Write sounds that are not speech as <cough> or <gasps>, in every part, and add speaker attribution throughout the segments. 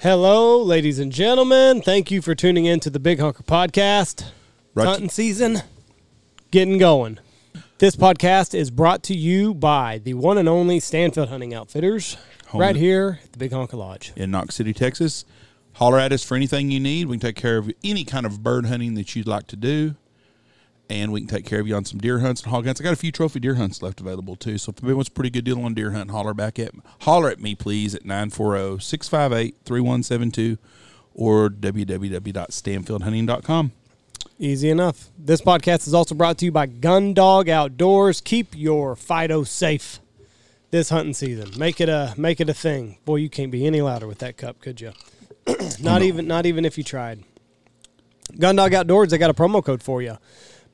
Speaker 1: Hello, ladies and gentlemen. Thank you for tuning in to the Big Honker Podcast.
Speaker 2: Right.
Speaker 1: Hunting season, getting going. This podcast is brought to you by the one and only Stanfield Hunting Outfitters,
Speaker 2: Home-
Speaker 1: right here at the Big Honker Lodge.
Speaker 2: in Knox City, Texas. Holler at us for anything you need. We can take care of any kind of bird hunting that you'd like to do. And we can take care of you on some deer hunts and hog hunts. I got a few trophy deer hunts left available too. So if anyone's a pretty good deal on deer hunt, holler back at holler at me please at 940-658-3172 or www.stanfieldhunting.com.
Speaker 1: Easy enough. This podcast is also brought to you by Gun Dog Outdoors. Keep your Fido safe this hunting season. Make it a make it a thing. Boy, you can't be any louder with that cup, could you? <clears throat> not even not even if you tried. Gun Dog Outdoors, they got a promo code for you.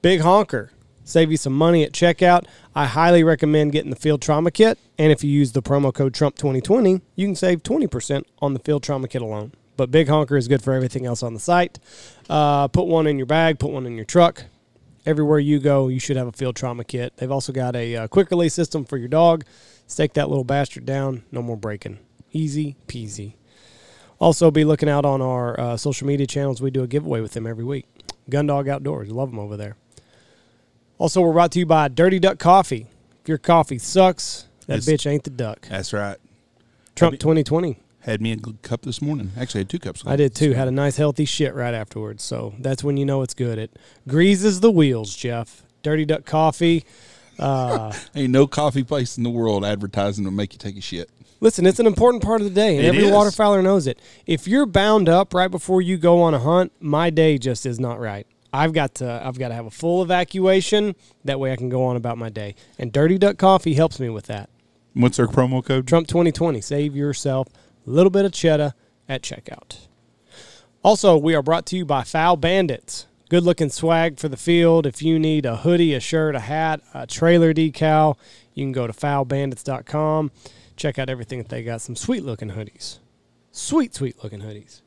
Speaker 1: Big honker. Save you some money at checkout. I highly recommend getting the field trauma kit. And if you use the promo code Trump2020, you can save 20% on the field trauma kit alone. But Big Honker is good for everything else on the site. Uh, put one in your bag, put one in your truck. Everywhere you go, you should have a field trauma kit. They've also got a uh, quick release system for your dog. Stake that little bastard down. No more breaking. Easy peasy. Also, be looking out on our uh, social media channels. We do a giveaway with them every week. Gundog Outdoors, love them over there. Also, we're brought to you by Dirty Duck Coffee. If your coffee sucks, that
Speaker 2: It's-
Speaker 1: bitch ain't the duck.
Speaker 2: That's right.
Speaker 1: Trump 2020.
Speaker 2: Had me a good cup this morning. Actually, I had two cups.
Speaker 1: I did too. Had a nice healthy shit right afterwards. So that's when you know it's good. It greases the wheels, Jeff. Dirty Duck Coffee. Uh,
Speaker 2: Ain't no coffee place in the world advertising to make you take a shit.
Speaker 1: Listen, it's an important part of the day, and
Speaker 2: It
Speaker 1: every
Speaker 2: is.
Speaker 1: waterfowler knows it. If you're bound up right before you go on a hunt, my day just is not right. I've got to I've got to have a full evacuation. That way I can go on about my day. And Dirty Duck Coffee helps me with that.
Speaker 2: What's our promo code?
Speaker 1: Trump 2020. Save yourself a little bit of cheddar at checkout. Also, we are brought to you by Foul Bandits. Good looking swag for the field. If you need a hoodie, a shirt, a hat, a trailer decal, you can go to foulbandits.com. Check out everything that they got. Some sweet looking hoodies. Sweet, sweet looking hoodies.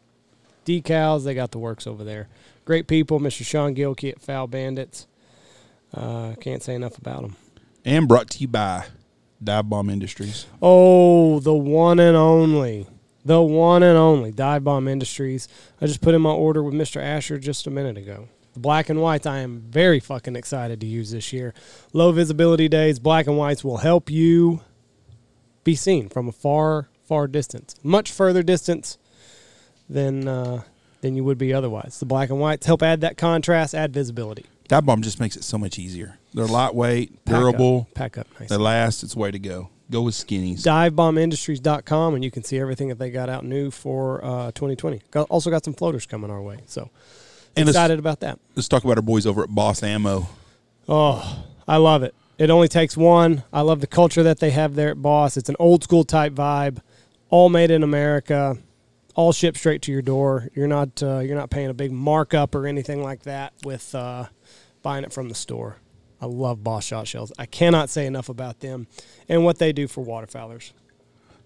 Speaker 1: Decals, they got the works over there. Great people, Mr. Sean Gilkey at Foul Bandits. Uh, can't say enough about them.
Speaker 2: And brought to you by Dive Bomb Industries.
Speaker 1: Oh, the one and only. The one and only Dive Bomb Industries. I just put in my order with Mr. Asher just a minute ago. The black and whites, I am very fucking excited to use this year. Low visibility days, black and whites will help you be seen from a far, far distance, much further distance than uh, than you would be otherwise. The black and whites help add that contrast, add visibility.
Speaker 2: Dive bomb just makes it so much easier. They're lightweight,
Speaker 1: Pack up-
Speaker 2: durable,
Speaker 1: pack up nice.
Speaker 2: they last. It's the way to go. Go with skinnies.
Speaker 1: divebombindustries.com and you can see everything that they got out new for uh, 2020. Got, also got some floaters coming our way. So
Speaker 2: And let's,
Speaker 1: excited about that.
Speaker 2: let's talk about our boys over at Boss Ammo.
Speaker 1: Oh, I love it. It only takes one. I love the culture that they have there at Boss. It's an old school type vibe, all made in America, all shipped straight to your door. You're not uh, you're not paying a big markup or anything like that with uh, buying it from the store. I love Boss shot shells. I cannot say enough about them and what they do for waterfowlers.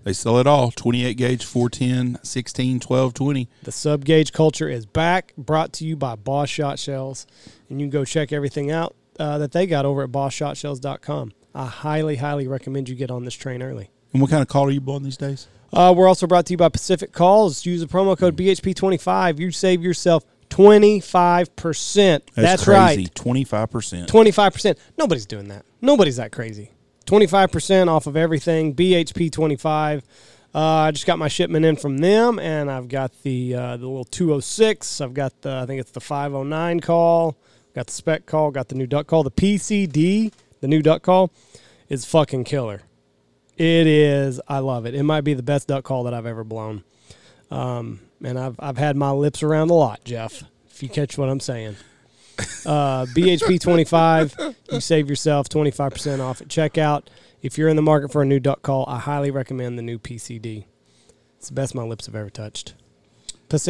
Speaker 2: They sell it all 28 gauge, 410, 16, 12, 20.
Speaker 1: The sub gauge culture is back, brought to you by Boss Shot Shells. And you can go check everything out uh, that they got over at bosshotshells.com. I highly, highly recommend you get on this train early.
Speaker 2: And what kind of call are you blowing these days?
Speaker 1: Uh, we're also brought to you by Pacific Calls. Use the promo code BHP25. You save yourself 25%. That's, right.
Speaker 2: 25%.
Speaker 1: 25%. Nobody's doing that. Nobody's that crazy. 25% off of everything, BHP 25. Uh, I just got my shipment in from them, and I've got the uh, the little 206. I've got the I think it's the 509 call. Got the spec call. Got the new duck call. The PCD, the new duck call, is fucking killer. It is. I love it. It might be the best duck call that I've ever blown. Um, and I've I've had my lips around a lot, Jeff. If you catch what I'm saying. Uh, BHP 25, you save yourself 25% off at checkout. If you're in the market for a new duck call, I highly recommend the new PCD. It's the best my lips have ever touched.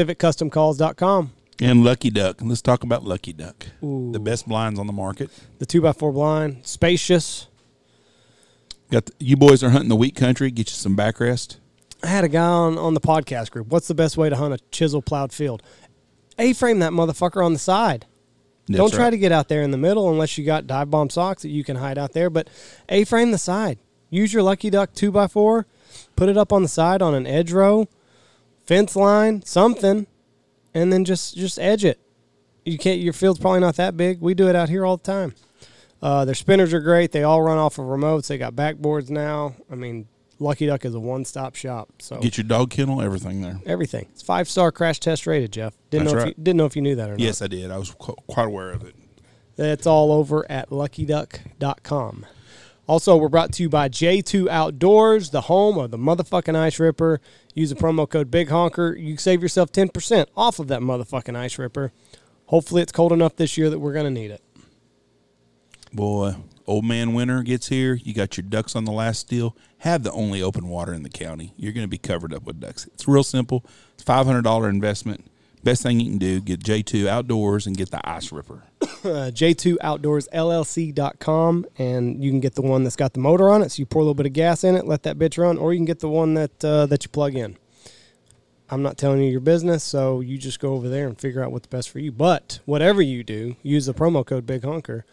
Speaker 1: PacificCustomCalls.com.
Speaker 2: And Lucky Duck. And let's talk about Lucky Duck.
Speaker 1: Ooh.
Speaker 2: The best blinds on the market.
Speaker 1: The 2x4 blind, spacious.
Speaker 2: Got the, You boys are hunting the wheat country. Get you some backrest.
Speaker 1: I had a guy on, on the podcast group. What's the best way to hunt a chisel plowed field? A frame that motherfucker on the side. Don't try to get out there in the middle unless you got dive bomb socks that you can hide out there. But A frame the side. Use your Lucky Duck 2x4, put it up on the side on an edge row. fence line, something, and then just just edge it. You can't. Your field's probably not that big. We do it out here all the time. Uh, their spinners are great. They all run off of remotes. They got backboards now. I mean, Lucky Duck is a one-stop shop. So
Speaker 2: Get your dog kennel, everything there.
Speaker 1: everything. It's five-star crash test rated. Jeff didn't
Speaker 2: That's
Speaker 1: know if
Speaker 2: right.
Speaker 1: you, didn't know if you knew that or not.
Speaker 2: Yes, I did. I was qu- quite aware of it.
Speaker 1: That's all over at luckyduck.com. Also, we're brought to you by J2 Outdoors, the home of the motherfucking ice ripper. Use the promo code Big Honker. You save yourself 10% off of that motherfucking ice ripper. Hopefully, it's cold enough this year that we're going to need it.
Speaker 2: Boy, old man winter gets here. You got your ducks on the last steel. Have the only open water in the county. You're going to be covered up with ducks. It's real simple. It's five hundred dollar investment. Best thing you can do: get J two outdoors and get the ice ripper.
Speaker 1: Uh, J2OutdoorsLLC.com, and you can get the one that's got the motor on it. So you pour a little bit of gas in it, let that bitch run, or you can get the one that uh, that you plug in. I'm not telling you your business, so you just go over there and figure out what's best for you. But whatever you do, use the promo code Big Honker.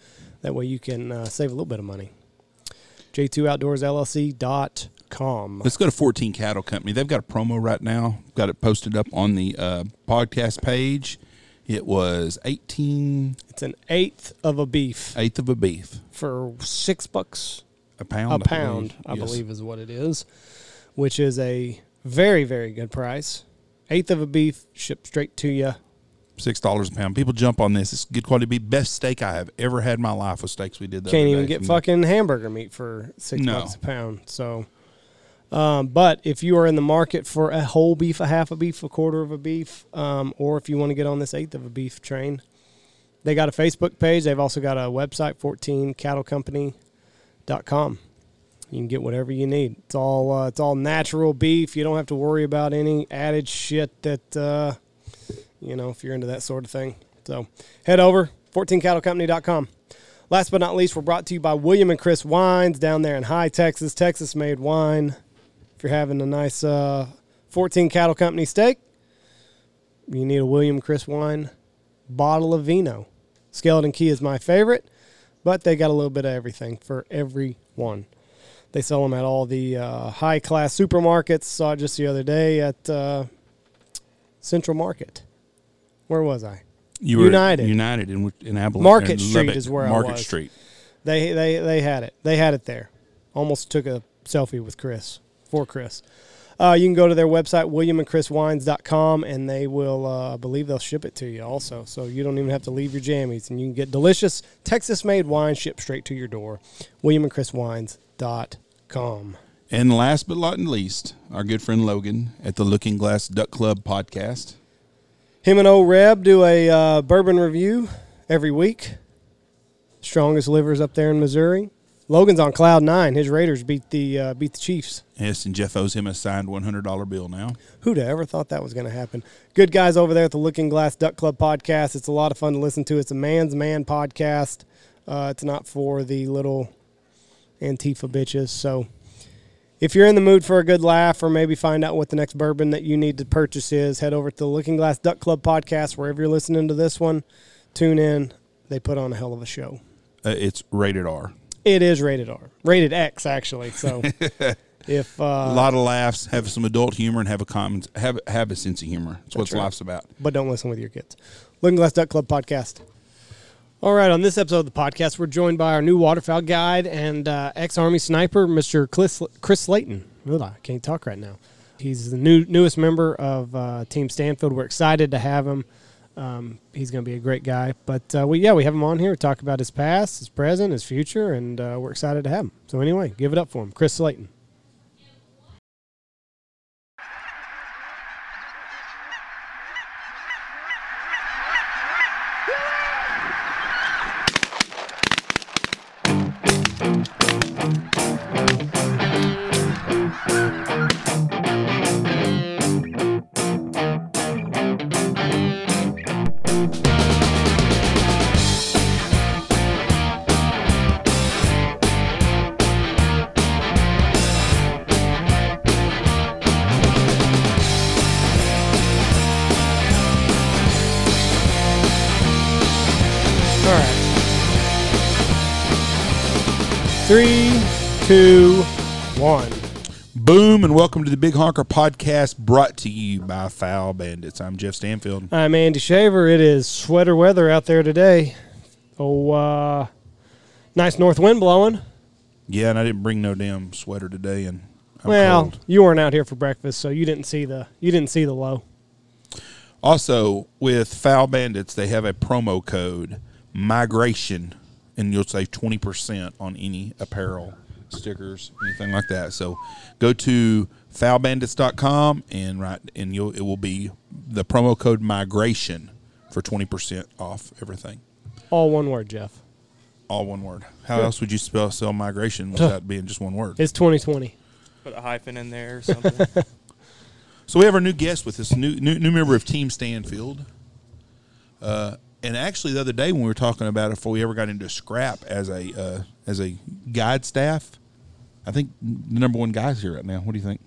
Speaker 1: That way you can uh, save a little bit of money. J2OutdoorsLLC.com.
Speaker 2: Let's go to 14 Cattle Company. They've got a promo right now. Got it posted up on the uh, podcast page. It was 18
Speaker 1: It's an eighth of a beef
Speaker 2: eighth of a beef,
Speaker 1: for six bucks.
Speaker 2: a pound,
Speaker 1: a
Speaker 2: I
Speaker 1: pound, I
Speaker 2: Yes.
Speaker 1: believe is what it is, which is a very, very good price. Eighth of a beef shipped straight to you.
Speaker 2: six dollars a pound. People jump on this. It's good quality beef. Best steak I have ever had in my life was steaks we did. The
Speaker 1: Can't
Speaker 2: other
Speaker 1: even
Speaker 2: day
Speaker 1: get
Speaker 2: from the-
Speaker 1: fucking hamburger meat for six
Speaker 2: No.
Speaker 1: bucks a pound. So, um, but if you are in the market for a whole beef, a half a beef, a quarter of a beef, um, or if you want to get on this eighth of a beef train, they got a Facebook page. They've also got a website, 14cattlecompany.com. You can get whatever you need. It's all uh, it's all natural beef. You don't have to worry about any added shit that uh, you know if you're into that sort of thing. So head over 14cattlecompany.com. Last but not least, we're brought to you by William and Chris Wines down there in High Texas, Texas made wine. If you're having a nice uh, 14 Cattle Company steak, you need a William Chris wine bottle of vino. Skeleton Key is my favorite, but they got a little bit of everything for everyone. They sell them at all the uh, high class supermarkets. Saw it just the other day at uh, Central Market. Where was I?
Speaker 2: You were
Speaker 1: United.
Speaker 2: United in in Abilene.
Speaker 1: Market
Speaker 2: in
Speaker 1: Street
Speaker 2: Lubbock.
Speaker 1: is where I
Speaker 2: Market
Speaker 1: was.
Speaker 2: Street.
Speaker 1: They they they had it. They had it there. Almost took a selfie with Chris for Chris. Uh, you can go to their website williamandchriswines.com and they will uh, I believe they'll ship it to you also. So you don't even have to leave your jammies and you can get delicious Texas made wine shipped straight to your door. williamandchriswines.com.
Speaker 2: And last but not least, our good friend Logan at the Looking Glass Duck Club podcast.
Speaker 1: Him and old Reb do a uh, bourbon review every week. Strongest livers up there in Missouri. Logan's on cloud nine. His Raiders beat the uh, beat the Chiefs.
Speaker 2: Yes, and Jeff owes him a signed one hundred dollar bill now.
Speaker 1: Who'd have ever thought that was going to happen? Good guys over there at the Looking Glass Duck Club podcast. It's a lot of fun to listen to. It's a man's man podcast. Uh, it's not for the little Antifa bitches. So if you're in the mood for a good laugh or maybe find out what the next bourbon that you need to purchase is, head over to the Looking Glass Duck Club podcast, wherever you're listening to this one. Tune in. They put on a hell of a show.
Speaker 2: Uh, it's rated R.
Speaker 1: It is rated R, rated X, actually. So if.
Speaker 2: A
Speaker 1: Uh,
Speaker 2: lot of laughs, have some adult humor, and have a common have have a sense of humor. That's what
Speaker 1: That's right.
Speaker 2: life's about.
Speaker 1: but don't listen with your kids. Looking Glass Duck Club podcast. All right, on this episode of the podcast, we're joined by our new waterfowl guide and uh, ex-army sniper, Mr. Chris, Chris Slayton. Ugh, I can't talk right now. He's the new newest member of uh, Team Stanfield. We're excited to have him. Um, he's going to be a great guy. But uh, we, yeah, we have him on here. We talk about his past, his present, his future, and uh, we're excited to have him. So anyway, give it up for him, Chris Slayton. All right. Three, two, one.
Speaker 2: Boom, and welcome to the Big Honker Podcast brought to you by Foul Bandits. I'm Jeff Stanfield.
Speaker 1: I'm Andy Shaver. It is sweater weather out there today. Oh, uh, nice north wind blowing.
Speaker 2: Yeah, and I didn't bring no damn sweater today, and I'm
Speaker 1: well,
Speaker 2: cold.
Speaker 1: you weren't out here for breakfast, so you didn't see the you didn't see the low.
Speaker 2: Also, with Foul Bandits, they have a promo code migration, and you'll save 20% on any apparel, stickers, anything like that. So go to foulbandits.com and write, and you'll, it will be the promo code migration for 20% off everything.
Speaker 1: All one word, Jeff.
Speaker 2: All one word. How else would you spell sell migration without being just one word?
Speaker 1: It's 2020.
Speaker 3: Put a hyphen in there or something.
Speaker 2: So we have our new guest with us, new new, new member of Team Stanfield. Uh, and actually, the other day when we were talking about it, before we ever got into scrap as a uh, as a guide staff, I think the number one guy's here right now. What do you think?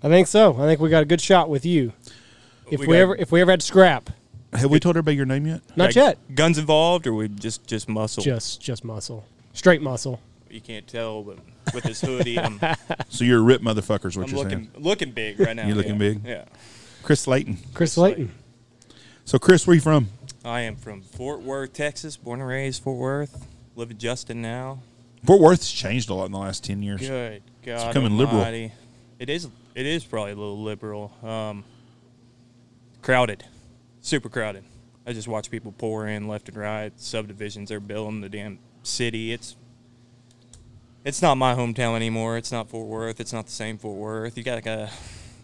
Speaker 1: I think so. I think we got a good shot with you. If we,
Speaker 3: We got-
Speaker 1: ever if we ever had scrap,
Speaker 2: Have we told everybody your name
Speaker 3: <laughs>
Speaker 2: yet?
Speaker 1: not
Speaker 3: Got
Speaker 1: yet.
Speaker 3: Guns involved, or we just just muscle.
Speaker 1: Just just muscle, straight muscle.
Speaker 3: You can't tell, but with this
Speaker 2: <laughs>
Speaker 3: hoodie, I'm,
Speaker 2: So you're a rip motherfuckers. What
Speaker 3: I'm
Speaker 2: you're
Speaker 3: looking
Speaker 2: saying,
Speaker 3: looking big right now.
Speaker 2: You're looking
Speaker 3: yeah.
Speaker 2: big?
Speaker 3: Yeah,
Speaker 2: Chris Slayton.
Speaker 1: Chris
Speaker 3: Chris Layton.
Speaker 1: Layton.
Speaker 2: So Chris, where you from?
Speaker 3: I am from Fort Worth, Texas. Born and raised Fort Worth. Live in Justin now.
Speaker 2: Fort Worth's changed a lot in the last ten years.
Speaker 3: Good God,
Speaker 2: becoming liberal.
Speaker 3: almighty. It is. It is probably a little liberal. Um, crowded, super crowded. I just watch people pour in left and right. Subdivisions are building the damn city. It's. It's not my hometown anymore. It's not Fort Worth. It's not the same Fort Worth. You gotta, gotta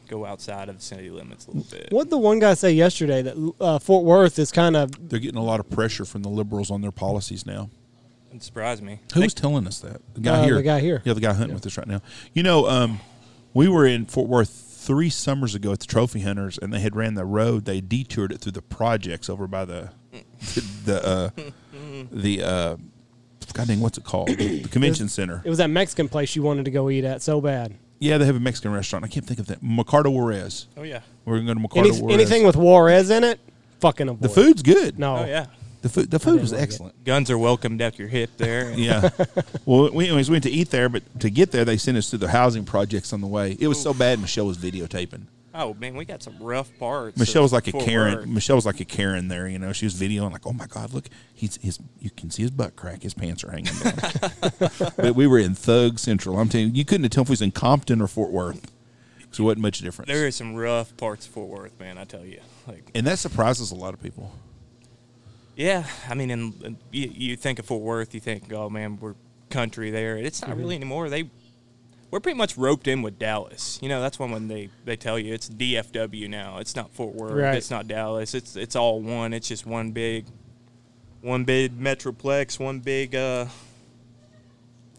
Speaker 3: go outside of the city limits a little bit.
Speaker 1: What did the one guy say yesterday that uh, Fort Worth is kind of
Speaker 2: They're getting a lot of pressure from the liberals on their policies now.
Speaker 3: It surprised me.
Speaker 2: Who was telling us that? The guy
Speaker 1: Uh,
Speaker 2: here.
Speaker 1: the guy here.
Speaker 2: Yeah, the guy hunting with us right now. You know, um, we were in Fort Worth three summers ago at the Trophy Hunters, and they had ran the road. They detoured it through the projects over by the <laughs> the the, uh, the uh, God dang, what's it called?
Speaker 1: <coughs>
Speaker 2: The convention center.
Speaker 1: it was that Mexican place you wanted to go eat at so bad.
Speaker 2: Yeah, they have a Mexican restaurant. I can't think of that. Mercado Juarez.
Speaker 3: Oh yeah.
Speaker 2: We're going to go to Mercado
Speaker 1: Any,
Speaker 2: Juarez.
Speaker 1: anything with Juarez in it, fucking avoid.
Speaker 2: the food's good.
Speaker 1: No.
Speaker 3: Oh yeah.
Speaker 2: the food the food was
Speaker 1: like it.
Speaker 2: excellent.
Speaker 3: Guns are welcomed at your hip there.
Speaker 2: <laughs> Yeah. well, we anyways we went to eat there, but to get there, they sent us to the housing projects on the way. It was so bad. Michelle was videotaping.
Speaker 3: Oh man, we got some rough parts. of
Speaker 2: Michelle was like a
Speaker 3: Fort
Speaker 2: Karen.
Speaker 3: Worth.
Speaker 2: Michelle was like a Karen there. You know, she was videoing like, "Oh my God, look, he's his. You can see his butt crack. His pants are hanging down."
Speaker 3: <laughs>
Speaker 2: but we were in Thug Central. I'm telling you, you couldn't tell if we was in Compton or Fort Worth. So it wasn't much difference.
Speaker 3: There is some rough parts of Fort Worth, man. I tell you, like,
Speaker 2: and that surprises a lot of people.
Speaker 3: yeah. I mean, and, and you, you think of Fort Worth, you think, oh man, we're country there. It's
Speaker 1: Mm-hmm.
Speaker 3: not really anymore. They we're pretty much roped in with Dallas. You know, that's when when they they tell you it's DFW now. It's not Fort Worth.
Speaker 1: Right.
Speaker 3: It's not Dallas. It's it's all one. It's just one big, one big metroplex, one big uh,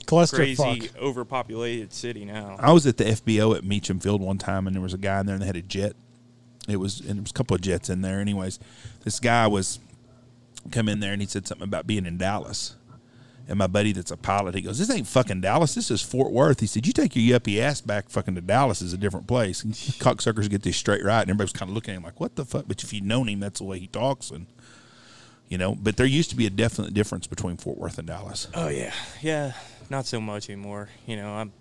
Speaker 1: Clusterfuck.
Speaker 3: crazy overpopulated city now.
Speaker 2: I was at the FBO at Meacham Field one time, and there was a guy in there, and they had a jet. It was and there was a couple of jets in there. Anyways, this guy was come in there, and he said something about being in Dallas. And my buddy, that's a pilot, he goes, "This ain't fucking Dallas. This is Fort Worth." He said, "You take your yuppie ass back, fucking to Dallas is a different place." And cocksuckers get this straight right, and everybody's kind of looking at him like, "What the fuck?" But if you'd known him, that's the way he talks, and you know. But there used to be a definite difference between Fort Worth and Dallas.
Speaker 3: Oh yeah, yeah. Not so much anymore. You know, I'm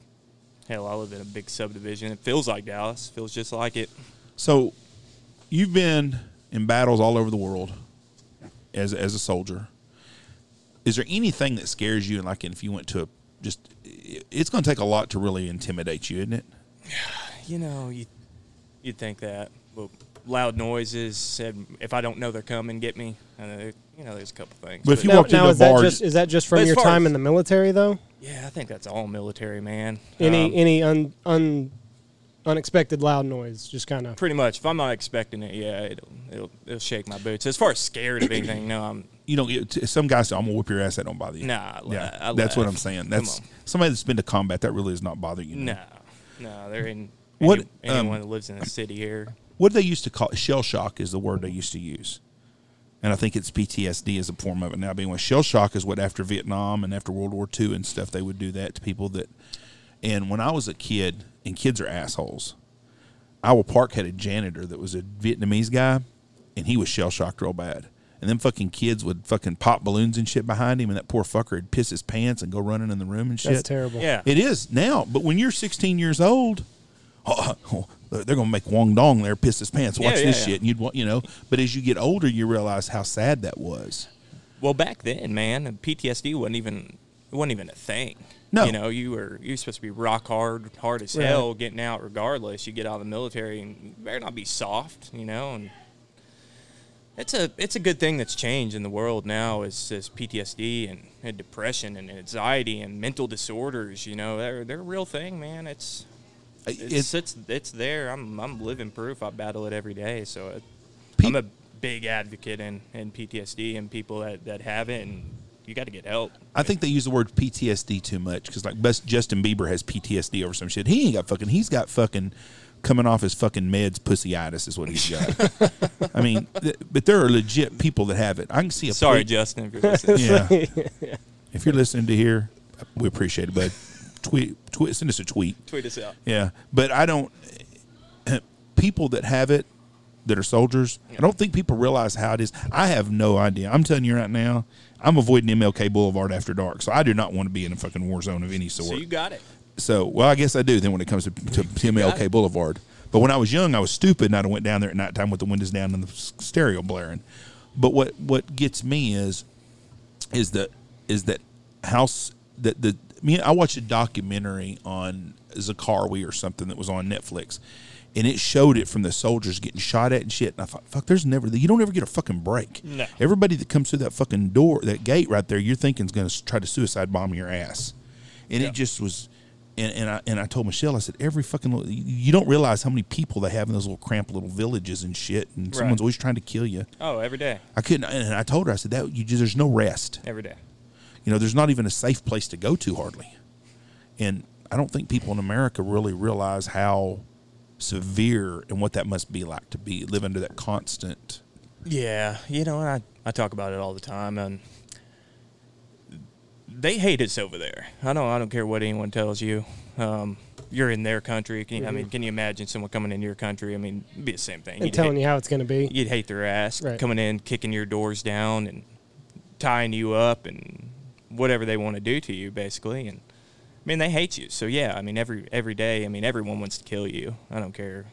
Speaker 3: hell. I live in a big subdivision. It feels like Dallas. Feels just like it.
Speaker 2: So, you've been in battles all over the world as as a soldier. Is there anything that scares you? And like, if you went to a just, it- it's going to take a lot to really intimidate you, isn't it?
Speaker 3: You know, you you'd think that, but loud noises. Said if I don't know they're coming, get me. And uh, you know, there's a couple things.
Speaker 2: But if you
Speaker 1: Now,
Speaker 2: walked into
Speaker 1: now
Speaker 2: a
Speaker 1: is that
Speaker 2: bar,
Speaker 1: just is that just
Speaker 3: But
Speaker 1: from
Speaker 3: as
Speaker 1: your
Speaker 3: far
Speaker 1: time
Speaker 3: as-
Speaker 1: in the military though?
Speaker 3: yeah, I think that's all military, man.
Speaker 1: Any
Speaker 3: Um,
Speaker 1: any un, un unexpected loud noise just kind of
Speaker 3: pretty much. If I'm not expecting it, yeah, it'll it'll, it'll shake my boots. As far as scared of anything, no, I'm
Speaker 2: you don't get t- some guys say, "I'm gonna whip your ass." That don't bother you.
Speaker 3: Nah, I la-
Speaker 2: yeah,
Speaker 3: I
Speaker 2: that's what
Speaker 3: laugh.
Speaker 2: I'm saying.
Speaker 3: Come
Speaker 2: That's
Speaker 3: on.
Speaker 2: somebody that's been to combat. That really is not bothering you.
Speaker 3: no, no. There ain't
Speaker 2: What,
Speaker 3: any-
Speaker 2: um,
Speaker 3: anyone that lives in the city here.
Speaker 2: What do they used to call shell shock? Is the word they used to use. And I think it's PTSD is a form of it now. Being with shell shock is what after Vietnam and after World War II and stuff, they would do that to people that. And when I was a kid, and kids are assholes, Iowa Park had a janitor that was a Vietnamese guy, and he was shell shocked real bad. And then fucking kids would fucking pop balloons and shit behind him, and that poor fucker would piss his pants and go running in the room and shit.
Speaker 1: that's terrible.
Speaker 3: Yeah.
Speaker 2: It is now, but when you're 16 years old, <laughs> oh, they're going to make Wong Dong there piss his pants. Watch
Speaker 3: Yeah, yeah,
Speaker 2: this
Speaker 3: yeah.
Speaker 2: shit, and you'd want you know. But as you get older, you realize how sad that was.
Speaker 3: Well, back then, man, PTSD wasn't even it wasn't even a thing.
Speaker 2: No.
Speaker 3: you know, you were you were supposed to be rock hard, hard as
Speaker 1: Right.
Speaker 3: hell, getting out regardless. You get out of the military, and you better not be soft, you know. And it's a it's a good thing that's changed in the world now is is PTSD and, and depression and anxiety and mental disorders. You know, they're they're a real thing, man. It's it's
Speaker 2: It's,
Speaker 3: it's, it's there. I'm I'm living proof. I battle it every day. So it,
Speaker 2: Pe-
Speaker 3: I'm a big advocate in, in PTSD and people that, that have it, and you got to get help.
Speaker 2: I think they use the word PTSD too much because like best Justin Bieber has PTSD over some shit. He ain't got fucking. He's got fucking coming off his fucking meds. Pussyitis is what he's got.
Speaker 3: <laughs>
Speaker 2: I mean, th- but there are legit people that have it. I can see a
Speaker 3: Sorry,
Speaker 2: tweet-
Speaker 3: Justin, <laughs> if you're listening.
Speaker 2: Yeah.
Speaker 3: <laughs>
Speaker 2: if you're listening to here, we appreciate it, bud. Tweet, tweet, send us a tweet.
Speaker 3: Tweet us out.
Speaker 2: Yeah, but I don't. <clears throat> People that have it, that are soldiers, I don't think people realize how it is. I have no idea. I'm telling you right now, I'm avoiding MLK Boulevard after dark, so I do not want to be in a fucking war zone of any sort.
Speaker 3: So
Speaker 2: So,
Speaker 3: you got it.
Speaker 2: well, I guess I do. Then when it comes to, to, to
Speaker 3: got
Speaker 2: MLK
Speaker 3: it.
Speaker 2: Boulevard, but when I was young, I was stupid and I went down there at nighttime with the windows down and the s- stereo blaring. But what what gets me is is that is that house that the me I watched a documentary on Zakawi or something that was on Netflix, and it showed it from the soldiers getting shot at and shit. And I thought, fuck, there's never you don't ever get a fucking break.
Speaker 3: No.
Speaker 2: Everybody that comes through that fucking door, that gate right there, you're thinking is going to try to suicide bomb your ass, and
Speaker 3: Yeah.
Speaker 2: it just was. And, and I and I told Michelle, I said every fucking little- you you don't realize how many people they have in those little cramped little villages and shit, and someone's always trying to kill you.
Speaker 3: Oh, every day,
Speaker 2: I couldn't, and I told her, I said that you just, there's no rest
Speaker 3: every day.
Speaker 2: you know, there's not even a safe place to go to hardly. And I don't think people in America really realize how severe and what that must be like to be live under that constant.
Speaker 3: Yeah, you know, and I, I talk about it all the time, and they hate us over there. I don't I don't care what anyone tells you. Um, you're in their country. Can you, I mean, can you imagine someone coming in your country? I mean, it'd be the same thing.
Speaker 1: and
Speaker 3: You'd
Speaker 1: telling
Speaker 3: hate-
Speaker 1: you how it's going to be.
Speaker 3: you'd hate their ass
Speaker 1: Right.
Speaker 3: coming in, kicking your doors down, and tying you up, and whatever they want to do to you, basically. And I mean, they hate you. So yeah, I mean, every every day, I mean, everyone wants to kill you. I don't care,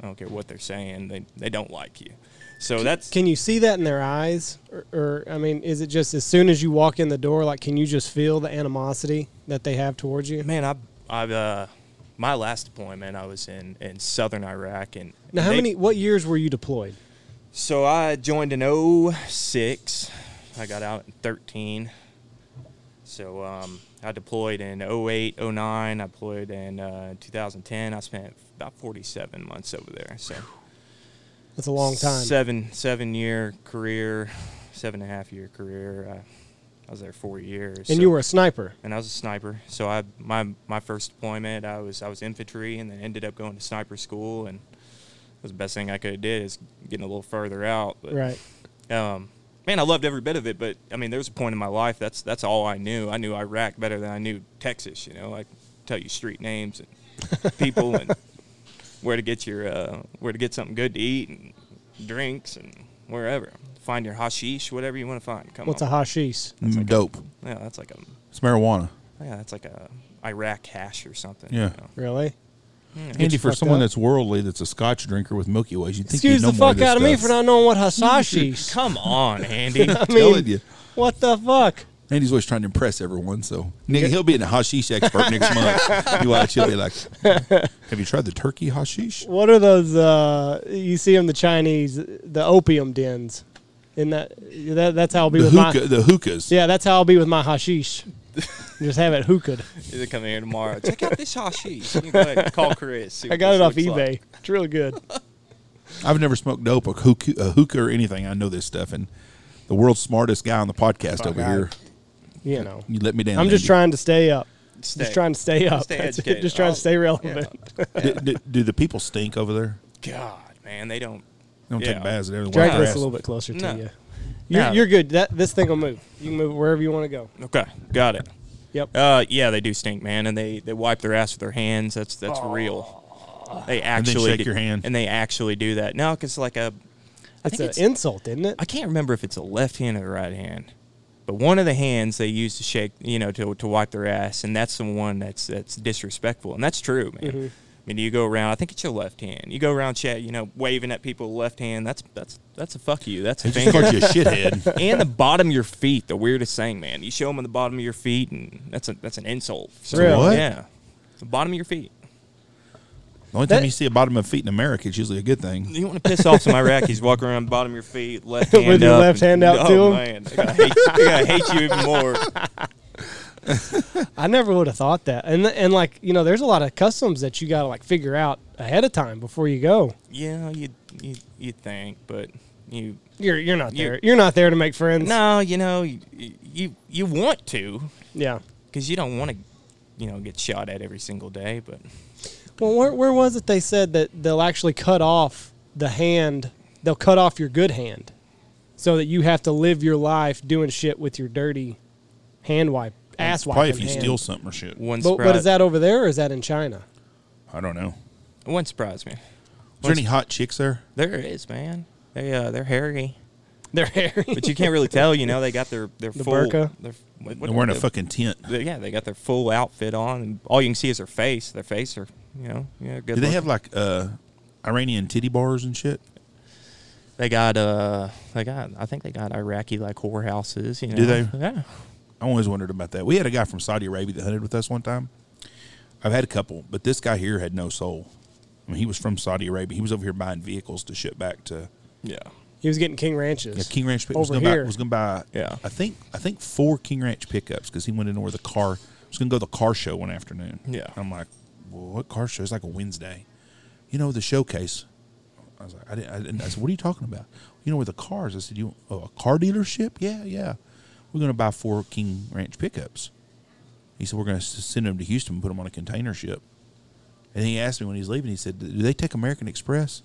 Speaker 3: I don't care what they're saying. They they don't like you. So that's
Speaker 1: Can you see that in their eyes, or, or I mean, is it just as soon as you walk in the door, like can you just feel the animosity that they have towards you?
Speaker 3: man. I I uh, my last deployment, I was in in southern Iraq, and
Speaker 1: Now, how
Speaker 3: they-
Speaker 1: many? What years were you deployed?
Speaker 3: So I joined in 06. I got out in 13. So um, I deployed in 08, 09. I deployed in uh, 2010. I spent about 47 months over there. So
Speaker 1: That's a long time.
Speaker 3: Seven seven year career, seven and a half year career. Uh, I, I was there four years.
Speaker 1: and
Speaker 3: so-
Speaker 1: you were a sniper.
Speaker 3: and I was a sniper. So I my my first deployment, I was I was infantry, and then ended up going to sniper school, and it was the best thing I could have did is getting a little further out. But,
Speaker 1: Right.
Speaker 3: Um, man, I loved every bit of it, but I mean, there was a point in my life that's that's all I knew. I knew Iraq better than I knew Texas. You know, I could tell you street names
Speaker 1: <laughs>
Speaker 3: and people and where to get your uh, where to get something good to eat and drinks and wherever. Find your hashish, whatever you want to find. Come
Speaker 1: What's a
Speaker 3: on.
Speaker 1: hashish?
Speaker 2: dope.
Speaker 3: yeah, that's like a
Speaker 2: It's marijuana.
Speaker 1: Hmm.
Speaker 3: yeah, that's like a Iraq hash or something.
Speaker 2: Yeah.
Speaker 3: know.
Speaker 1: Really?
Speaker 2: Andy, for
Speaker 1: fucked
Speaker 2: someone
Speaker 1: up.
Speaker 2: that's worldly, that's a Scotch drinker with Milky Ways, you think
Speaker 1: Excuse
Speaker 2: you'd know
Speaker 1: the
Speaker 2: more of
Speaker 1: fuck
Speaker 2: this
Speaker 1: out of me
Speaker 2: stuff.
Speaker 1: for not knowing what hashish.
Speaker 3: Come
Speaker 1: <laughs>
Speaker 3: on, Andy.
Speaker 1: I mean,
Speaker 2: telling you.
Speaker 1: what the fuck?
Speaker 2: Andy's always trying to impress everyone, so nigga, he'll be a
Speaker 1: <laughs>
Speaker 2: hashish expert next month. You watch, he'll be like, <laughs> "Have you tried the turkey hashish?"
Speaker 1: What are those? Uh, you see them, the Chinese, the opium dens. In that, that that's how I'll be
Speaker 2: The
Speaker 1: with
Speaker 2: hookah,
Speaker 1: my
Speaker 2: the hookahs.
Speaker 1: yeah. That's how I'll be with my
Speaker 2: <laughs>
Speaker 1: hashish. Just have it hooked.
Speaker 3: He's coming here tomorrow. Check out this hashish. You can go ahead and call Chris. see
Speaker 1: I
Speaker 3: what
Speaker 1: got
Speaker 3: this
Speaker 1: it off
Speaker 3: looks
Speaker 1: eBay.
Speaker 3: like.
Speaker 1: It's really good.
Speaker 2: I've never smoked dope, a hookah, a hookah or anything. I know this stuff, and the world's smartest guy on the podcast
Speaker 1: Fuck
Speaker 2: over
Speaker 1: out.
Speaker 2: here.
Speaker 1: You know,
Speaker 2: <laughs> You let me down.
Speaker 1: I'm just
Speaker 2: Andy.
Speaker 1: trying to stay up.
Speaker 3: Stay.
Speaker 1: Just trying to stay up. <laughs>
Speaker 3: Stay
Speaker 1: That's it.
Speaker 3: educated.
Speaker 1: Just trying
Speaker 3: Oh,
Speaker 1: to stay relevant.
Speaker 2: Do, do- do the people stink over there?
Speaker 3: God, man, they don't.
Speaker 2: They don't
Speaker 3: Yeah.
Speaker 2: take baths. They're
Speaker 1: Drag
Speaker 2: wet
Speaker 1: this
Speaker 2: grass.
Speaker 1: a little bit closer to
Speaker 3: No.
Speaker 1: you. You're,
Speaker 3: No.
Speaker 1: you're good. That this thing will move. You can move it wherever you want to go.
Speaker 3: Okay, got it.
Speaker 1: Yep.
Speaker 3: Uh, yeah, they do stink, man, and they they wipe their ass with their hands. That's that's real. They
Speaker 2: then
Speaker 3: actually
Speaker 2: shake
Speaker 3: do-
Speaker 2: your hand.
Speaker 3: and they actually do that. No, because like a, I
Speaker 1: It's
Speaker 3: think
Speaker 1: an
Speaker 3: it's,
Speaker 1: insult, isn't it?
Speaker 3: I can't remember if it's a left hand or the right hand, but one of the hands they use to
Speaker 2: Mm-hmm.
Speaker 3: shake, you know, to, to wipe their ass, and that's the one that's that's disrespectful, and that's true, man. mean, you go around. I think it's your left hand. You go around, chat. You know, waving at people left hand. That's that's that's a fuck you. That's a
Speaker 2: They just
Speaker 3: finger.
Speaker 2: called you
Speaker 1: <laughs>
Speaker 2: a shithead.
Speaker 3: and the bottom of your feet. The weirdest thing, man. You show them the bottom of your feet, and that's a that's an insult. So,
Speaker 1: Really?
Speaker 2: What?
Speaker 3: Yeah, the bottom of your feet.
Speaker 2: The only time
Speaker 1: That-
Speaker 2: you see a bottom of feet in America, it's usually a good thing.
Speaker 3: You want to piss off some Iraqis walking around bottom of your feet, left
Speaker 1: <laughs> With
Speaker 3: hand
Speaker 1: your
Speaker 3: up,
Speaker 1: left
Speaker 3: and-
Speaker 1: hand out to
Speaker 3: oh,
Speaker 1: 'em?
Speaker 3: man, they're gonna, hate, they're gonna hate you even more.
Speaker 1: I never would have thought that. And and like you know, there's a lot of customs that you got to like figure out ahead of time before you go.
Speaker 3: Yeah, you you you think, but you
Speaker 1: You're you're not
Speaker 3: You-
Speaker 1: there. You're not there to make friends.
Speaker 3: no, you know you you, you want to
Speaker 1: Yeah.
Speaker 3: because you don't want to you know get shot at every single day, but
Speaker 1: Well, where where was it they said that they'll actually cut off the hand? They'll cut off your good hand, so that you have to live your life doing shit with your dirty hand wipe ass wipe.
Speaker 2: Probably if you steal something or shit.
Speaker 3: one
Speaker 1: But,
Speaker 3: surprise
Speaker 1: but is that over there or is that in China?
Speaker 2: I don't know.
Speaker 3: one surprise me.
Speaker 2: Is there any hot chicks there?
Speaker 3: There it is, man. They uh they're hairy,
Speaker 1: They're hairy.
Speaker 3: but you can't really tell. You know they got their their
Speaker 1: The
Speaker 3: full
Speaker 1: burqa?
Speaker 3: Their, what,
Speaker 2: They're wearing a
Speaker 3: the-
Speaker 2: fucking tent.
Speaker 3: the- yeah, they got their full outfit on, and all you can see is their face. Their face are, you know, yeah,
Speaker 2: Do
Speaker 3: good.
Speaker 2: they
Speaker 3: looking.
Speaker 2: have like uh, Iranian titty bars and shit?
Speaker 3: They got uh, they got. I think they got Iraqi like whorehouses. You know,
Speaker 2: Do they?
Speaker 3: Yeah.
Speaker 2: I always wondered about that. We had a guy from Saudi Arabia that hunted with us one time. I've had a couple, but this guy here had no soul. I mean, he was from Saudi Arabia. He was over here buying vehicles to ship back to
Speaker 3: Yeah.
Speaker 1: he was getting King Ranches.
Speaker 2: yeah, King Ranch. Pick- was
Speaker 1: over
Speaker 2: gonna
Speaker 1: here.
Speaker 2: buy, was going to buy.
Speaker 3: Yeah.
Speaker 2: I think I think four King Ranch pickups because he went in where the car was going to go to the car show one afternoon.
Speaker 3: Yeah.
Speaker 2: I'm like, well, what car show? It's like a Wednesday. You know the showcase. I was like, I didn't. I, didn't, I said, what are you talking about? You know where the cars? I said, you oh, a car dealership? Yeah, yeah. We're going to buy four King Ranch pickups. He said we're going to send them to Houston and put them on a container ship. And he asked me when he's leaving. He said, do they take American Express?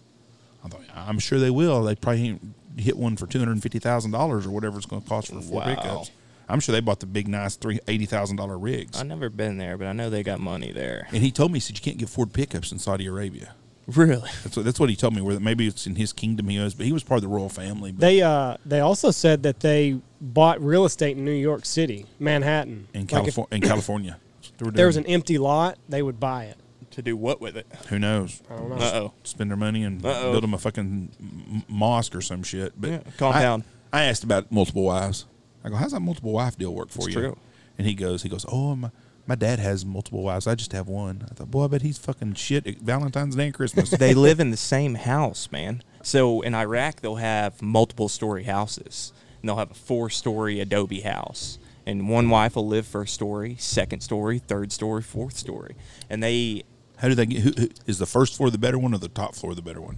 Speaker 2: I thought, I'm sure they will. They probably ain't hit one for two hundred and fifty thousand dollars or whatever it's going to cost for four
Speaker 3: Wow.
Speaker 2: pickups. I'm sure they bought the big nice three eighty thousand dollar rigs.
Speaker 3: I've never been there, but I know they got money there.
Speaker 2: And he told me he said you can't get Ford pickups in Saudi Arabia.
Speaker 3: Really?
Speaker 2: That's what, that's what he told me. Where that maybe it's in his kingdom he was, but he was part of the royal family. But
Speaker 1: They uh they also said that they bought real estate in New York City, Manhattan.
Speaker 2: in,
Speaker 1: Like, if
Speaker 2: California, in California, That's what they were
Speaker 1: there was an
Speaker 2: doing.
Speaker 1: empty lot, they would buy it.
Speaker 3: To do what with it?
Speaker 2: who knows
Speaker 1: I don't know.
Speaker 3: Uh oh.
Speaker 2: spend their money and
Speaker 3: Uh-oh.
Speaker 2: build them a fucking m- mosque or some shit. But
Speaker 3: Yeah, compound.
Speaker 2: I, I asked about multiple wives. I go, how's that multiple wife deal work for
Speaker 3: It's
Speaker 2: you?
Speaker 3: true.
Speaker 2: And he goes, he goes, oh my. My dad has multiple wives. I just have one. I thought, boy, I bet he's fucking shit at Valentine's Day and
Speaker 3: <laughs>
Speaker 2: Christmas.
Speaker 3: they live in the same house, man. So in Iraq, they'll have multiple story houses, and they'll have a four story adobe house. And one wife will live first story, second story, third story, fourth story. And they
Speaker 2: How do they get? Who, who, is the first floor the better one or the top floor the
Speaker 3: <laughs>
Speaker 2: better one?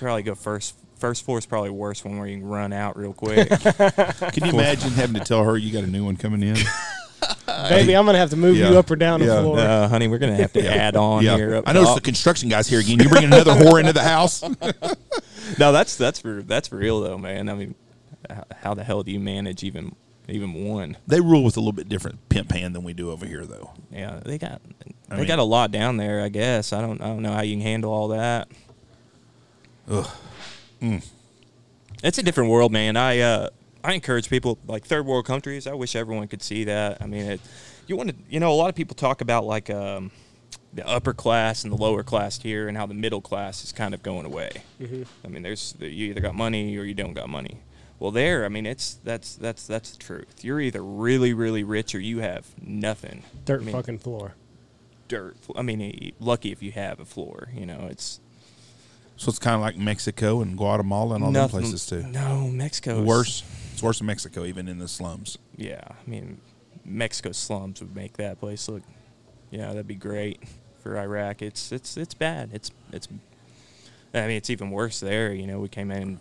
Speaker 3: probably go first. First floor is probably worse one where you can run out
Speaker 2: <laughs>
Speaker 3: real quick.
Speaker 2: Can you imagine having to tell her you got a new one coming in?
Speaker 1: Baby, I'm gonna have to move
Speaker 2: Uh, Yeah.
Speaker 1: you up or down
Speaker 2: Yeah.
Speaker 1: the floor.
Speaker 3: uh, honey, we're gonna have to <laughs> add on
Speaker 2: yeah,
Speaker 3: here. Up
Speaker 2: I noticed
Speaker 3: top.
Speaker 2: the construction guys here again. You're bringing another whore into the house. <laughs>
Speaker 3: no, that's that's for that's real though, man. I mean, h- how the hell do you manage even even one?
Speaker 2: They rule with a little bit different pimp hand than we do over here, though.
Speaker 3: Yeah, they got they
Speaker 2: I mean-
Speaker 3: got a lot down there. I guess I don't I don't know how you can handle all that. Ugh. It's a different world, man. I uh I encourage people like third world countries. I wish everyone could see that. I mean, it, you want to you know a lot of people talk about like um the upper class and the lower class here and how the middle class is kind of going away.
Speaker 1: Mm-hmm.
Speaker 3: I mean, there's you either got money or you don't got money. Well, there, I mean, it's that's that's that's the truth. You're either really really rich or you have nothing.
Speaker 1: Dirt
Speaker 3: I mean,
Speaker 1: fucking floor.
Speaker 3: dirt. I mean, eh, lucky if you have a floor. You know, it's
Speaker 2: So it's kind of like Mexico and Guatemala and all them
Speaker 3: nothing-
Speaker 2: places too.
Speaker 3: No, Mexico is-
Speaker 2: Worse, it's worse in Mexico, even in the slums.
Speaker 3: Yeah, I mean, Mexico slums would make that place look. Yeah, that'd be great for Iraq. It's it's it's bad. It's it's. I mean, it's even worse there. You know, we came in and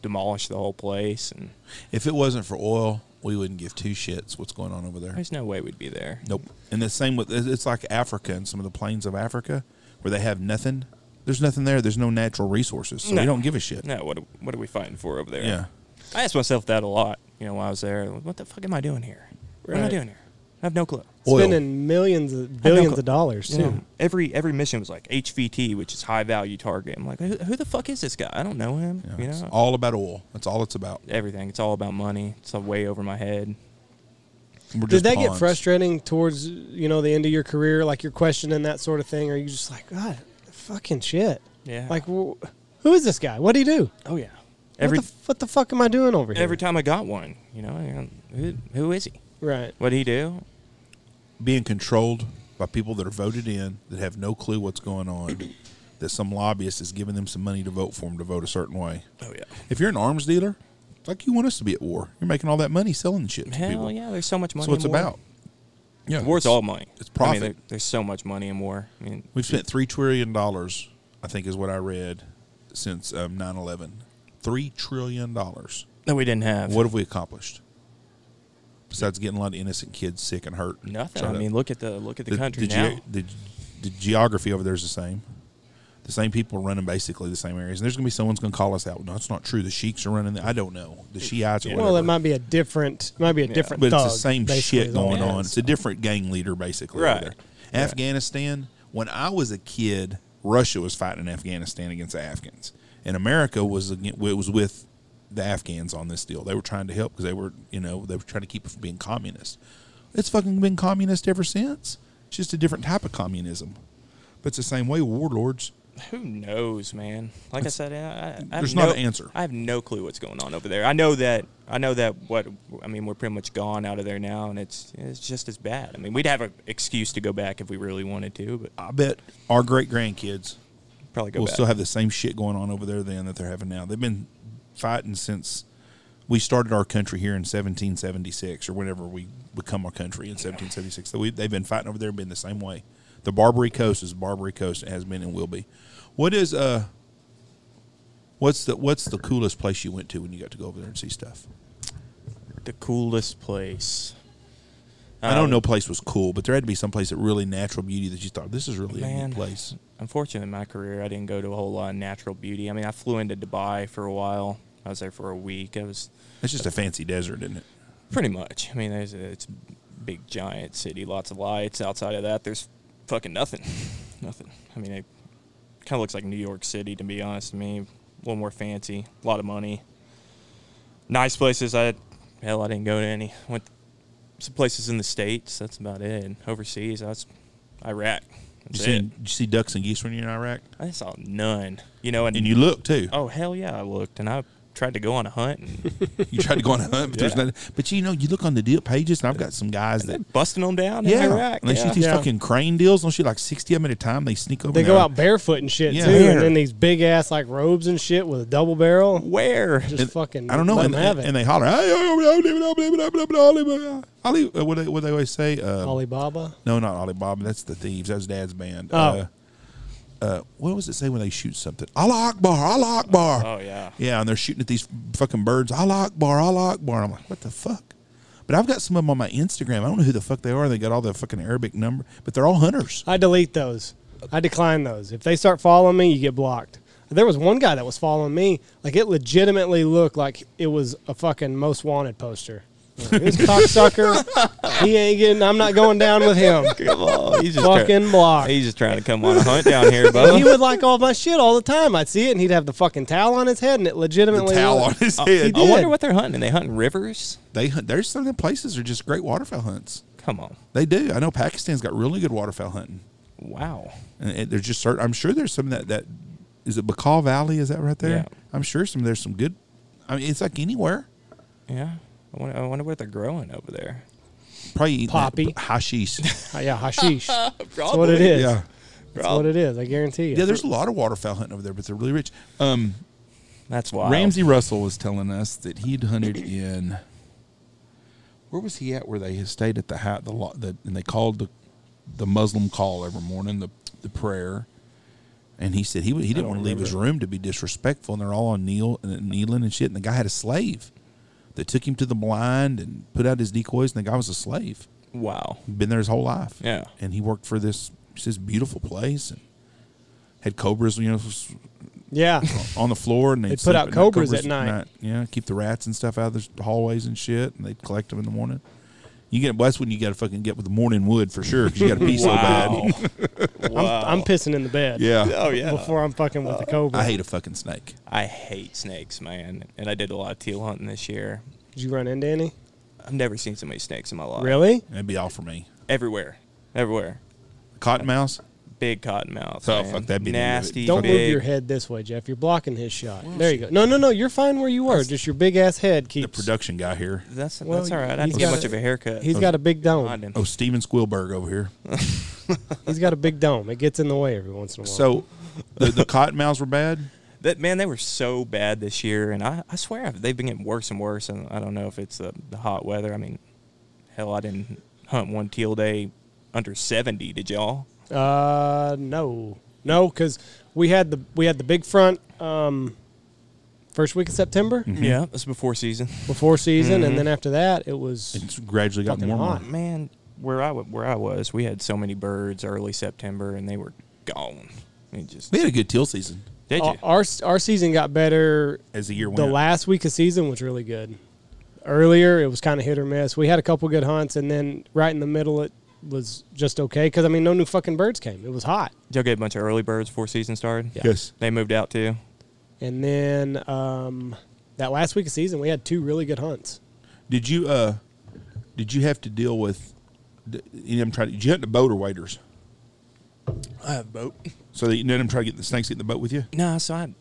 Speaker 3: demolished the whole place, and
Speaker 2: If it wasn't for oil, we wouldn't give two shits what's going on over there.
Speaker 3: there's no way we'd be there.
Speaker 2: Nope. And the same with it's like Africa and some of the plains of Africa where they have nothing. There's nothing there. There's no natural resources, so
Speaker 3: No.
Speaker 2: we don't give a shit.
Speaker 3: No, what are- what are we fighting for over there?
Speaker 2: Yeah.
Speaker 3: I asked myself that a lot. You know, while I was there, what the fuck am I doing here? What am I
Speaker 1: Right.
Speaker 3: doing here? I have no clue.
Speaker 2: Oil.
Speaker 1: Spending millions of billions
Speaker 3: cl-
Speaker 1: of dollars
Speaker 3: You
Speaker 1: too.
Speaker 3: know, every every mission was like HVT, which is high value target. I'm like, who, who the fuck is this guy? I don't know him.
Speaker 2: Yeah,
Speaker 3: you
Speaker 2: It's
Speaker 3: know,
Speaker 2: all about oil. That's all it's about.
Speaker 3: everything. It's all about money. It's all way over my head.
Speaker 2: We're
Speaker 1: Did
Speaker 2: just
Speaker 1: that get
Speaker 2: pawns.
Speaker 1: frustrating towards you know the end of your career? Like you're questioning that sort of thing, or are you just like, God, fucking shit?
Speaker 3: Yeah.
Speaker 1: Like, wh- who is this guy? What would he do?
Speaker 3: oh yeah.
Speaker 1: Every,
Speaker 3: Every
Speaker 1: what, the, f- what the fuck am I doing over here?
Speaker 3: every time I got one, you know, and who, who is he?
Speaker 1: right?
Speaker 3: What would he do?
Speaker 2: Being controlled by people that are voted in that have no clue what's going on, that some lobbyist is giving them some money to vote for them to vote a certain way.
Speaker 3: Oh yeah.
Speaker 2: If you're an arms dealer, it's like you want us to be at war. You're making all that money selling shit to
Speaker 3: Hell
Speaker 2: people.
Speaker 3: yeah. There's so much money.
Speaker 2: That's what it's
Speaker 3: in war.
Speaker 2: about. Yeah,
Speaker 3: War's all money.
Speaker 2: it's
Speaker 3: I
Speaker 2: profit.
Speaker 3: mean, there- there's so much money in war. I mean,
Speaker 2: We've spent three trillion dollars, I think, is what I read since um, 9-11. Three trillion dollars.
Speaker 3: that we didn't have.
Speaker 2: What have we accomplished? Besides getting a lot of innocent kids sick and hurt. and
Speaker 3: Nothing.
Speaker 2: shot
Speaker 3: I
Speaker 2: up.
Speaker 3: mean, look at the look at the, country
Speaker 2: the,
Speaker 3: now.
Speaker 2: ge- the, the geography over there is the same. The same people running basically the same areas. And there's going to be someone's going to call us out. No, it's not true. The sheiks are running. The, I don't know. The Shiites or
Speaker 3: Yeah.
Speaker 2: whatever.
Speaker 1: Well, it might be a different, it might be a different.
Speaker 2: but it's the
Speaker 1: thug,
Speaker 2: same
Speaker 1: basically,
Speaker 2: shit
Speaker 1: is all
Speaker 2: going
Speaker 1: it
Speaker 2: on.
Speaker 1: is.
Speaker 2: It's a different gang leader, basically.
Speaker 3: Right.
Speaker 2: over there. Afghanistan. When I was a kid, Russia was fighting in Afghanistan against the Afghans, and America was against, was with the Afghans on this deal. They were trying to help because they were, you know, they were trying to keep it from being communist. It's fucking been communist ever since. It's just a different type of communism, but it's the same way. Warlords.
Speaker 3: Who knows, man? Like I said, I, I, I have
Speaker 2: There's
Speaker 3: no,
Speaker 2: not an answer.
Speaker 3: I have no clue what's going on over there. I know that. I know that. What I mean, we're pretty much gone out of there now, and it's it's just as bad. I mean, we'd have an excuse to go back if we really wanted to, but
Speaker 2: I bet our great grandkids
Speaker 3: probably go
Speaker 2: we will
Speaker 3: back.
Speaker 2: still have the same shit going on over there then that they're having now. They've been fighting since we started our country here in 1776 or whenever we become a country in 1776. So we, they've been fighting over there and been the same way. The Barbary Coast is Barbary Coast and has been and will be. What is uh what's the what's the coolest place you went to when you got to go over there and see stuff?
Speaker 3: the coolest place.
Speaker 2: I
Speaker 3: Um,
Speaker 2: don't know place was cool, but there had to be some place that really natural beauty that you thought this is really a
Speaker 3: Man.
Speaker 2: neat place.
Speaker 3: Unfortunately, in my career, I didn't go to a whole lot of natural beauty. I mean, I flew into Dubai for a while. I was there for a week. I was
Speaker 2: It's just a fancy desert, isn't it?
Speaker 3: Pretty much. I mean, there's a, it's a big giant city, lots of lights. Outside of that, there's fucking nothing, <laughs> nothing. I mean, it kind of looks like New York City to be honest with me. A little more fancy, a lot of money, nice places. I hell, I didn't go to any. Went to some places in the states. That's about it. And overseas, I was Iraq.
Speaker 2: Did
Speaker 3: That's
Speaker 2: you,
Speaker 3: it.
Speaker 2: see, did you see ducks and geese when you're in Iraq?
Speaker 3: I saw none. You know, and,
Speaker 2: And you look too.
Speaker 3: oh hell yeah, I looked and I tried to go on a hunt and <laughs>
Speaker 2: You tried to go on a hunt, but there's
Speaker 3: Yeah.
Speaker 2: nothing. But you know, you look on the deal pages, and I've got some guys that
Speaker 3: busting them down in
Speaker 2: yeah,
Speaker 3: Iraq.
Speaker 2: and they
Speaker 3: yeah.
Speaker 2: shoot these
Speaker 1: Yeah.
Speaker 2: fucking crane deals. Don't shoot like sixty of them at a time. They sneak over.
Speaker 1: They
Speaker 2: and
Speaker 1: go
Speaker 2: they're-
Speaker 1: out barefoot and shit
Speaker 2: Yeah.
Speaker 1: too,
Speaker 2: Where?
Speaker 1: and then these big ass like robes and shit with a double barrel.
Speaker 3: Where?
Speaker 1: Just
Speaker 2: and-
Speaker 1: fucking.
Speaker 2: I don't know,
Speaker 1: Let
Speaker 2: and,
Speaker 1: them have it.
Speaker 2: and they holler, "Hey, oh, oh, leave it, oh, leave it, oh, leave it, oh, leave it, oh." Ali, uh, what they what they always say? Uh,
Speaker 1: Alibaba.
Speaker 2: no, not Alibaba. That's the thieves. That's Dad's band.
Speaker 1: Oh.
Speaker 2: Uh, uh, what was it say when they shoot something? Allah Akbar, Allah Akbar.
Speaker 3: Oh yeah.
Speaker 2: Yeah, and they're shooting at these fucking birds. Allah Akbar, Allah Akbar. I'm like, what the fuck? But I've got some of them on my Instagram. I don't know who the fuck they are. They got all the fucking Arabic number, but they're all hunters.
Speaker 1: I delete those. I decline those. If they start following me, you get blocked. There was one guy that was following me. Like it legitimately looked like it was a fucking most wanted poster. Like, This
Speaker 2: <laughs>
Speaker 1: cocksucker, he ain't getting. I'm not going down with him.
Speaker 3: Come on, he's just
Speaker 1: Fucking
Speaker 3: trying,
Speaker 1: blocked.
Speaker 3: He's just trying to come on a hunt down here,
Speaker 1: But
Speaker 3: bud.
Speaker 1: <laughs> he would like all my shit all the time. I'd see it, and he'd have the fucking towel on his head, and it legitimately
Speaker 2: towel
Speaker 1: looked-
Speaker 2: on his
Speaker 1: uh, he
Speaker 2: head.
Speaker 1: did.
Speaker 3: I wonder what they're hunting. They hunting rivers?
Speaker 2: They hunt. There's some of them places are just great waterfowl hunts.
Speaker 3: Come on,
Speaker 2: They do. I know Pakistan's got really good waterfowl hunting,
Speaker 3: wow.
Speaker 2: and it, there's just certain. I'm sure there's some that that is it Bacal Valley. Is that right there?
Speaker 3: Yeah.
Speaker 2: I'm sure some there's some good. I mean, it's like anywhere.
Speaker 3: Yeah, I wonder, I wonder what they're growing over there.
Speaker 2: Probably eating that
Speaker 1: Poppy. <laughs>
Speaker 2: hashish.
Speaker 1: Uh, yeah,
Speaker 2: <laughs>
Speaker 1: hashish. That's what it is.
Speaker 2: yeah.
Speaker 1: That's what it is. I guarantee you.
Speaker 2: Yeah, there's a lot of waterfowl hunting over there, but they're really rich. Um,
Speaker 3: That's wild.
Speaker 2: Ramsey Russell was telling us that he'd
Speaker 3: <clears throat>
Speaker 2: hunted in. Where was he at? Where they had stayed at the hat the, lo- the and they called the the Muslim call every morning the the prayer, and he said he would- he didn't
Speaker 3: don't
Speaker 2: want to leave his room to be disrespectful, and they're all on kneel and kneeling and shit, and the guy had a slave that took him to the blind and put out his decoys, and the guy was a slave,
Speaker 3: Wow.
Speaker 2: been there his whole life,
Speaker 3: Yeah.
Speaker 2: and he worked for this this beautiful place and had cobras, you know, s- <laughs>
Speaker 1: Yeah.
Speaker 2: on the floor and they
Speaker 1: They'd put out cobras at night.
Speaker 2: Yeah, keep the rats and stuff out of the hallways and shit, and they'd collect them in the morning. You get well, that's when you got to fucking get with the morning wood for sure because you got to pee so bad.
Speaker 3: wow. wow.
Speaker 1: <laughs> I'm pissing in the bed.
Speaker 2: Yeah,
Speaker 3: <laughs>
Speaker 2: Uh,
Speaker 3: Oh <laughs> yeah.
Speaker 1: Before I'm fucking with the cobra.
Speaker 2: I hate a fucking snake.
Speaker 3: I hate snakes, man. And I did a lot of teal hunting this year.
Speaker 1: Did you run into any?
Speaker 3: I've never seen so many snakes in my life.
Speaker 1: Really?
Speaker 2: That'd be all for me.
Speaker 3: Everywhere, everywhere.
Speaker 2: Cottonmouth.
Speaker 3: Big cottonmouth.
Speaker 2: Oh,
Speaker 3: man.
Speaker 2: fuck, that'd be the end of it.
Speaker 3: nasty.
Speaker 2: He's
Speaker 1: Don't
Speaker 3: big.
Speaker 1: move your head this way, Jeff. You're blocking his shot. there you go. No, no, no. You're fine where you were. Just your big ass head
Speaker 2: The
Speaker 1: keeps.
Speaker 2: production guy here.
Speaker 3: That's
Speaker 1: Well,
Speaker 3: that's all right. I
Speaker 1: he's
Speaker 3: didn't get
Speaker 1: got
Speaker 3: much
Speaker 1: a-
Speaker 3: of a haircut.
Speaker 1: He's got a big
Speaker 3: I
Speaker 1: dome.
Speaker 3: didn't.
Speaker 2: Oh, Steven Spielberg over here.
Speaker 1: He's got a big dome. It gets in the way every once in
Speaker 2: <laughs>
Speaker 1: a while.
Speaker 2: So, the, the cottonmouths were bad.
Speaker 3: That man, they were so bad this year, and I, I swear I've, they've been getting worse and worse. And I don't know if it's the, the hot weather. I mean, hell, I didn't hunt one teal day under seventy. Did y'all?
Speaker 1: Uh, no, no, because we had the we had the big front um, first week of September
Speaker 3: Yeah, that's before season. <laughs>
Speaker 1: before season, and then after that it was
Speaker 2: It's gradually got
Speaker 1: Fucking
Speaker 2: more.
Speaker 1: hot.
Speaker 3: Man, where I wa- where I was, we had so many birds early September, and they were gone. It just
Speaker 2: We had a good teal season
Speaker 3: did you?
Speaker 1: our our- our season got better.
Speaker 2: as the year went.
Speaker 1: The last week of season was really good. Earlier it was kind of hit or miss. We had a couple good hunts, and then right in the middle it was just okay because I mean no new fucking birds came. It was hot,
Speaker 3: Did y'all get a bunch of early birds before season started?
Speaker 1: Yeah.
Speaker 2: Yes.
Speaker 3: They moved out too.
Speaker 1: and then um, that last week of season we had two really good hunts.
Speaker 2: Did you uh, did you have to deal with? d- You know, I'm trying. Did you hunt the boat or waders?
Speaker 3: I have a boat.
Speaker 2: So that you know, I'm trying to get the snakes get in the boat with you.
Speaker 3: No, so I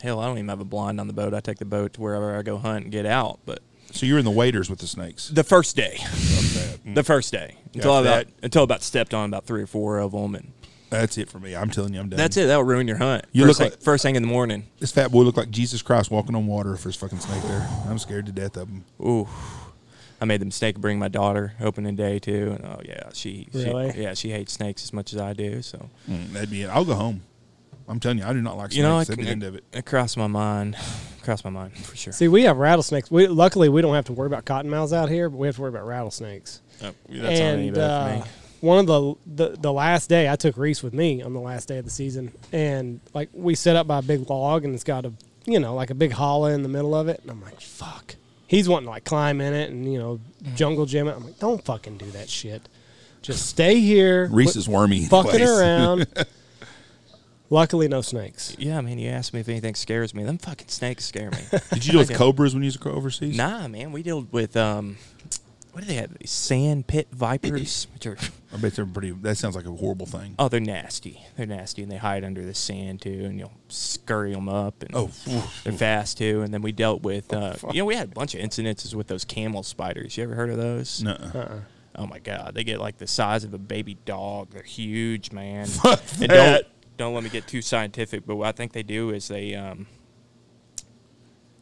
Speaker 3: hell, I don't even have a blind on the boat. I take the boat to wherever I go hunt and get out. But
Speaker 2: So you're in the waders with the
Speaker 3: <laughs>
Speaker 2: snakes.
Speaker 3: the first day,
Speaker 2: Okay.
Speaker 3: the first day until I
Speaker 2: after
Speaker 3: about
Speaker 2: that-
Speaker 3: until I about stepped on about three or four of them, and
Speaker 2: That's it for me. I'm telling you, I'm done.
Speaker 3: that's it. That'll ruin your hunt.
Speaker 2: You
Speaker 3: first
Speaker 2: look
Speaker 3: thing,
Speaker 2: like-
Speaker 3: first thing in the morning.
Speaker 2: This fat boy looked like Jesus Christ walking on water if there's fucking snake there. I'm scared to death of him.
Speaker 3: Ooh. I made the mistake of bringing my daughter opening day too, and oh yeah, she, she-
Speaker 1: Really?
Speaker 3: yeah she hates snakes as much as I do. So
Speaker 2: That'd be it. I'll go home. I'm telling you, I do not like snakes.
Speaker 3: Mm. you know, I,
Speaker 2: That'd be the end of it.
Speaker 3: it crossed my mind, <sighs> crossed my mind for sure.
Speaker 1: See, we have rattlesnakes. We luckily we don't have to worry about cottonmouths out here, but we have to worry about rattlesnakes.
Speaker 3: Oh, that's not any
Speaker 1: and
Speaker 3: better
Speaker 1: uh,
Speaker 3: for me.
Speaker 1: one of the, the the last day I took Reese with me on the last day of the season, and like we set up by a big log, and it's got a you know like a big hollow in the middle of it, and I'm like, fuck. He's wanting to like climb in it and you know jungle gym it. I'm like, don't fucking do that shit. Just stay here.
Speaker 2: Reese
Speaker 1: quit
Speaker 2: is wormy. in
Speaker 1: fucking
Speaker 2: <laughs> place.
Speaker 3: <laughs>
Speaker 1: around. Luckily, no snakes.
Speaker 3: Yeah, I mean, you asked me if anything scares me. Them fucking snakes
Speaker 2: <laughs>
Speaker 3: scare me.
Speaker 2: Did you deal
Speaker 3: <laughs>
Speaker 2: with cobras when you used to go overseas?
Speaker 3: nah, man, we dealt with um, what do they have? These sand pit
Speaker 2: <clears throat>
Speaker 3: vipers, which are
Speaker 2: I bet they're pretty. That sounds like a horrible thing.
Speaker 3: oh, they're nasty. They're nasty, and they hide under the sand too, and you'll scurry them up. And
Speaker 2: Oh,
Speaker 3: they're fast too. And then we dealt
Speaker 1: Oh,
Speaker 3: with uh, you know, we had a bunch of incidences with those camel spiders. You ever heard of those?
Speaker 2: no.
Speaker 1: Uh-uh.
Speaker 3: Oh my god, they get like the size of a baby dog. They're huge, man.
Speaker 2: Fuck
Speaker 3: and
Speaker 2: that.
Speaker 3: don't don't let me get too scientific, but what I think they do is they um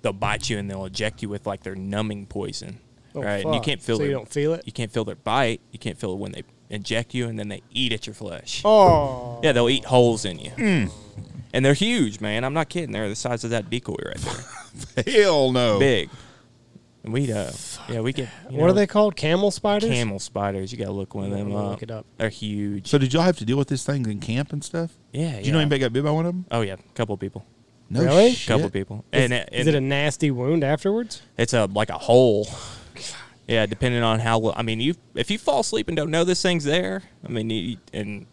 Speaker 3: they'll bite you and they'll eject you with like their numbing poison.
Speaker 1: Oh,
Speaker 3: right? And you
Speaker 1: fuck.
Speaker 3: can't feel
Speaker 1: So
Speaker 3: their,
Speaker 1: you don't feel it?
Speaker 3: You can't feel their bite. You can't feel it when they inject you and then they eat at your flesh.
Speaker 1: Oh, Mm.
Speaker 3: Yeah, they'll eat holes in you. And they're huge, man. I'm not kidding. They're the size of that decoy right there.
Speaker 2: Hell no.
Speaker 3: Big. And we'd uh yeah, we get you
Speaker 1: what are
Speaker 3: know,
Speaker 1: they called? Camel spiders.
Speaker 3: Camel spiders, you gotta look one of
Speaker 1: Yeah, I'm
Speaker 3: them
Speaker 1: gonna
Speaker 3: up.
Speaker 1: look it up.
Speaker 3: They're huge.
Speaker 2: So did y'all have to deal with this thing in camp and stuff?
Speaker 3: yeah,
Speaker 2: Did you know
Speaker 3: yeah.
Speaker 2: anybody got bit by one of them?
Speaker 3: Oh yeah, a couple of people.
Speaker 2: No
Speaker 1: Really?
Speaker 2: shit.
Speaker 3: Couple of people. and it,
Speaker 1: Is it a nasty wound afterwards?
Speaker 3: it's a like a hole. Yeah, depending on how. lo- I mean, you if you fall asleep and don't know this thing's there, I mean, you, and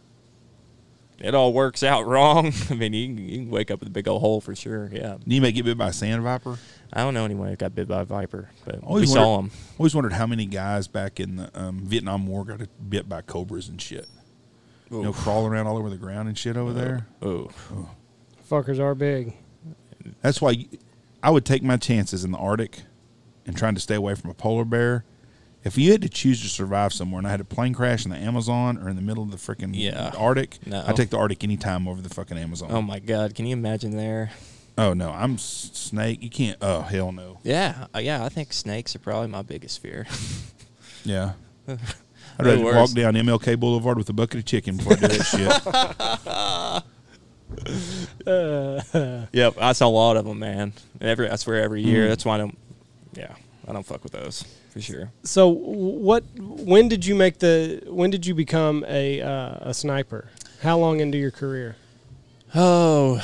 Speaker 3: it all works out <laughs> wrong. I mean, you, can- you can wake up with a big old hole for sure. Yeah,
Speaker 2: Did anybody get bit by a sand viper?
Speaker 3: I don't know anyone that got bit by a viper, but
Speaker 2: I
Speaker 3: we saw
Speaker 2: wondered-
Speaker 3: them.
Speaker 2: Always wondered how many guys back in the um, Vietnam War got bit by cobras and shit. You know, crawling around all over the ground and shit over there.
Speaker 3: Oh,
Speaker 1: Fuckers are big.
Speaker 2: That's why you- I would take my chances in the Arctic and trying to stay away from a polar bear. If you had to choose to survive somewhere and I had a plane crash in the Amazon or in the middle of the freaking
Speaker 3: Yeah.
Speaker 2: Arctic,
Speaker 3: No.
Speaker 2: I'd take the Arctic any time over the fucking Amazon.
Speaker 3: oh my God! Can you imagine there?
Speaker 2: Oh, no, I'm s- snake. You can't. Oh, hell no.
Speaker 3: Yeah, uh, yeah. I think snakes are probably my biggest fear. <laughs>
Speaker 2: Yeah. I'd
Speaker 3: They're
Speaker 2: rather
Speaker 3: worse.
Speaker 2: walk down MLK Boulevard with a bucket of chicken before I do
Speaker 3: <laughs>
Speaker 2: that shit.
Speaker 3: Yep, I saw a lot of them, man. Every I swear, every year. That's why I don't. Yeah, I don't fuck with those for sure.
Speaker 1: So what? When did you make the? When did you become a uh, a sniper? How long into your career?
Speaker 3: Oh,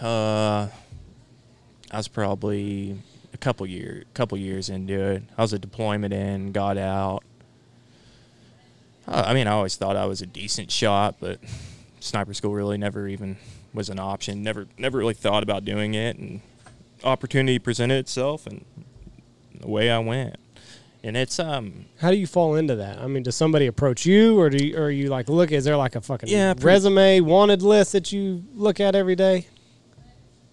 Speaker 3: uh, I was probably a couple year, couple years into it. I was a deployment in, got out. Uh, I mean, I always thought I was a decent shot, but sniper school really never even was an option. Never, never really thought about doing it, and opportunity presented itself, and away I went. and it's um
Speaker 1: How do you fall into that? I mean, does somebody approach you, or do you, or are you like look? Is there like a fucking
Speaker 3: Yeah, pretty-
Speaker 1: resume wanted list that you look at every day?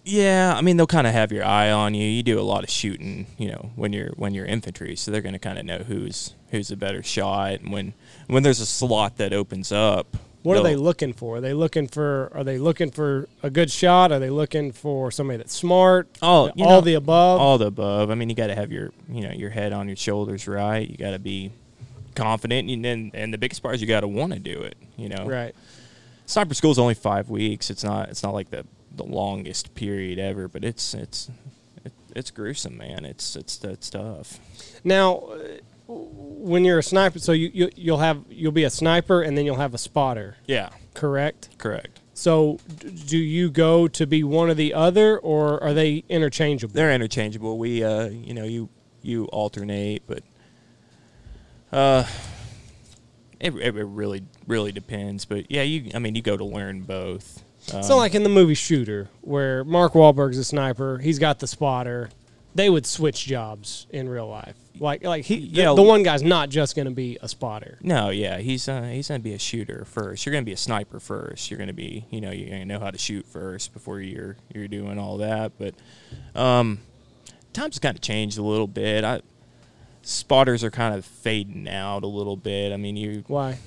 Speaker 3: yeah i mean they'll kind of have your eye on you you do a lot of shooting you know when you're when you're infantry so they're going to kind of know who's who's a better shot and when when there's a slot that opens up
Speaker 1: What are they
Speaker 3: they'll-
Speaker 1: looking for? Are they looking for? Are they looking for a good shot? Are they looking for somebody that's smart?
Speaker 3: Oh, you
Speaker 1: Uh, all
Speaker 3: know-
Speaker 1: the above.
Speaker 3: all the above. I mean, you got to have your you know your head on your shoulders right. You got to be confident, and then and the biggest part is you got to want to do it. You know,
Speaker 1: right.
Speaker 3: Sniper school's only five weeks. It's not it's not like the the longest period ever, but it's it's it, it's gruesome, man. It's it's that's tough.
Speaker 1: Now, uh, when you're a sniper, so you, you you'll have you'll be a sniper and then you'll have a spotter,
Speaker 3: Yeah,
Speaker 1: correct?
Speaker 3: correct.
Speaker 1: So, d- do you go to be one or the other, or are they interchangeable?
Speaker 3: They're interchangeable. We uh you know you you alternate, but uh. It, it it really really depends, but yeah, you I mean you go to learn both.
Speaker 1: It's not like in the movie Shooter, where Mark Wahlberg's a sniper, he's got the spotter. They would switch jobs in real life. Like, like he, the-
Speaker 3: Yeah.
Speaker 1: the, one guy's not just going to be a spotter.
Speaker 3: No, yeah, he's uh, he's gonna be a shooter first. You're gonna be a sniper first. You're gonna be, you know, you're gonna know how to shoot first before you're you're doing all that. But um, times kind of changed a little bit. I spotters are kind of fading out a little bit. I mean, you,
Speaker 1: Why?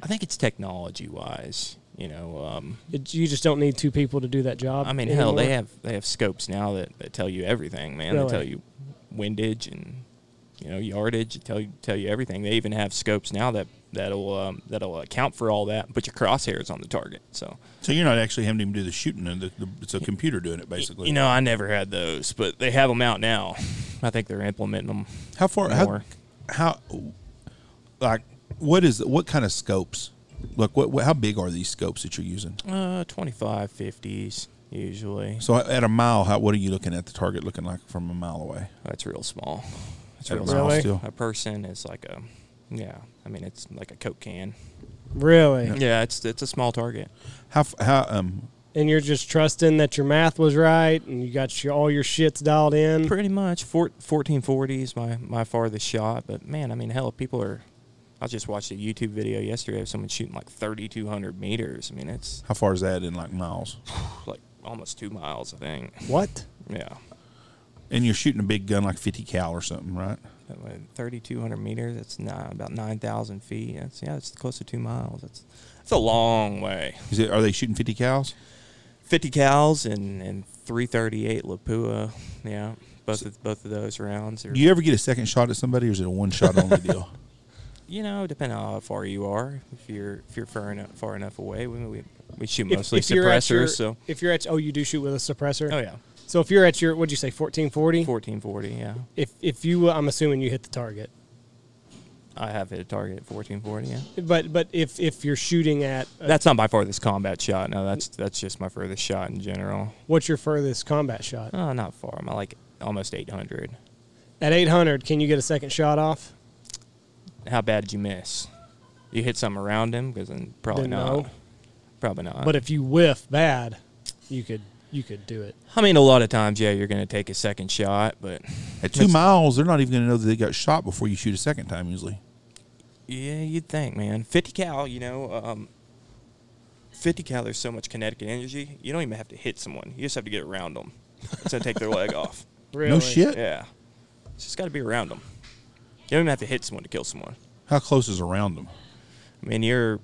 Speaker 3: I think it's technology wise. You know, um,
Speaker 1: It, you just don't need two people to do that job.
Speaker 3: I mean, hell,
Speaker 1: anymore.
Speaker 3: they have they have scopes now that, that tell you everything, man.
Speaker 1: Really?
Speaker 3: They tell you windage and you know yardage. Tell you tell you everything. They even have scopes now that that'll um, that'll account for all that. And put your crosshairs on the target. So
Speaker 2: So you're not actually having to even do the shooting. and The, the, it's a computer doing it, basically.
Speaker 3: you know, I never had those, but they have them out now. I think they're implementing them.
Speaker 2: how far? How,
Speaker 3: More.
Speaker 2: how? Like, what is? What kind of scopes? Like, what, what? How big are these scopes that you're using?
Speaker 3: Uh, 25, 50s usually.
Speaker 2: So at a mile, how? What are you looking at the target looking like from a mile away?
Speaker 3: That's real small. That's
Speaker 2: At a
Speaker 3: real
Speaker 2: mile
Speaker 3: small.
Speaker 1: Really?
Speaker 2: still.
Speaker 3: A person is like a yeah. I mean, it's like a coke can.
Speaker 1: really,
Speaker 3: Yeah, it's it's a small target.
Speaker 2: How? f- How? Um.
Speaker 1: and you're just trusting that your math was right and you got your, all your shits dialed in.
Speaker 3: Pretty much. Four, 1440 is my, my farthest shot. But man, I mean, hell, people are. I just watched a YouTube video yesterday of someone shooting like 3,200 meters. I mean, it's
Speaker 2: How far is that in like miles?
Speaker 3: like almost two miles, I think.
Speaker 1: What?
Speaker 3: Yeah.
Speaker 2: And you're shooting a big gun like 50 cal or something, right?
Speaker 3: That way, 3,200 meters, that's nine, about 9,000 feet. That's, yeah, it's close to two miles. That's, that's a long way.
Speaker 2: Is it? Are they shooting 50 cals?
Speaker 3: 50 cals and, and 338 Lapua. Yeah. Both of, both of those rounds are,
Speaker 2: Do you ever get a second shot at somebody, or is it a one shot only <laughs> deal?
Speaker 3: you know, depending on how far you are. If you're if you're far enough far enough away, we we, we shoot
Speaker 1: If-
Speaker 3: mostly
Speaker 1: if you're at
Speaker 3: suppressors.
Speaker 1: your-
Speaker 3: so
Speaker 1: if you're at, oh, you do shoot with a suppressor.
Speaker 3: oh yeah,
Speaker 1: So if you're at your, what'd you say, fourteen forty?
Speaker 3: fourteen forty. Yeah,
Speaker 1: If if you, I'm assuming you hit the target.
Speaker 3: I have hit a target at fourteen forty. Yeah,
Speaker 1: But but if if you're shooting at, uh, a-
Speaker 3: that's not my farthest combat shot. No, that's that's just my furthest shot in general.
Speaker 1: what's your furthest combat shot?
Speaker 3: Oh, not far. I'm at, like almost eight hundred.
Speaker 1: At 800, can you get a second shot off?
Speaker 3: How bad did you miss? You hit something around him because then probably
Speaker 1: Then
Speaker 3: not.
Speaker 1: no.
Speaker 3: Probably not.
Speaker 1: But if you whiff bad, you could you could do it.
Speaker 3: I mean, a lot of times, yeah, you're going to take a second shot, but
Speaker 2: At two miles, they're not even going to know that they got shot before you shoot a second time. Usually,
Speaker 3: Yeah, you'd think, man. 50 cal, you know, um, 50 cal, there's so much kinetic energy. You don't even have to hit someone. You just have to get around them.
Speaker 2: <laughs>
Speaker 3: So take their leg off.
Speaker 1: Really?
Speaker 2: no shit.
Speaker 3: Yeah. It's just got to be around them. You don't even have to hit someone to kill someone.
Speaker 2: How close is around them?
Speaker 3: I mean, you're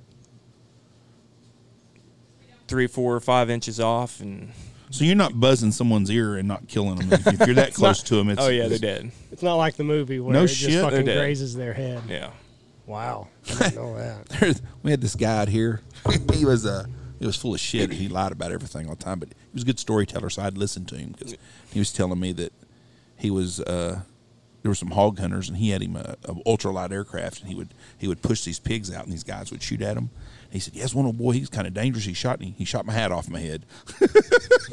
Speaker 3: three, four, or five inches off, and
Speaker 2: So you're not buzzing someone's ear and not killing them. If if you're
Speaker 3: <laughs>
Speaker 2: that close to them, it's
Speaker 3: oh, yeah, they're
Speaker 2: it's-
Speaker 3: dead.
Speaker 1: It's not like the movie where
Speaker 2: No
Speaker 1: it
Speaker 2: shit,
Speaker 1: just
Speaker 2: they're
Speaker 1: fucking
Speaker 3: dead.
Speaker 1: grazes their head.
Speaker 3: Yeah.
Speaker 1: Wow. I didn't know that.
Speaker 2: <laughs> there's- we had this guy out here. <laughs> he was uh, he was full of shit. and He lied about everything all the time, but he was a good storyteller, so I'd listen to him because he was telling me that he was uh, there were some hog hunters, and he had him a, a ultralight aircraft, and he would he would push these pigs out, and these guys would shoot at him. And he said, "Yes, one old boy. He's kind of dangerous. He shot me. He shot my hat off my head." <laughs>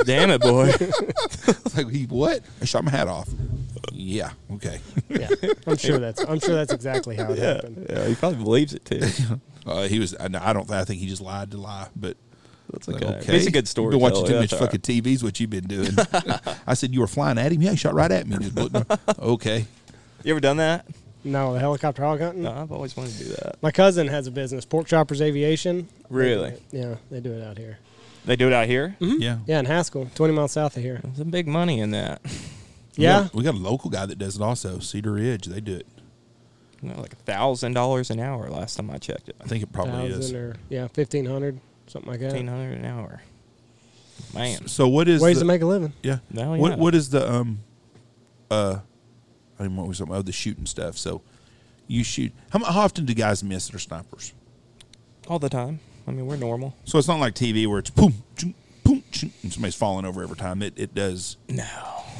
Speaker 3: Damn it, boy.
Speaker 2: I was like, "He what? I shot my hat off." <laughs> yeah, okay.
Speaker 1: Yeah. <laughs> I'm sure that's I'm sure that's exactly how it happened.
Speaker 3: <laughs> yeah, he probably believes it, too.
Speaker 2: Uh, he was. I, I don't. I think he just lied to lie, but.
Speaker 3: <laughs> That's
Speaker 2: Like,
Speaker 3: It's a good story.
Speaker 2: You've been watching too
Speaker 3: teller.
Speaker 2: much
Speaker 3: That's all right.
Speaker 2: fucking TV. Is what you've been doing.
Speaker 3: <laughs> <laughs>
Speaker 2: I said you were flying at him. Yeah, he shot right at me. Just looked- okay.
Speaker 3: You ever done that?
Speaker 1: No, the helicopter hog hunting.
Speaker 3: No, I've always wanted to do that.
Speaker 1: My cousin has a business, Pork Choppers Aviation.
Speaker 3: Really?
Speaker 1: Yeah, they do it out here.
Speaker 3: They do it out here.
Speaker 2: Yeah.
Speaker 1: Hmm. Yeah, in Haskell, 20 miles south of here.
Speaker 3: There's some big money in that.
Speaker 1: Yeah.
Speaker 2: We got, we got a local guy that does it also, Cedar Ridge. They do it.
Speaker 3: You know, like a thousand dollars an hour last time I checked it.
Speaker 2: I think it probably is.
Speaker 1: Thousand or yeah, fifteen hundred something like
Speaker 3: Fifteen
Speaker 1: that.
Speaker 3: hundred an hour. Man.
Speaker 2: So what is
Speaker 1: Ways
Speaker 2: the,
Speaker 1: to make a living.
Speaker 2: Yeah.
Speaker 3: No, yeah.
Speaker 2: What what is the um uh I don't even know what we're talking about, oh, the shooting stuff. So you shoot how, mu- how often do guys miss their snipers?
Speaker 3: All the time. I mean, we're normal.
Speaker 2: So it's not like TV where it's boom, choom, boom, choom, and somebody's falling over every time. It it does.
Speaker 3: No.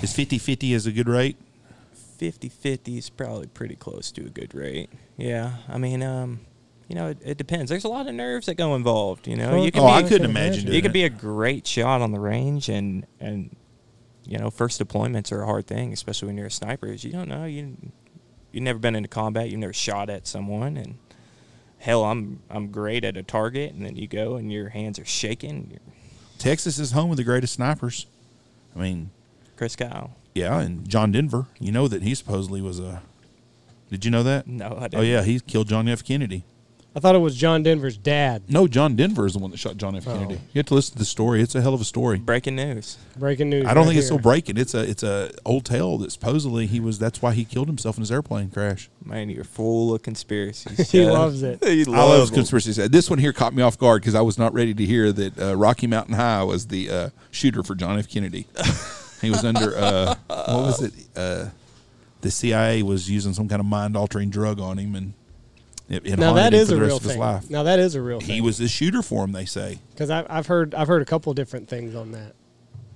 Speaker 2: Is 50-50 is a good rate?
Speaker 3: 50 50 is probably pretty close to a good rate. Yeah. I mean, um, you know, it, it depends. There's a lot of nerves that go involved. You know, you can
Speaker 2: Oh, I
Speaker 3: be,
Speaker 2: couldn't imagine
Speaker 3: you
Speaker 2: doing
Speaker 3: could
Speaker 2: it.
Speaker 3: be a great shot on the range, and and you know, first deployments are a hard thing, especially when you're a sniper. Is you don't know you you've never been into combat, you've never shot at someone, and hell, I'm I'm great at a target, and then you go and your hands are shaking. You're
Speaker 2: Texas is home of the greatest snipers. I mean,
Speaker 3: Chris Kyle.
Speaker 2: yeah, and John Denver. You know that he supposedly was a. Did you know that?
Speaker 3: No, I didn't.
Speaker 2: Oh yeah, he killed John F. Kennedy.
Speaker 1: I thought it was John Denver's dad.
Speaker 2: No, John Denver is the one that shot John F.
Speaker 3: Oh.
Speaker 2: Kennedy. You have to listen to the story. It's a hell of a story.
Speaker 3: Breaking news.
Speaker 1: Breaking news.
Speaker 2: I don't
Speaker 1: right
Speaker 2: think it's still
Speaker 1: here.
Speaker 2: breaking. It's a it's a old tale that supposedly he was. That's why he killed himself in his airplane crash.
Speaker 3: Man, you're full of conspiracies.
Speaker 1: <laughs> He
Speaker 3: Jeff.
Speaker 1: loves it.
Speaker 3: he
Speaker 2: I love
Speaker 3: loves it.
Speaker 2: conspiracies. Uh, This one here caught me off guard because I was not ready to hear that uh, Rocky Mountain High was the uh, shooter for John F. Kennedy. he was under uh, what was it? Uh, the CIA was using some kind of mind altering drug on him, and it, it
Speaker 1: Now
Speaker 2: haunted
Speaker 1: that
Speaker 2: him
Speaker 1: is
Speaker 2: for
Speaker 1: a
Speaker 2: the rest
Speaker 1: real
Speaker 2: of his
Speaker 1: thing.
Speaker 2: life.
Speaker 1: Now that is a real
Speaker 2: He
Speaker 1: thing.
Speaker 2: was the shooter for him. They say
Speaker 1: because I've heard I've heard a couple different things on that.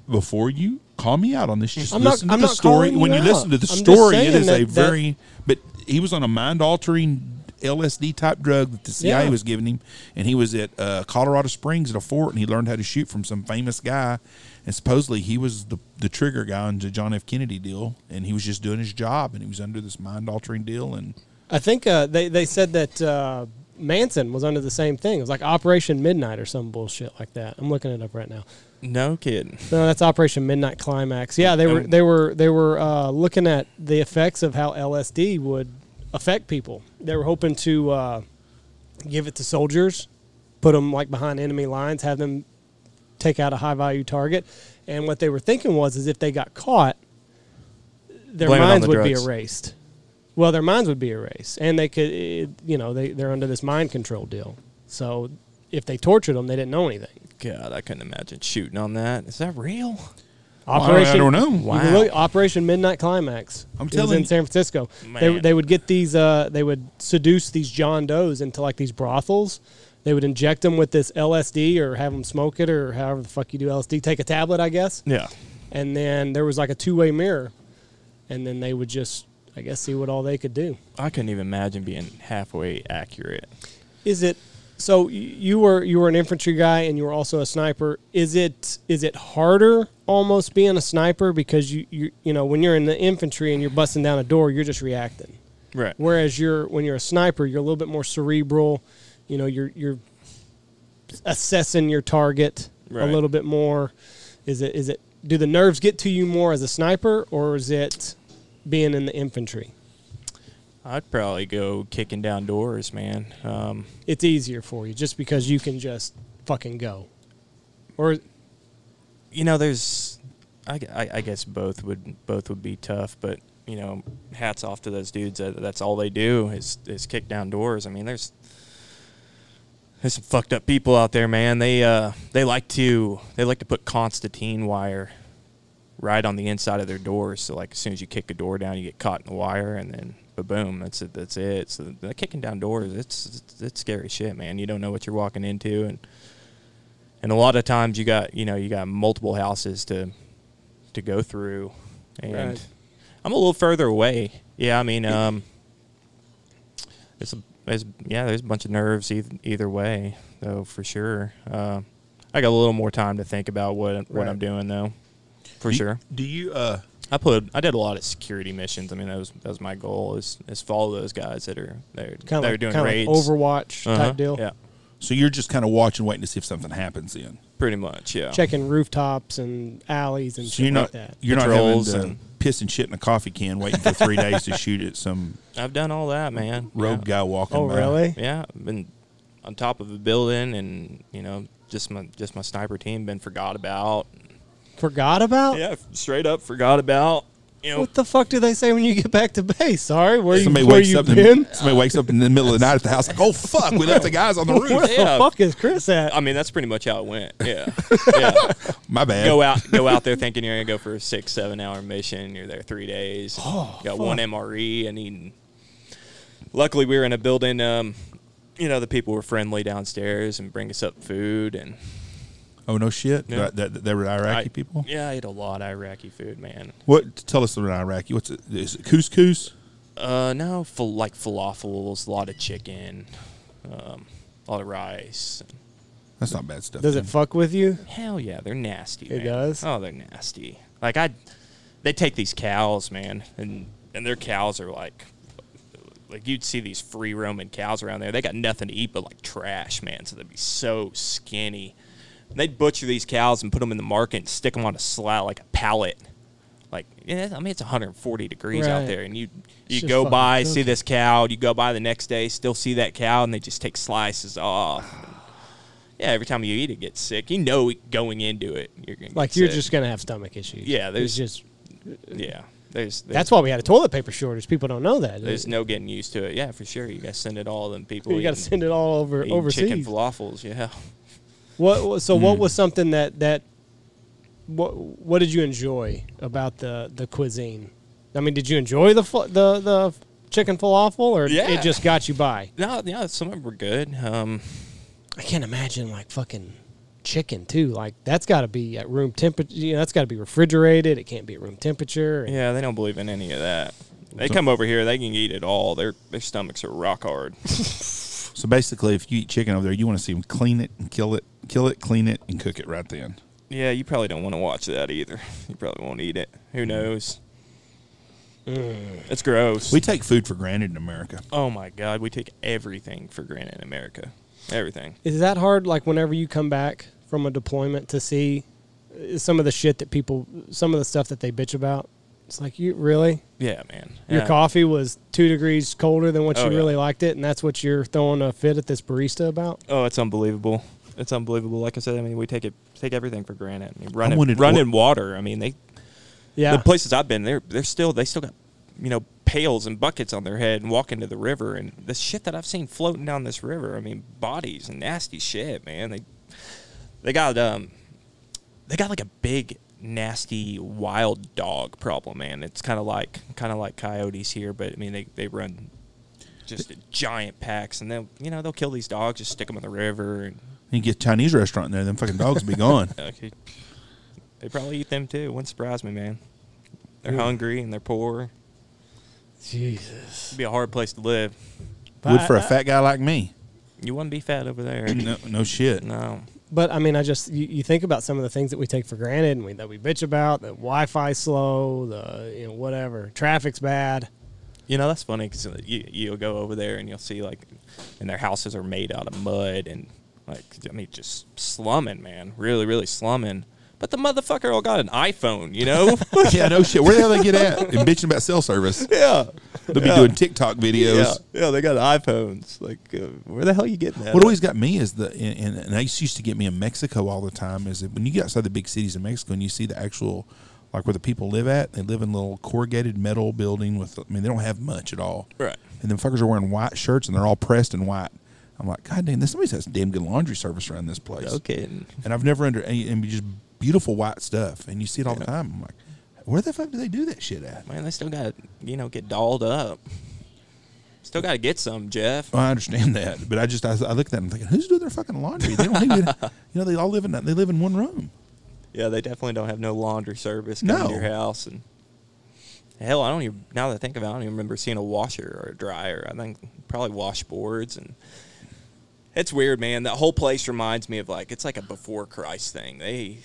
Speaker 2: before you call me out on this, just
Speaker 1: Mm. I'm not-
Speaker 2: listen
Speaker 1: I'm
Speaker 2: to the
Speaker 1: not
Speaker 2: story.
Speaker 1: calling you
Speaker 2: when you
Speaker 1: out.
Speaker 2: listen to the
Speaker 1: I'm just
Speaker 2: story, it
Speaker 1: saying
Speaker 2: is a
Speaker 1: that- that-
Speaker 2: very. But he was on a mind altering LSD type drug that the CIA
Speaker 1: Yeah.
Speaker 2: was giving him, and he was at uh, Colorado Springs at a fort, and he learned how to shoot from some famous guy, and supposedly he was the the trigger guy on the John F. Kennedy deal, and he was just doing his job, and he was under this mind altering deal, and
Speaker 1: I think uh, they they said that uh, Manson was under the same thing. It was like Operation Midnight or some bullshit like that. I'm looking it up right now.
Speaker 3: No kidding.
Speaker 1: No, that's Operation Midnight Climax. Yeah, they were they were they were uh, looking at the effects of how LSD would affect people. They were hoping to uh, give it to soldiers, put them like behind enemy lines, have them take out a high value target, and what they were thinking was is if they got caught, their
Speaker 3: Blame it on
Speaker 1: minds
Speaker 3: the
Speaker 1: would be
Speaker 3: drugs.
Speaker 1: erased. Well, their minds would be erased, and they could, it, you know, they they're under this mind control deal. So if they tortured them, they didn't know anything.
Speaker 3: God, I couldn't imagine shooting on that. Is that real?
Speaker 2: Well, I don't- I don't know.
Speaker 1: You can
Speaker 3: Wow.
Speaker 1: look- Operation Midnight Climax.
Speaker 2: I'm
Speaker 1: It
Speaker 2: telling
Speaker 1: was in
Speaker 2: you-
Speaker 1: San Francisco. They,
Speaker 3: Man.
Speaker 1: they would get these. Uh, they would seduce these John Does into like these brothels. They would inject them with this LSD or have them smoke it or however the fuck you do LSD. Take a tablet, I guess.
Speaker 3: Yeah.
Speaker 1: And then there was like a two way mirror, and then they would just, I guess, see what all they could do.
Speaker 3: I couldn't even imagine being halfway accurate.
Speaker 1: Is it? So y- you were you were an infantry guy and you were also a sniper. Is it is it harder almost being a sniper because you you you know when you're in the infantry and you're busting down a door you're just reacting.
Speaker 3: Right.
Speaker 1: Whereas you're when you're a sniper you're a little bit more cerebral. You know you're you're assessing your target
Speaker 3: Right.
Speaker 1: a little bit more. Is it is it do the nerves get to you more as a sniper or is it being in the infantry?
Speaker 3: I'd probably go kicking down doors, man. Um,
Speaker 1: it's easier for you just because you can just fucking go. Or
Speaker 3: you know, there's, I, gu- I- I guess both would both would be tough, but you know, hats off to those dudes. That, that's all they do is is kick down doors. I mean, there's there's some fucked up people out there, man. They uh they like to they like to put Constantine wire right on the inside of their doors. So like as soon as you kick a door down, you get caught in the wire, and then ba boom, that's it. That's it. So the kicking down doors, it's, it's it's scary shit, man. You don't know what you're walking into, and and a lot of times you got you know you got multiple houses to to go through, and
Speaker 1: Right.
Speaker 3: I'm a little further away. Yeah, I mean, um, there's a there's yeah there's a bunch of nerves either, either way though for sure. Uh, I got a little more time to think about what what I'm
Speaker 1: Right.
Speaker 3: doing though, for
Speaker 2: Do-
Speaker 3: sure.
Speaker 2: Do you? Uh,
Speaker 3: I put I did a lot of security missions. I mean, that was that was my goal is is follow those guys that are they're
Speaker 1: kind
Speaker 3: they're
Speaker 1: of like,
Speaker 3: doing
Speaker 1: kinda like
Speaker 3: raids
Speaker 1: Overwatch
Speaker 3: Uh-huh.
Speaker 1: type deal.
Speaker 3: Yeah,
Speaker 2: so you're just kind of watching, waiting to see if something happens. Then
Speaker 3: pretty much. Yeah,
Speaker 1: Checking rooftops and alleys and
Speaker 2: so
Speaker 1: shit
Speaker 2: you're not
Speaker 1: like that.
Speaker 2: you're not having
Speaker 3: Patrols
Speaker 2: to
Speaker 3: and-
Speaker 2: pissing shit in a coffee can, waiting for three days to shoot at some
Speaker 1: <laughs>
Speaker 3: I've done all that, man.
Speaker 2: rogue
Speaker 3: yeah.
Speaker 2: guy walking.
Speaker 1: Oh,
Speaker 2: by.
Speaker 1: really?
Speaker 3: Yeah, I've been on top of a building, and you know, just my just my sniper team been forgot about.
Speaker 1: Forgot about?
Speaker 3: Yeah, straight up forgot about. You know,
Speaker 1: Oh. What the fuck do they say when you get back to base? Sorry, where
Speaker 2: Somebody
Speaker 1: you, where
Speaker 2: wakes
Speaker 1: you
Speaker 2: up.
Speaker 1: been?
Speaker 3: <laughs>
Speaker 2: In, somebody wakes up in the middle of the night at the house, like, "Oh fuck, we left the
Speaker 1: <laughs>
Speaker 2: guys on the
Speaker 1: Where
Speaker 2: roof."
Speaker 3: Yeah.
Speaker 1: the fuck is Chris at?
Speaker 3: I mean, that's pretty much how it went. Yeah, yeah.
Speaker 2: My bad.
Speaker 3: go out go out there thinking you're gonna go for a six seven hour mission you're there three days
Speaker 1: Oh,
Speaker 3: got
Speaker 1: fuck.
Speaker 3: one mre and eating luckily we were in a building um you know the people were friendly downstairs and bring us up food and
Speaker 2: Oh no shit.
Speaker 3: Yeah.
Speaker 2: That, that, they were Iraqi
Speaker 3: I-
Speaker 2: people.
Speaker 3: yeah i ate a lot of iraqi food man
Speaker 2: What? Tell us about Iraqi. What's it? Is it couscous?
Speaker 3: uh no fal- like falafels a lot of chicken um a lot of rice
Speaker 2: That's not bad stuff.
Speaker 1: Does
Speaker 2: then.
Speaker 1: it fuck with you?
Speaker 3: Hell yeah, they're nasty.
Speaker 1: It
Speaker 3: man.
Speaker 1: does?
Speaker 3: Oh, they're nasty. Like I, they take these cows, man, and and their cows are like, like you'd see these free roaming cows around there. They got nothing to eat but like trash, man. So they'd be so skinny. And they'd butcher these cows and put them in the market and stick them on a slat like a pallet. Like yeah, I mean it's 140 degrees
Speaker 1: Right.
Speaker 3: out there, and you you
Speaker 1: just
Speaker 3: go
Speaker 1: fucking
Speaker 3: by, see
Speaker 1: cooking.
Speaker 3: this cow, you go by the next day, still see that cow, and they just take slices off. Yeah, every time you eat it, get sick. You know, going into it, you're gonna
Speaker 1: Like
Speaker 3: get
Speaker 1: you're
Speaker 3: sick.
Speaker 1: just gonna have stomach issues.
Speaker 3: Yeah, there's-
Speaker 1: It's just
Speaker 3: yeah. There's, there's
Speaker 1: that's why we had a toilet paper shortage. People don't know that.
Speaker 3: there's no getting used to it. Yeah, for sure. You gotta send it all them people.
Speaker 1: you got to
Speaker 3: eating-
Speaker 1: send it all over
Speaker 3: eating Chicken
Speaker 1: overseas.
Speaker 3: falafels. Yeah. <laughs>
Speaker 1: What wa- so? What was something that that what what did you enjoy about the the cuisine? I mean, did you enjoy the fa- the the chicken falafel, or
Speaker 3: Yeah.
Speaker 1: it just got you by?
Speaker 3: No, yeah. Some of them were good. Um,
Speaker 1: I can't imagine like fucking chicken too. Like that's got to be at room temperature. You know, that's got to be refrigerated. It can't be at room temperature. and-
Speaker 3: yeah, they don't believe in any of that. They
Speaker 2: So-
Speaker 3: come over here, they can eat it all. Their their stomachs are
Speaker 1: <laughs>
Speaker 3: rock hard.
Speaker 2: So basically, if you eat chicken over there, you want to see them clean it and kill it, kill it, clean it, and cook it right then.
Speaker 3: yeah, you probably don't want to watch that either. You probably won't eat it. Who
Speaker 1: Mm.
Speaker 3: knows? It's gross.
Speaker 2: We take food for granted in America.
Speaker 3: Oh my God, we take everything for granted in America. Everything.
Speaker 1: Is that hard? Like whenever you come back from a deployment to see uh, some of the shit that people, some of the stuff that they bitch about. It's like you really
Speaker 3: Yeah, man.
Speaker 1: your
Speaker 3: Yeah.
Speaker 1: coffee was two degrees colder than what
Speaker 3: Oh,
Speaker 1: you
Speaker 3: yeah.
Speaker 1: really liked it, and that's what you're throwing a fit at this barista about.
Speaker 3: Oh, it's unbelievable. It's unbelievable. Like I said, I mean, we take it, take everything for granted. I mean, running,
Speaker 2: wanted-
Speaker 3: running water. I mean, they
Speaker 1: Yeah,
Speaker 3: the places I've been, they're they're still they still got you know pails and buckets on their head and walking to the river and the shit that I've seen floating down this river. I mean, bodies and nasty shit, man. They they got um they got like a big nasty wild dog problem, man. It's kind of like kind of like coyotes here, but I mean they they run just giant packs and they'll you know they'll kill these dogs, just stick them in the river and
Speaker 2: You get a Chinese restaurant in there, them fucking dogs
Speaker 1: <laughs>
Speaker 2: be gone.
Speaker 3: Okay. They probably eat them too. Wouldn't surprise me, man. They're hungry and they're poor.
Speaker 1: Jesus.
Speaker 3: It'd be a hard place to live.
Speaker 2: Would for a fat guy like me.
Speaker 3: You wouldn't be fat over <clears throat> there.
Speaker 2: No, no <laughs> shit.
Speaker 3: no.
Speaker 1: But I mean, I just you, you think about some of the things that we take for granted and we, that we bitch about. The Wi-Fi slow, the you know whatever, traffic's bad.
Speaker 3: You know, that's funny because you, you'll go over there and you'll see, like, and their houses are made out of mud and, like, I mean, just slumming, man. Really, really slumming. But the motherfucker all got an iPhone, you <laughs> know?
Speaker 2: yeah, no shit. Where the hell they get at? And <laughs> bitching about cell service.
Speaker 3: yeah.
Speaker 2: They'll be doing TikTok videos.
Speaker 3: Yeah. Yeah, they got iPhones. Like, uh, where the hell you getting that?
Speaker 2: What
Speaker 3: at?
Speaker 2: always got me is the and, and, and they used to get me in Mexico all the time is that when you get outside the big cities in Mexico and you see the actual like where the people live at, they live in little corrugated metal building with I mean they don't have much at all.
Speaker 3: Right.
Speaker 2: And then fuckers are wearing white shirts and they're all pressed in white. I'm like, God damn, this somebody's has damn good laundry service around this place.
Speaker 3: No kidding.
Speaker 2: And I've never under and, and just beautiful white stuff and you see it all the
Speaker 3: Yeah.
Speaker 2: time. I'm like, where the fuck do they do that shit at?
Speaker 3: Man, they still got to, you know, get dolled up. Still got to get some, Jeff.
Speaker 2: Well, I understand <laughs> that, but I just I, I look at that and I'm thinking, who's doing their fucking laundry? They don't even, you know, they all live in they live in one room.
Speaker 3: Yeah, they definitely don't have no laundry service coming
Speaker 2: No.
Speaker 3: to your house. And hell, I don't even, now that I think about it, I don't even remember seeing a washer or a dryer. I think probably washboards. And it's weird, man. That whole place reminds me of like, it's like a before Christ thing. They,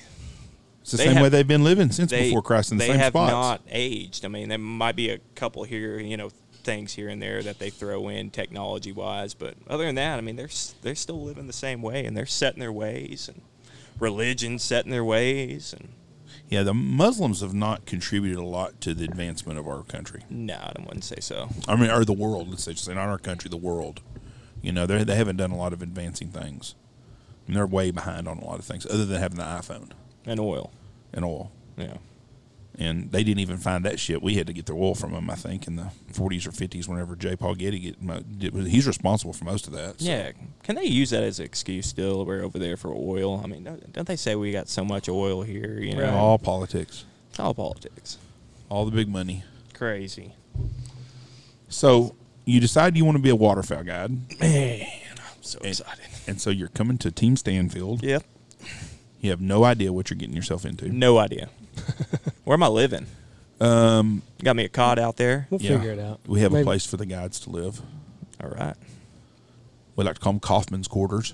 Speaker 2: It's the
Speaker 3: They
Speaker 2: same
Speaker 3: have-
Speaker 2: way they've been living since
Speaker 3: they,
Speaker 2: before Christ in the
Speaker 3: they
Speaker 2: same
Speaker 3: have
Speaker 2: spots.
Speaker 3: not aged. I mean, there might be a couple here, you know, things here and there that they throw in technology wise, but other than that, I mean, they're s- they're still living the same way and they're set in their ways and religion set in their ways and
Speaker 2: Yeah, the Muslims have not contributed a lot to the advancement of our country.
Speaker 3: No, I wouldn't say so.
Speaker 2: I mean, or the world. Let's say, just not our country, the world. You know, they they haven't done a lot of advancing things. And they're way behind on a lot of things, other than having the iPhone
Speaker 3: And oil.
Speaker 2: and oil.
Speaker 3: Yeah.
Speaker 2: And they didn't even find that shit. We had to get their oil from them, I think, in the 40s or 50s. Whenever J. Paul Getty get, mo- did- he's responsible for most of that. so-
Speaker 3: Yeah. Can they use that as an excuse still? We're over there for oil. I mean, don't don't they say we got so much oil here? You know,
Speaker 1: Right.
Speaker 2: all politics,
Speaker 3: it's all politics.
Speaker 2: all the big money.
Speaker 3: Crazy.
Speaker 2: So you decide you want to be a waterfowl guide,
Speaker 3: Man, I'm so
Speaker 2: and,
Speaker 3: excited.
Speaker 2: and so you're coming to Team Stanfield.
Speaker 3: Yep.
Speaker 2: You have no idea what you're getting yourself into.
Speaker 3: No <laughs> idea. Where am I living? Um, got me a cod out there.
Speaker 1: We'll
Speaker 2: Yeah.
Speaker 1: figure it out.
Speaker 2: We have
Speaker 1: Maybe-
Speaker 2: a place for the guides to live.
Speaker 3: All right.
Speaker 2: We like to call them Kaufman's
Speaker 1: <laughs>
Speaker 2: quarters.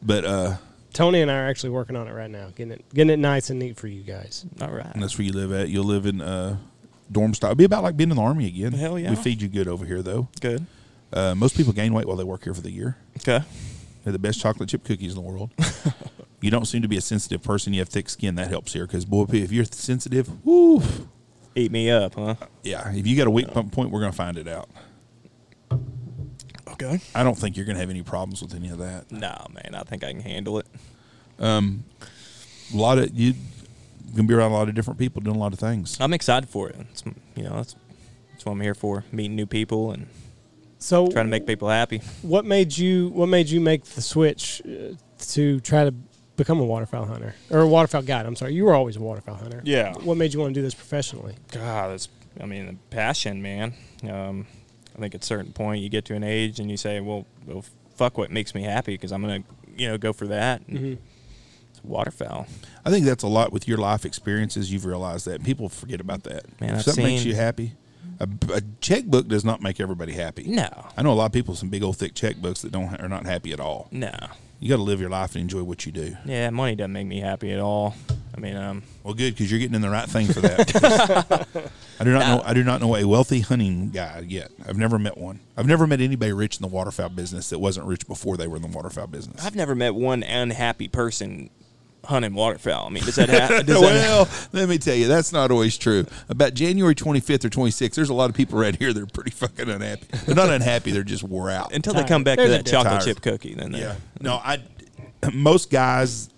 Speaker 2: but uh,
Speaker 1: Tony and I are actually working on it right now, getting it getting it nice and neat for you guys.
Speaker 3: All right.
Speaker 2: and that's where you live at. You'll live in uh, dorm style. It'd be about like being in the army again.
Speaker 3: Hell yeah.
Speaker 2: We feed you good over here though.
Speaker 3: Good.
Speaker 2: Uh, most people gain weight while they work here for the year.
Speaker 3: Okay.
Speaker 2: They're the best chocolate chip cookies in the
Speaker 3: <laughs>
Speaker 2: world. you don't seem to be a sensitive person. You have thick skin. That helps here because boy, if you're sensitive, woo,
Speaker 3: Eat me up, huh?
Speaker 2: yeah. If you got a weak pump point, we're gonna find it out.
Speaker 3: Okay.
Speaker 2: I don't think you're gonna have any problems with any of that.
Speaker 3: Nah, man. I think I can handle it.
Speaker 2: A lot of you gonna be around a lot of different people doing a lot of things.
Speaker 3: I'm excited for it. It's, you know, that's that's what I'm here for. Meeting new people and
Speaker 1: So
Speaker 3: trying to make people happy.
Speaker 1: what made you what made you make the switch uh, to try to become a waterfowl hunter or a waterfowl guide? I'm sorry, you were always a waterfowl hunter.
Speaker 3: Yeah.
Speaker 1: What made you want to do this professionally?
Speaker 3: God, that's I mean, the passion, man. Um, I think at a certain point you get to an age and you say, well, well fuck what makes me happy because I'm gonna, you know, go for that. And It's waterfowl.
Speaker 2: I think that's a lot with your life experiences. You've realized that people forget about that.
Speaker 3: Man,
Speaker 2: if
Speaker 3: I've
Speaker 2: something makes
Speaker 3: seen-
Speaker 2: you happy, a, a checkbook does not make everybody happy.
Speaker 3: No,
Speaker 2: I know a lot of people with some big old thick checkbooks that don't are not happy at all.
Speaker 3: no,
Speaker 2: You got to live your life and enjoy what you do.
Speaker 3: yeah, money doesn't make me happy at all. I mean, um,
Speaker 2: Well, good because you're getting in the right thing for that. I do not know. I do not know a wealthy hunting guy yet. I've never met one. I've never met anybody rich in the waterfowl business that wasn't rich before they were in the waterfowl business. <laughs>
Speaker 3: I've never met one unhappy person hunting waterfowl. I mean, does
Speaker 2: <laughs>
Speaker 3: that happen? Does that
Speaker 2: well, let me tell you, that's not always true. About January 25th or 26th, there's a lot of people right here that are pretty fucking unhappy. They're not unhappy, they're just wore out.
Speaker 3: until
Speaker 1: Tired.
Speaker 3: they come back
Speaker 1: There's
Speaker 3: to
Speaker 1: a
Speaker 3: that
Speaker 1: difference.
Speaker 3: chocolate
Speaker 2: Tired.
Speaker 3: chip cookie, then they-
Speaker 2: yeah. No, I most guys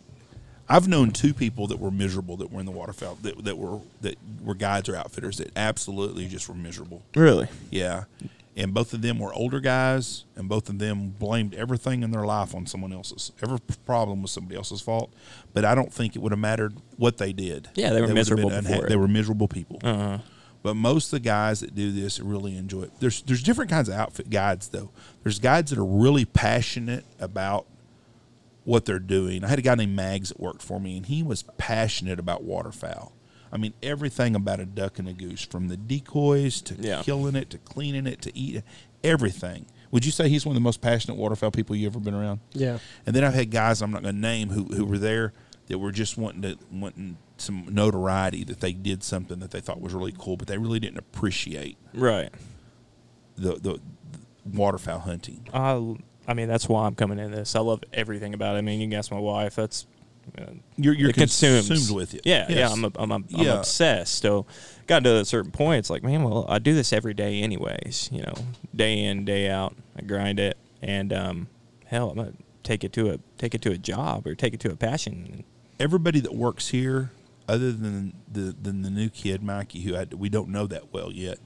Speaker 2: I've known two people that were miserable that were in the waterfowl that, that were that were guides or outfitters that absolutely just were miserable.
Speaker 3: really,
Speaker 2: Yeah. And both of them were older guys, and both of them blamed everything in their life on someone else's. Every problem was somebody else's fault, but I don't think it would have mattered what they did.
Speaker 3: Yeah, they
Speaker 2: would have
Speaker 3: were
Speaker 2: been
Speaker 3: miserable before it. Uh-huh.
Speaker 2: They were miserable people. But most of the guys that do this really enjoy it. There's there's different kinds of outfit guides though. There's guides that are really passionate about what they're doing. I had a guy named Mags that worked for me, and he was passionate about waterfowl. I mean, everything about a duck and a goose, from the decoys to
Speaker 3: Yeah.
Speaker 2: killing it to cleaning it to eating, everything. Would you say he's one of the most passionate waterfowl people you ever been around?
Speaker 1: Yeah.
Speaker 2: And then I've had guys I'm not going to name who, who were there that were just wanting to wanting some notoriety that they did something that they thought was really cool, but they really didn't appreciate
Speaker 3: right?
Speaker 2: the the, the waterfowl hunting.
Speaker 3: I, I mean, that's why I'm coming in this. I love everything about it. I mean, you can ask my wife. That's uh,
Speaker 2: You're you're
Speaker 3: it consumes.
Speaker 2: consumed with it.
Speaker 3: Yeah, yeah.
Speaker 2: Yes.
Speaker 3: I'm, a, I'm, a, I'm
Speaker 2: Yeah.
Speaker 3: obsessed. So, got to a certain point. It's like, man, well, I do this every day, anyways. You know, day in, day out. I grind it, and um, hell, I'm gonna take it to a take it to a job or take it to a passion.
Speaker 2: everybody that works here, other than the than the new kid Mikey, who I, we don't know that well yet,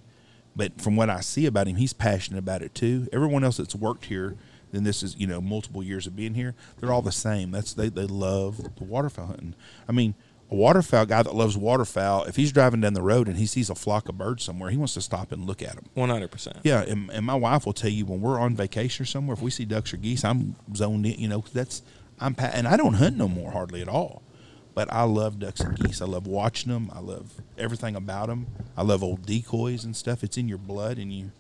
Speaker 2: but from what I see about him, he's passionate about it too. Everyone else that's worked here, then this is you know multiple years of being here, they're all the same. That's they they love the waterfowl hunting. I mean. A waterfowl guy that loves waterfowl, if he's driving down the road and he sees a flock of birds somewhere, he wants to stop and look at them.
Speaker 3: One hundred percent.
Speaker 2: Yeah, and, and my wife will tell you when we're on vacation or somewhere, if we see ducks or geese, I'm zoned in. You know, 'cause that's I'm pa- and I don't hunt no more hardly at all. But I love ducks and geese. I love watching them. I love everything about them. I love old decoys and stuff. It's in your blood, and you,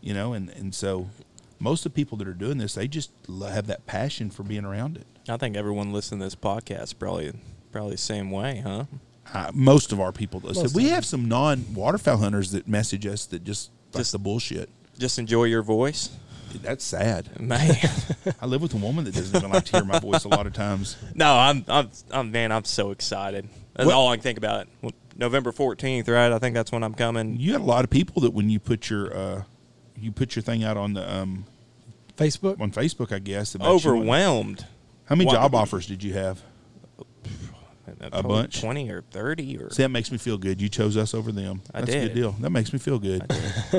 Speaker 2: you know, and and so most of the people that are doing this, they just lo- have that passion for being around it.
Speaker 3: I think everyone listening to this podcast probably probably the same way, huh?
Speaker 2: I, most of our people, that
Speaker 1: Most
Speaker 2: we
Speaker 1: of
Speaker 2: have some non waterfowl hunters that message us that just that's
Speaker 3: Just-
Speaker 2: the bullshit.
Speaker 3: Just enjoy your voice. <laughs>
Speaker 2: Dude, that's sad.
Speaker 3: Man,
Speaker 2: I live with a woman that doesn't even like to hear my voice a lot of times.
Speaker 3: no, I'm, I'm, I'm, man, I'm so excited. That's
Speaker 2: What-
Speaker 3: all I can think about. Well, November 14th, right? I think that's when I'm coming.
Speaker 2: You got a lot of people that when you put your uh, you put your thing out on the um,
Speaker 1: Facebook.
Speaker 2: on Facebook, I guess. about you.
Speaker 3: Overwhelmed.
Speaker 2: How many
Speaker 3: Why-
Speaker 2: job offers did you have? A bunch?
Speaker 3: 20 or 30 or
Speaker 2: See, that makes me feel good. You chose us over them.
Speaker 3: I
Speaker 2: That's a good
Speaker 3: did.
Speaker 2: deal. That makes me feel good. <laughs>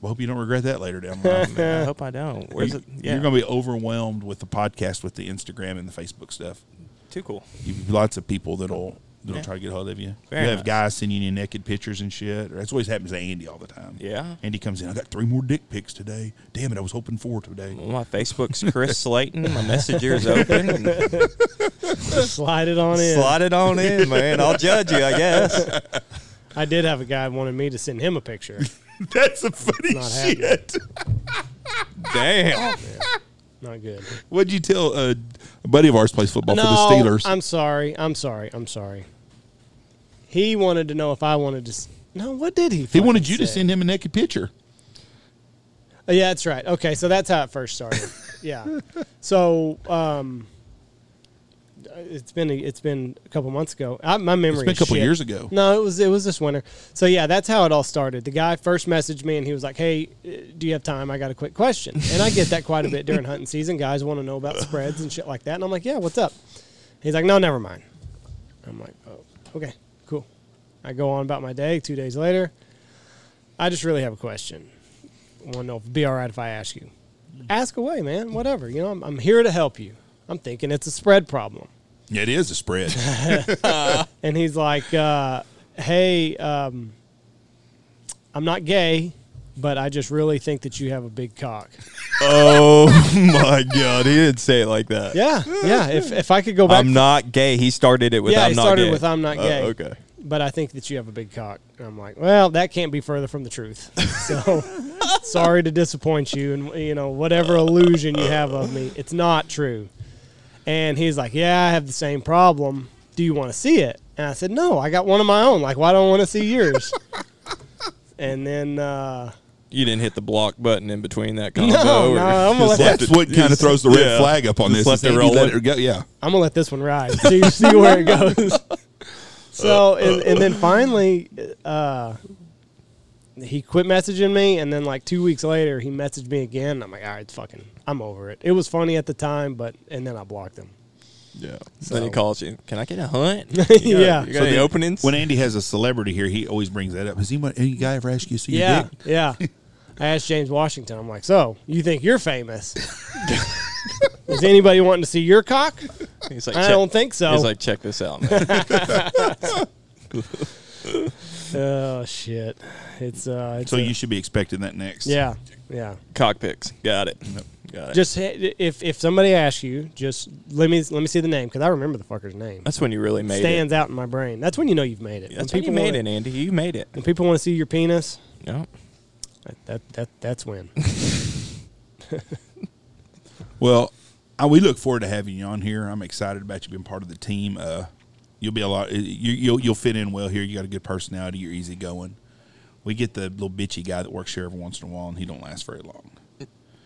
Speaker 2: well, hope you don't regret that later down the
Speaker 3: <laughs>
Speaker 2: line.
Speaker 3: I hope I don't. Where's
Speaker 2: you,
Speaker 3: it? Yeah,
Speaker 2: are going to be overwhelmed with the podcast, with the Instagram and the Facebook stuff.
Speaker 3: too cool.
Speaker 2: You lots of people that'll that'll
Speaker 3: Yeah.
Speaker 2: try to get a hold of you.
Speaker 3: Fair
Speaker 2: you have
Speaker 3: enough.
Speaker 2: guys sending you naked pictures and shit. Or that's always happens to Andy all the time.
Speaker 3: Yeah.
Speaker 2: Andy comes in. I got three more dick pics today. Damn it, I was hoping four today.
Speaker 3: Well, my <laughs> Facebook's Chris Slayton. My <laughs> messenger's open.
Speaker 1: <laughs> Slide it on in.
Speaker 3: Slide it on in, man. I'll judge you, I <laughs> guess.
Speaker 1: I did have a guy wanted me to send him a
Speaker 2: <laughs>
Speaker 1: picture.
Speaker 2: <laughs> That's some funny
Speaker 1: Not happening.
Speaker 2: shit.
Speaker 3: Damn.
Speaker 1: Not good.
Speaker 2: What'd you tell uh, a buddy of ours plays football
Speaker 1: no,
Speaker 2: for the Steelers?
Speaker 1: I'm sorry. I'm sorry. I'm sorry. He wanted to know if I wanted to. s- No, what did he?
Speaker 2: he
Speaker 1: fucking
Speaker 2: wanted you to
Speaker 1: say?
Speaker 2: send him a naked picture.
Speaker 1: Oh, yeah, that's right. Okay, so that's how it first started.
Speaker 2: <laughs>
Speaker 1: yeah. So um, uh, it's been a, it's been a couple months ago. I, my memory.
Speaker 2: It's been a
Speaker 1: is
Speaker 2: couple
Speaker 1: shit.
Speaker 2: years ago.
Speaker 1: No, it was it was this winter. So yeah, that's how it all started. The guy first messaged me and he was like, "Hey, uh, do you have time? I got a quick question." And I get that quite a bit during hunting season. Guys want to know about spreads and shit like that. And I'm like, "Yeah, what's up?" He's like, "No, never mind." I'm like, "Oh, okay, cool." I go on about my day. Two days later, I just really have a question. Want to know if it'd be all right if I ask you? Ask away, man. Whatever. You know, I'm, I'm here to help you. I'm thinking it's a spread problem.
Speaker 2: Yeah, it is a <laughs> spread.
Speaker 1: and he's like, uh, "Hey, um, I'm not gay, but I just really think that you have a big cock."
Speaker 3: Oh my god, he didn't say it like that.
Speaker 1: Yeah, yeah. If if I could go back,
Speaker 3: I'm not gay. He started it with
Speaker 1: yeah,
Speaker 3: I'm
Speaker 1: he
Speaker 3: not
Speaker 1: started
Speaker 3: gay.
Speaker 1: with "I'm not
Speaker 2: Uh,
Speaker 3: Oh,
Speaker 1: gay,"
Speaker 3: okay.
Speaker 1: but I think that you have a big cock. And I'm like, well, that can't be further from the truth. So sorry to disappoint you, and you know whatever illusion you have of me, it's not true. And he's like, yeah, I have the same problem. Do you want to see it? And I said, no, I got one of my own. Like, why don't I want to see yours? and then. Uh,
Speaker 3: You didn't hit the block button in between that combo.
Speaker 1: No,
Speaker 3: or
Speaker 1: no,
Speaker 3: <laughs>
Speaker 1: I'm gonna
Speaker 3: just
Speaker 1: let
Speaker 2: That's what kind of
Speaker 3: just-
Speaker 2: throws the red
Speaker 3: yeah.
Speaker 2: flag up on
Speaker 3: Just
Speaker 2: this.
Speaker 3: let
Speaker 2: is
Speaker 3: it
Speaker 2: Andy
Speaker 3: roll
Speaker 2: let
Speaker 3: in.
Speaker 2: her go. Yeah.
Speaker 1: I'm gonna let this one ride. So you see where it goes. So and, and then finally, uh, he quit messaging me, and then like two weeks later, he messaged me again. and I'm like, all right, fucking, I'm over it. It was funny at the time, but and then I blocked him.
Speaker 2: Yeah.
Speaker 3: Then he calls you. Can I get a <laughs> hunt?
Speaker 1: Yeah.
Speaker 3: You got
Speaker 1: So
Speaker 3: any
Speaker 2: then
Speaker 3: openings?
Speaker 2: When Andy has a celebrity here, he always brings that up. Has anyone, any guy ever asked you to see your
Speaker 1: Yeah,
Speaker 2: dick?
Speaker 1: yeah. I asked James Washington. I'm like, so you think you're famous? Is anybody wanting to see your cock?
Speaker 3: he's like,
Speaker 1: I
Speaker 3: check,
Speaker 1: don't think so.
Speaker 3: He's like, check this out,
Speaker 1: <laughs>
Speaker 3: man.
Speaker 1: oh shit, it's uh, it's
Speaker 2: So
Speaker 1: a-
Speaker 2: you should be expecting that next.
Speaker 1: yeah, yeah.
Speaker 3: Cockpicks. Got it. Got it.
Speaker 1: Just hit- if if somebody asks you, just let me let me see the name because I remember the fucker's name.
Speaker 3: that's when you really made
Speaker 1: Stands out in my brain. That's when you know you've made it.
Speaker 3: it. That's when you made
Speaker 1: wanna,
Speaker 3: it, Andy. You made it.
Speaker 1: When people want to see your penis,
Speaker 3: Yep.
Speaker 1: that that, that that's
Speaker 3: <laughs>
Speaker 1: when.
Speaker 2: Well, I, we look forward to having you on here. I'm excited about you being part of the team. Uh, you'll be a lot. You, you'll you'll fit in well here. You got a good personality. You're easygoing. We get the little bitchy guy that works here every once in a while, and he don't last very long.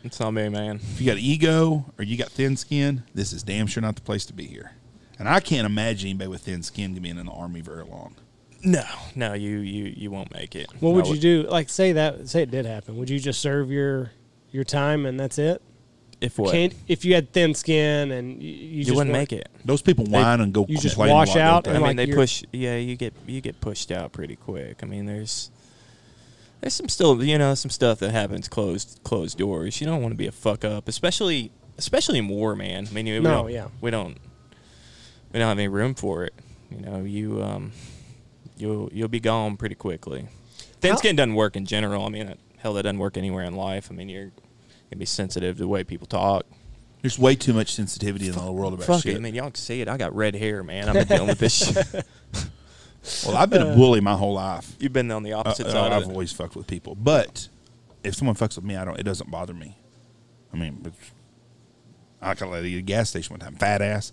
Speaker 3: It's not me, man.
Speaker 2: If you got ego or you got thin skin, this is damn sure not the place to be here. And I can't imagine anybody with thin skin being in the army very long.
Speaker 3: No, no, you you you won't make it.
Speaker 1: What would
Speaker 3: I
Speaker 1: you do? Like say that say it did happen. Would you just serve your your time and that's it?
Speaker 3: if what?
Speaker 1: Can't if you had thin skin and you, you,
Speaker 3: you
Speaker 1: just
Speaker 3: wouldn't
Speaker 1: wa-
Speaker 3: make it.
Speaker 2: Those people whine and go
Speaker 1: you just
Speaker 2: complain a
Speaker 1: wash
Speaker 2: lot, don't
Speaker 1: out
Speaker 2: they?
Speaker 3: I
Speaker 1: and,
Speaker 3: mean,
Speaker 1: like,
Speaker 3: they
Speaker 1: you're-
Speaker 3: push. Yeah, you get you get pushed out pretty quick. I mean, there's there's some still you know some stuff that happens closed closed doors. You don't want to be a fuck up, especially especially in war, man. I mean, we
Speaker 1: No,
Speaker 3: don't,
Speaker 1: yeah.
Speaker 3: we don't we don't have any room for it. You know, you um you'll you'll be gone pretty quickly. Thin
Speaker 1: How-
Speaker 3: skin doesn't work in general. I mean, that- hell, that doesn't work anywhere in life. I mean, you're gonna be sensitive to the way people talk.
Speaker 2: There's way too much sensitivity in the whole world about
Speaker 3: Fuck
Speaker 2: shit.
Speaker 3: it, man. Y'all can see it. I got red hair, man. I've been dealing
Speaker 2: <laughs>
Speaker 3: with this. shit.
Speaker 2: Well, I've been
Speaker 3: Uh,
Speaker 2: a bully my whole life.
Speaker 3: You've been on the
Speaker 2: Uh,
Speaker 3: opposite
Speaker 2: uh,
Speaker 3: side.
Speaker 2: I've
Speaker 3: of it.
Speaker 2: always fucked with people, but if someone fucks with me, I don't. It doesn't bother me. I mean, it's- I got a lady at a gas station one time, fat ass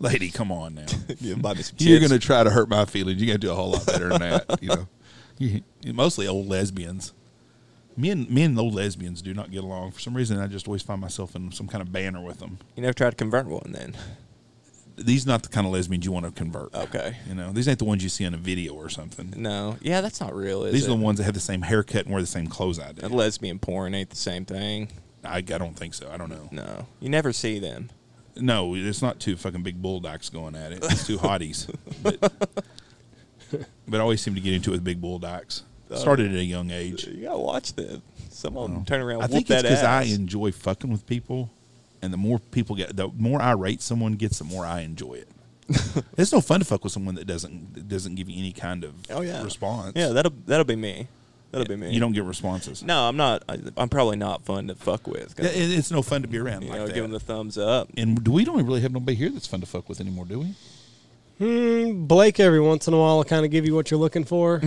Speaker 2: lady. Come on now,
Speaker 3: <laughs> Yeah, buy me some
Speaker 2: you're
Speaker 3: chips.
Speaker 2: gonna try to hurt my feelings. You gotta do a whole lot better than that. You know, You- mostly old lesbians. Me and me and old lesbians do not get along for some reason. I just always find myself in some kind of banner with them.
Speaker 4: You never tried to convert one then.
Speaker 2: These not the kind of lesbians you want to convert.
Speaker 4: Okay.
Speaker 2: you know these ain't the ones you see in a video or something.
Speaker 4: No. Yeah, that's not real, is
Speaker 2: These
Speaker 4: it?
Speaker 2: are the ones that have the same haircut and wear the same clothes I
Speaker 4: That
Speaker 2: do.
Speaker 4: lesbian porn ain't the same thing.
Speaker 2: I, I don't think so. I don't know.
Speaker 4: No. You never see them.
Speaker 2: No, it's not two fucking big bulldogs going at it.
Speaker 4: <laughs>
Speaker 2: It's two hotties. but, but I always seem to get into it with big bulldogs.
Speaker 4: Uh,
Speaker 2: Started at a young age.
Speaker 4: You gotta watch them. Someone turn around
Speaker 2: Oh. I
Speaker 4: and
Speaker 2: think
Speaker 4: whoop
Speaker 2: it's
Speaker 4: that
Speaker 2: because I
Speaker 4: ass.
Speaker 2: enjoy fucking with people, and the more people get, the more irate someone gets, the more I enjoy
Speaker 4: <laughs>
Speaker 2: it. it's no fun to fuck with someone that doesn't that doesn't give you any kind of
Speaker 4: oh yeah.
Speaker 2: response.
Speaker 4: Yeah, that'll that'll be me. That'll be me.
Speaker 2: You don't get responses.
Speaker 4: No, I'm not. I, I'm probably not fun to fuck with. 'cause,
Speaker 2: It- it- it's no fun to be around
Speaker 4: you
Speaker 2: like
Speaker 4: know,
Speaker 2: that.
Speaker 4: give them the thumbs up.
Speaker 2: and do we don't really have nobody here that's fun to fuck with anymore, do we?
Speaker 1: Hmm, Blake, every once in a while, will kind of give you what you're looking
Speaker 3: <laughs>
Speaker 1: for.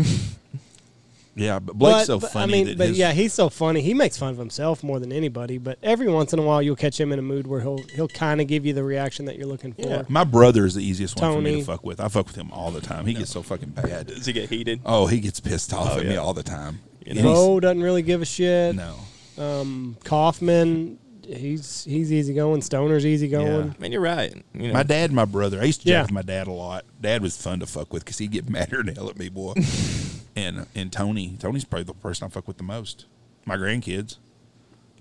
Speaker 2: Yeah, but Blake's
Speaker 1: But-
Speaker 2: so
Speaker 1: but,
Speaker 2: funny
Speaker 1: I mean,
Speaker 2: that
Speaker 1: but
Speaker 2: his,
Speaker 1: yeah, he's so funny. He makes fun of himself more than anybody. But every once in a while, you'll catch him in a mood where he'll he'll kind of give you the reaction that you're looking for.
Speaker 4: Yeah.
Speaker 2: My brother is the easiest one for me
Speaker 1: Tony.
Speaker 2: to fuck with. I fuck with him all the time. He gets so fucking bad.
Speaker 4: Does he get heated?
Speaker 2: Oh, he gets pissed off at me
Speaker 4: yeah.
Speaker 2: all the time.
Speaker 4: You
Speaker 2: And he's-
Speaker 1: Bo doesn't really give a shit.
Speaker 2: no.
Speaker 1: Um, Kaufman, he's he's easy going. Stoner's easy going.
Speaker 4: I mean, you're right. You know,
Speaker 2: My dad and my brother. I used to yeah.
Speaker 1: Yeah.
Speaker 2: with my dad a lot. Dad was fun to fuck with because he'd get <laughs> madder than hell at me, boy. and and Tony, Tony's probably the person I fuck with the most. My grandkids,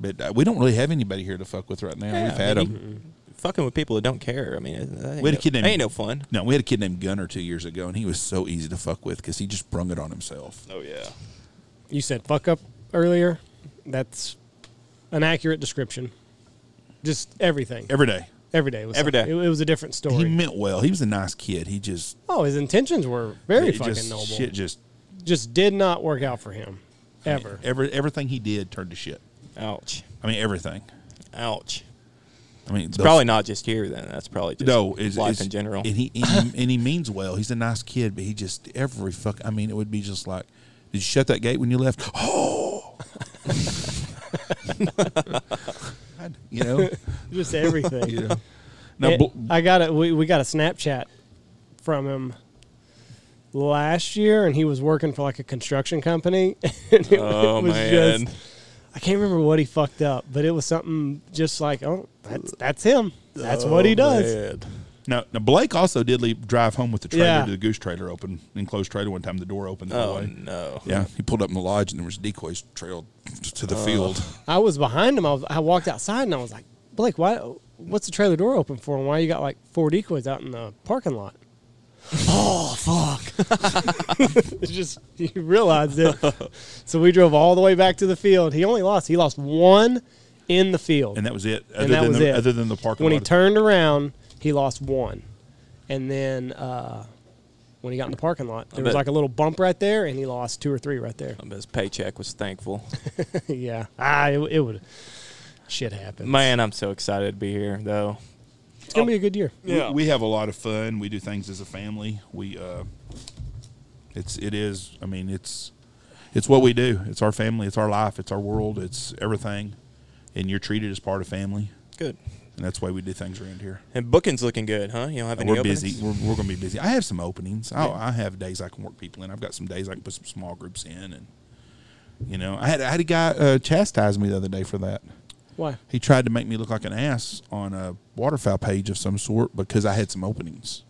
Speaker 2: but uh, we don't really have anybody here to fuck with right now.
Speaker 4: Yeah,
Speaker 2: We've
Speaker 4: I
Speaker 2: had
Speaker 4: mean,
Speaker 2: them.
Speaker 4: fucking with people that don't care. I mean, that ain't
Speaker 2: We had
Speaker 4: no-
Speaker 2: a kid named-
Speaker 4: that ain't no fun.
Speaker 2: No, we had a kid named Gunner two years ago, and he was so easy to fuck with because he just brung it on himself.
Speaker 4: Oh yeah.
Speaker 1: You said fuck up earlier. That's an accurate description. Just everything.
Speaker 2: Every day,
Speaker 1: Every day was
Speaker 4: Every
Speaker 1: something.
Speaker 4: day.
Speaker 1: It, it was a different
Speaker 2: he
Speaker 1: story.
Speaker 2: meant well. He was a nice kid. He just
Speaker 1: oh, his intentions were very
Speaker 2: it
Speaker 1: fucking
Speaker 2: just,
Speaker 1: noble.
Speaker 2: Shit, just
Speaker 1: Just did not work out for him, ever.
Speaker 2: every everything he did turned to shit.
Speaker 4: Ouch.
Speaker 2: I mean everything.
Speaker 4: Ouch.
Speaker 2: I mean
Speaker 4: It's probably not just here then. That's probably just
Speaker 2: no it's,
Speaker 4: life
Speaker 2: it's-
Speaker 4: in general.
Speaker 2: And he, and he and he means well. He's a nice kid, but he just every fuck. I mean, it would be just like, did you shut that gate when
Speaker 1: <laughs>
Speaker 2: you left? <gasps> <laughs> Oh. you know,
Speaker 1: Just
Speaker 2: <laughs>
Speaker 1: everything.
Speaker 2: you know. Now,
Speaker 1: It-
Speaker 2: Bl-
Speaker 1: I got it. We, we got a Snapchat from him last year, and he was working for like a construction company. <laughs> And it
Speaker 4: oh
Speaker 1: was
Speaker 4: man.
Speaker 1: just I can't remember what he fucked up, but it was something just like, oh, that's that's him. That's
Speaker 2: Oh,
Speaker 1: what
Speaker 3: Oh,
Speaker 1: he does.
Speaker 2: Now, now Blake also did leave, drive home with the trailer
Speaker 1: Yeah.
Speaker 2: to the goose trailer open, enclosed trailer one time. The door opened. The
Speaker 4: Oh
Speaker 2: way.
Speaker 4: no.
Speaker 2: Yeah, Uh, he pulled up in the lodge and there was decoys trailed to the field.
Speaker 1: I was behind him. I, was, I walked outside and I was like, Blake, why? What's the trailer door open for? And why you got like four decoys out in the parking lot? <laughs> oh fuck! <laughs> it's just he realized it. So we drove all the way back to the field. He only lost. He lost one in the field.
Speaker 2: And that was it. Other
Speaker 1: that
Speaker 2: than
Speaker 1: was
Speaker 2: the,
Speaker 1: it.
Speaker 2: Other than the parking
Speaker 1: when he
Speaker 2: lot.
Speaker 1: turned around, he lost one, and then uh, when he got in the parking lot, there was
Speaker 4: bet-
Speaker 1: like a little bump right there, and he lost two or three right there. <laughs>
Speaker 4: I bet His paycheck was thankful.
Speaker 1: yeah, ah, it, it would. Shit happens.
Speaker 4: Man, I'm so excited to be here though.
Speaker 1: It's gonna be a good year.
Speaker 4: Yeah.
Speaker 2: we, we have a lot of fun. We do things as a family. We uh, it's it is. I mean, it's it's what we do. It's our family. It's our life. It's our world. It's everything. And you're treated as part of family,
Speaker 4: Good.
Speaker 2: and that's why we do things around here.
Speaker 4: And booking's looking good, huh? You don't have any
Speaker 2: we're
Speaker 4: openings?
Speaker 2: busy. We're, we're going to be busy. I have some openings. I, I have days I can work people in. I've got some days I can put some small groups in, and you know, I had I had a guy uh, chastise me the other day for that.
Speaker 1: Why?
Speaker 2: He tried to make me look like an ass on a waterfowl page of some sort because I had some openings.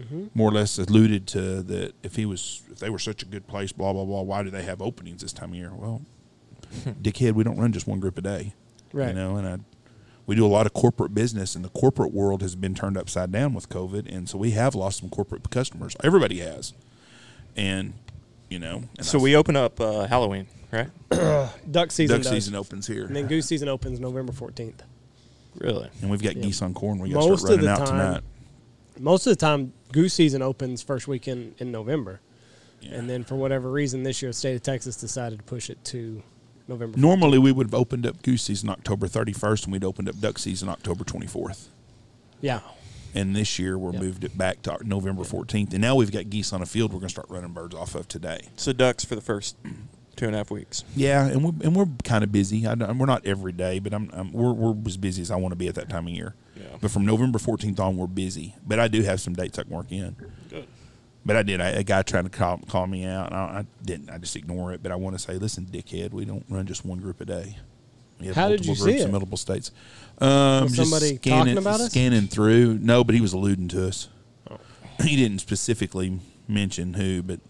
Speaker 1: Mm-hmm.
Speaker 2: More or less alluded to that if he was if they were such a good place, blah blah blah. Why do they have openings this time of year?
Speaker 1: <laughs>
Speaker 2: Well, dickhead, we don't run just one group a day, You
Speaker 1: Right.
Speaker 2: know, and I we do a lot of corporate business, and the corporate world has been turned upside down with COVID, and so we have lost some corporate customers. Everybody has, and you know, and
Speaker 4: So
Speaker 2: I-
Speaker 4: we open up uh, Halloween, right?
Speaker 1: Duck season.
Speaker 2: duck
Speaker 1: does.
Speaker 2: season opens here,
Speaker 1: And then goose season opens November fourteenth.
Speaker 4: Really?
Speaker 2: and we've got
Speaker 1: Yeah.
Speaker 2: geese on corn. We got to
Speaker 1: Most
Speaker 2: start
Speaker 1: of
Speaker 2: running
Speaker 1: the
Speaker 2: out
Speaker 1: time-
Speaker 2: tonight.
Speaker 1: Most of the time, goose season opens first weekend in November,
Speaker 2: Yeah.
Speaker 1: and then for whatever reason, this year, the state of Texas decided to push it to November.
Speaker 2: Normally, we would have opened up goose season October 31st, and we'd opened up duck season October 24th.
Speaker 1: yeah, <laughs>
Speaker 2: And this year, we're
Speaker 1: Yep.
Speaker 2: moved it back to November 14th. And now we've got geese on a field. We're going to start running birds off of today.
Speaker 4: So ducks for the first two and a half weeks.
Speaker 2: Yeah, and we're and we're kind of busy. I, don't- we're not every day, but I'm, I'm we're we're as busy as I want to be at that time of year.
Speaker 4: Yeah.
Speaker 2: But from November 14th on, we're busy. But I do have some dates I can work in.
Speaker 4: Good.
Speaker 2: But I did. I, a guy trying to call, call me out, and I, I didn't. I just ignore it. But I want to say, listen, dickhead, we don't run just one group a day. We have
Speaker 1: How did
Speaker 2: multiple
Speaker 1: you see
Speaker 2: groups in
Speaker 1: it?
Speaker 2: multiple states. Um,
Speaker 1: Was
Speaker 2: just
Speaker 1: somebody
Speaker 2: scanning,
Speaker 1: talking about us?
Speaker 2: scanning through. No, but he was alluding to us.
Speaker 4: Oh.
Speaker 2: He didn't specifically mention who, but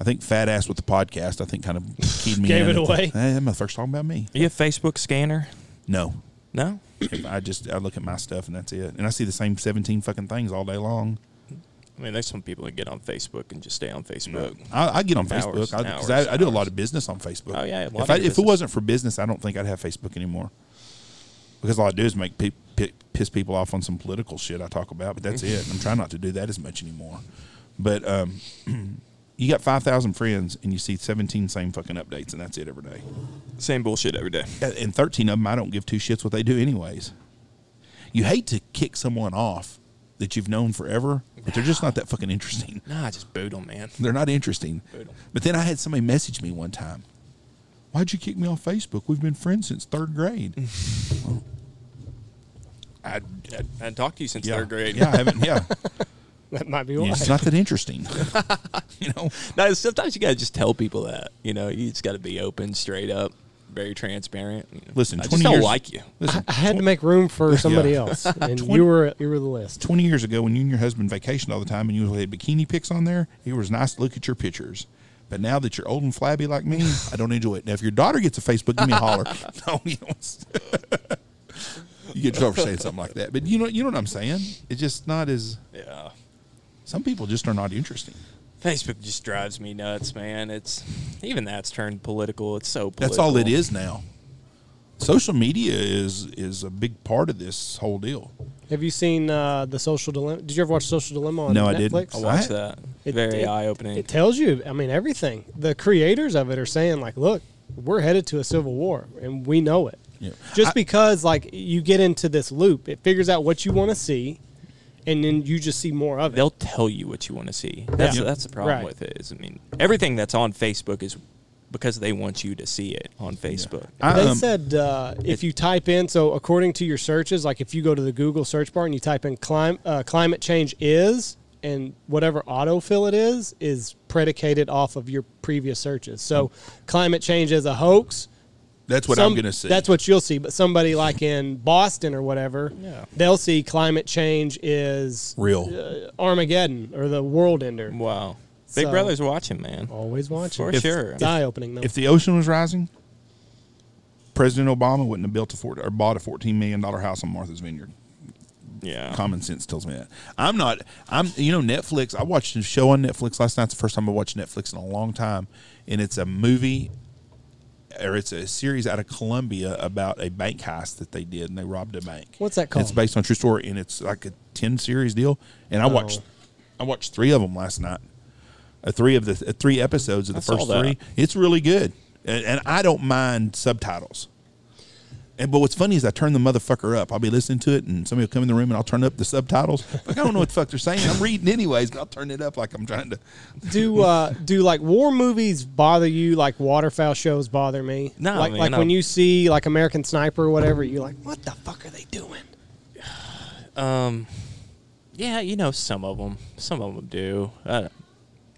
Speaker 2: I think fat ass with the podcast. I think kind of keyed me.
Speaker 1: Gave
Speaker 2: in
Speaker 1: it
Speaker 2: at the-
Speaker 1: away.
Speaker 2: Eh, my first talking about me.
Speaker 3: Are you a Facebook scanner?
Speaker 2: No,
Speaker 3: No.
Speaker 2: I just I look at my stuff and that's it. And I see the same seventeen fucking things all day long.
Speaker 3: I mean, there's some people that get on Facebook and just stay on Facebook.
Speaker 2: I, I get on
Speaker 3: Hours
Speaker 2: Facebook
Speaker 3: and
Speaker 2: because
Speaker 3: hours
Speaker 2: I, I, do a
Speaker 3: and
Speaker 2: lot
Speaker 3: hours.
Speaker 2: of business on Facebook.
Speaker 3: Oh, yeah, a lot
Speaker 2: If,
Speaker 3: of
Speaker 2: I,
Speaker 3: your
Speaker 2: if it
Speaker 3: business.
Speaker 2: wasn't for business, I don't think I'd have Facebook anymore. Because all I do is make pe- pe- piss people off on some political shit I talk about, but that's it. I'm trying not to do that as much anymore. But um, <clears throat> you got five thousand friends and you see seventeen same fucking updates, and that's it every day.
Speaker 3: Same bullshit every day.
Speaker 2: And- and 13 of them I don't give two shits what they do anyways. You hate to kick someone off that you've known forever, but they're just not that fucking interesting. <laughs>
Speaker 3: Nah, just boot them, man.
Speaker 2: They're not interesting.
Speaker 3: Boot 'em.
Speaker 2: But then I had somebody message me one time. Why'd you kick me off Facebook? We've been friends since third
Speaker 3: <laughs>
Speaker 2: grade. I, I-
Speaker 3: I hadn't talked to you since
Speaker 2: yeah.
Speaker 3: third grade.
Speaker 2: Yeah, I haven't.
Speaker 3: <laughs>
Speaker 2: Yeah,
Speaker 1: That might be why.
Speaker 2: it's not that interesting. <laughs> you know,
Speaker 3: No, sometimes you gotta just tell people that. You know, you just gotta be open, straight up, very transparent. you know.
Speaker 2: Listen,
Speaker 3: I
Speaker 2: 20
Speaker 3: just don't
Speaker 2: years-
Speaker 3: like you.
Speaker 2: listen.
Speaker 1: I had to make room for somebody
Speaker 2: Yeah. <laughs>
Speaker 1: else, and
Speaker 2: Twen-
Speaker 1: you were you were the list.
Speaker 2: 20 years ago when you and your husband vacationed all the time and you had bikini pics on there, it was nice to look at your pictures. But now that you're old and flabby like me, I don't enjoy it. Now, if your daughter gets a Facebook, give me a holler. <laughs> No, you know, <laughs> you get yourself for saying something like that. But you know, you know what I'm saying? It's just not as
Speaker 3: Yeah.
Speaker 2: some people just are not interesting.
Speaker 3: Facebook just drives me nuts, man. It's even that's turned political. It's so political.
Speaker 2: That's all it is now. Social media is is a big part of this whole deal.
Speaker 1: Have you seen uh, the Social Dilemma? Did you ever watch Social Dilemma on
Speaker 2: No, I
Speaker 1: Netflix?
Speaker 2: didn't.
Speaker 3: I
Speaker 2: Oh,
Speaker 3: watch
Speaker 2: Right.
Speaker 3: that.
Speaker 1: It-
Speaker 3: very
Speaker 1: it-
Speaker 3: eye opening.
Speaker 1: It tells you, I mean, everything. The creators of it are saying, like, look, we're headed to a civil war, and we know it.
Speaker 2: Yeah.
Speaker 1: Just
Speaker 2: I-
Speaker 1: because, like, you get into this loop, it figures out what you want to see, and then you just see more of it.
Speaker 3: They'll tell you what you want to see. That's
Speaker 1: Yeah.
Speaker 3: that's the problem
Speaker 1: Right.
Speaker 3: with it. Is I mean, everything that's on Facebook is because they want you to see it on Facebook.
Speaker 2: I,
Speaker 1: they
Speaker 2: um,
Speaker 1: said uh, if you type in, so according to your searches, like if you go to the Google search bar and you type in clim- uh, climate change is, and whatever autofill it is, is predicated off of your previous searches. So
Speaker 2: Hmm.
Speaker 1: climate change is a hoax.
Speaker 2: that's what I'm
Speaker 1: Some-
Speaker 2: going to see.
Speaker 1: That's what you'll see. But somebody like in Boston or whatever,
Speaker 3: Yeah.
Speaker 1: they'll see climate change is
Speaker 2: real.
Speaker 1: uh, Armageddon or the world ender.
Speaker 3: Wow. Big
Speaker 1: So-
Speaker 3: Brother's watching, man.
Speaker 2: Oh.
Speaker 1: Always watching.
Speaker 3: For
Speaker 1: It's
Speaker 3: sure.
Speaker 1: eye opening though.
Speaker 3: <laughs>
Speaker 2: If the ocean was rising, President Obama wouldn't have built a fort or bought a fourteen million dollar house on Martha's Vineyard.
Speaker 3: yeah.
Speaker 2: Common sense tells me that. I'm not. I'm. You know, Netflix. I watched a show on Netflix last night. It's the first time I watched Netflix in a long time, and it's a movie, or it's a series out of Colombia about a bank heist that they did, and they robbed a bank.
Speaker 1: What's that
Speaker 2: And It's
Speaker 1: called? Oh.
Speaker 2: based on a true story, and it's like a ten series deal. And I watched, I watched three of them last night. Uh, three of the uh, three episodes of the
Speaker 3: I saw
Speaker 2: first
Speaker 3: that.
Speaker 2: three. It's really good, and, and I don't mind subtitles. And but what's funny is I turn the motherfucker up. I'll be listening to it, and somebody will come in the room, and I'll turn up the subtitles. Like I don't know what the fuck they're saying. I'm reading anyways, but I'll turn it up like I'm trying to.
Speaker 1: do uh, do like war movies bother you like waterfowl shows bother me
Speaker 3: No,
Speaker 1: like,
Speaker 3: man,
Speaker 1: like
Speaker 3: no.
Speaker 1: when you see like american sniper or whatever you're like what the fuck are they doing
Speaker 3: Um, yeah, you know, some of them, some of them do. I, don't-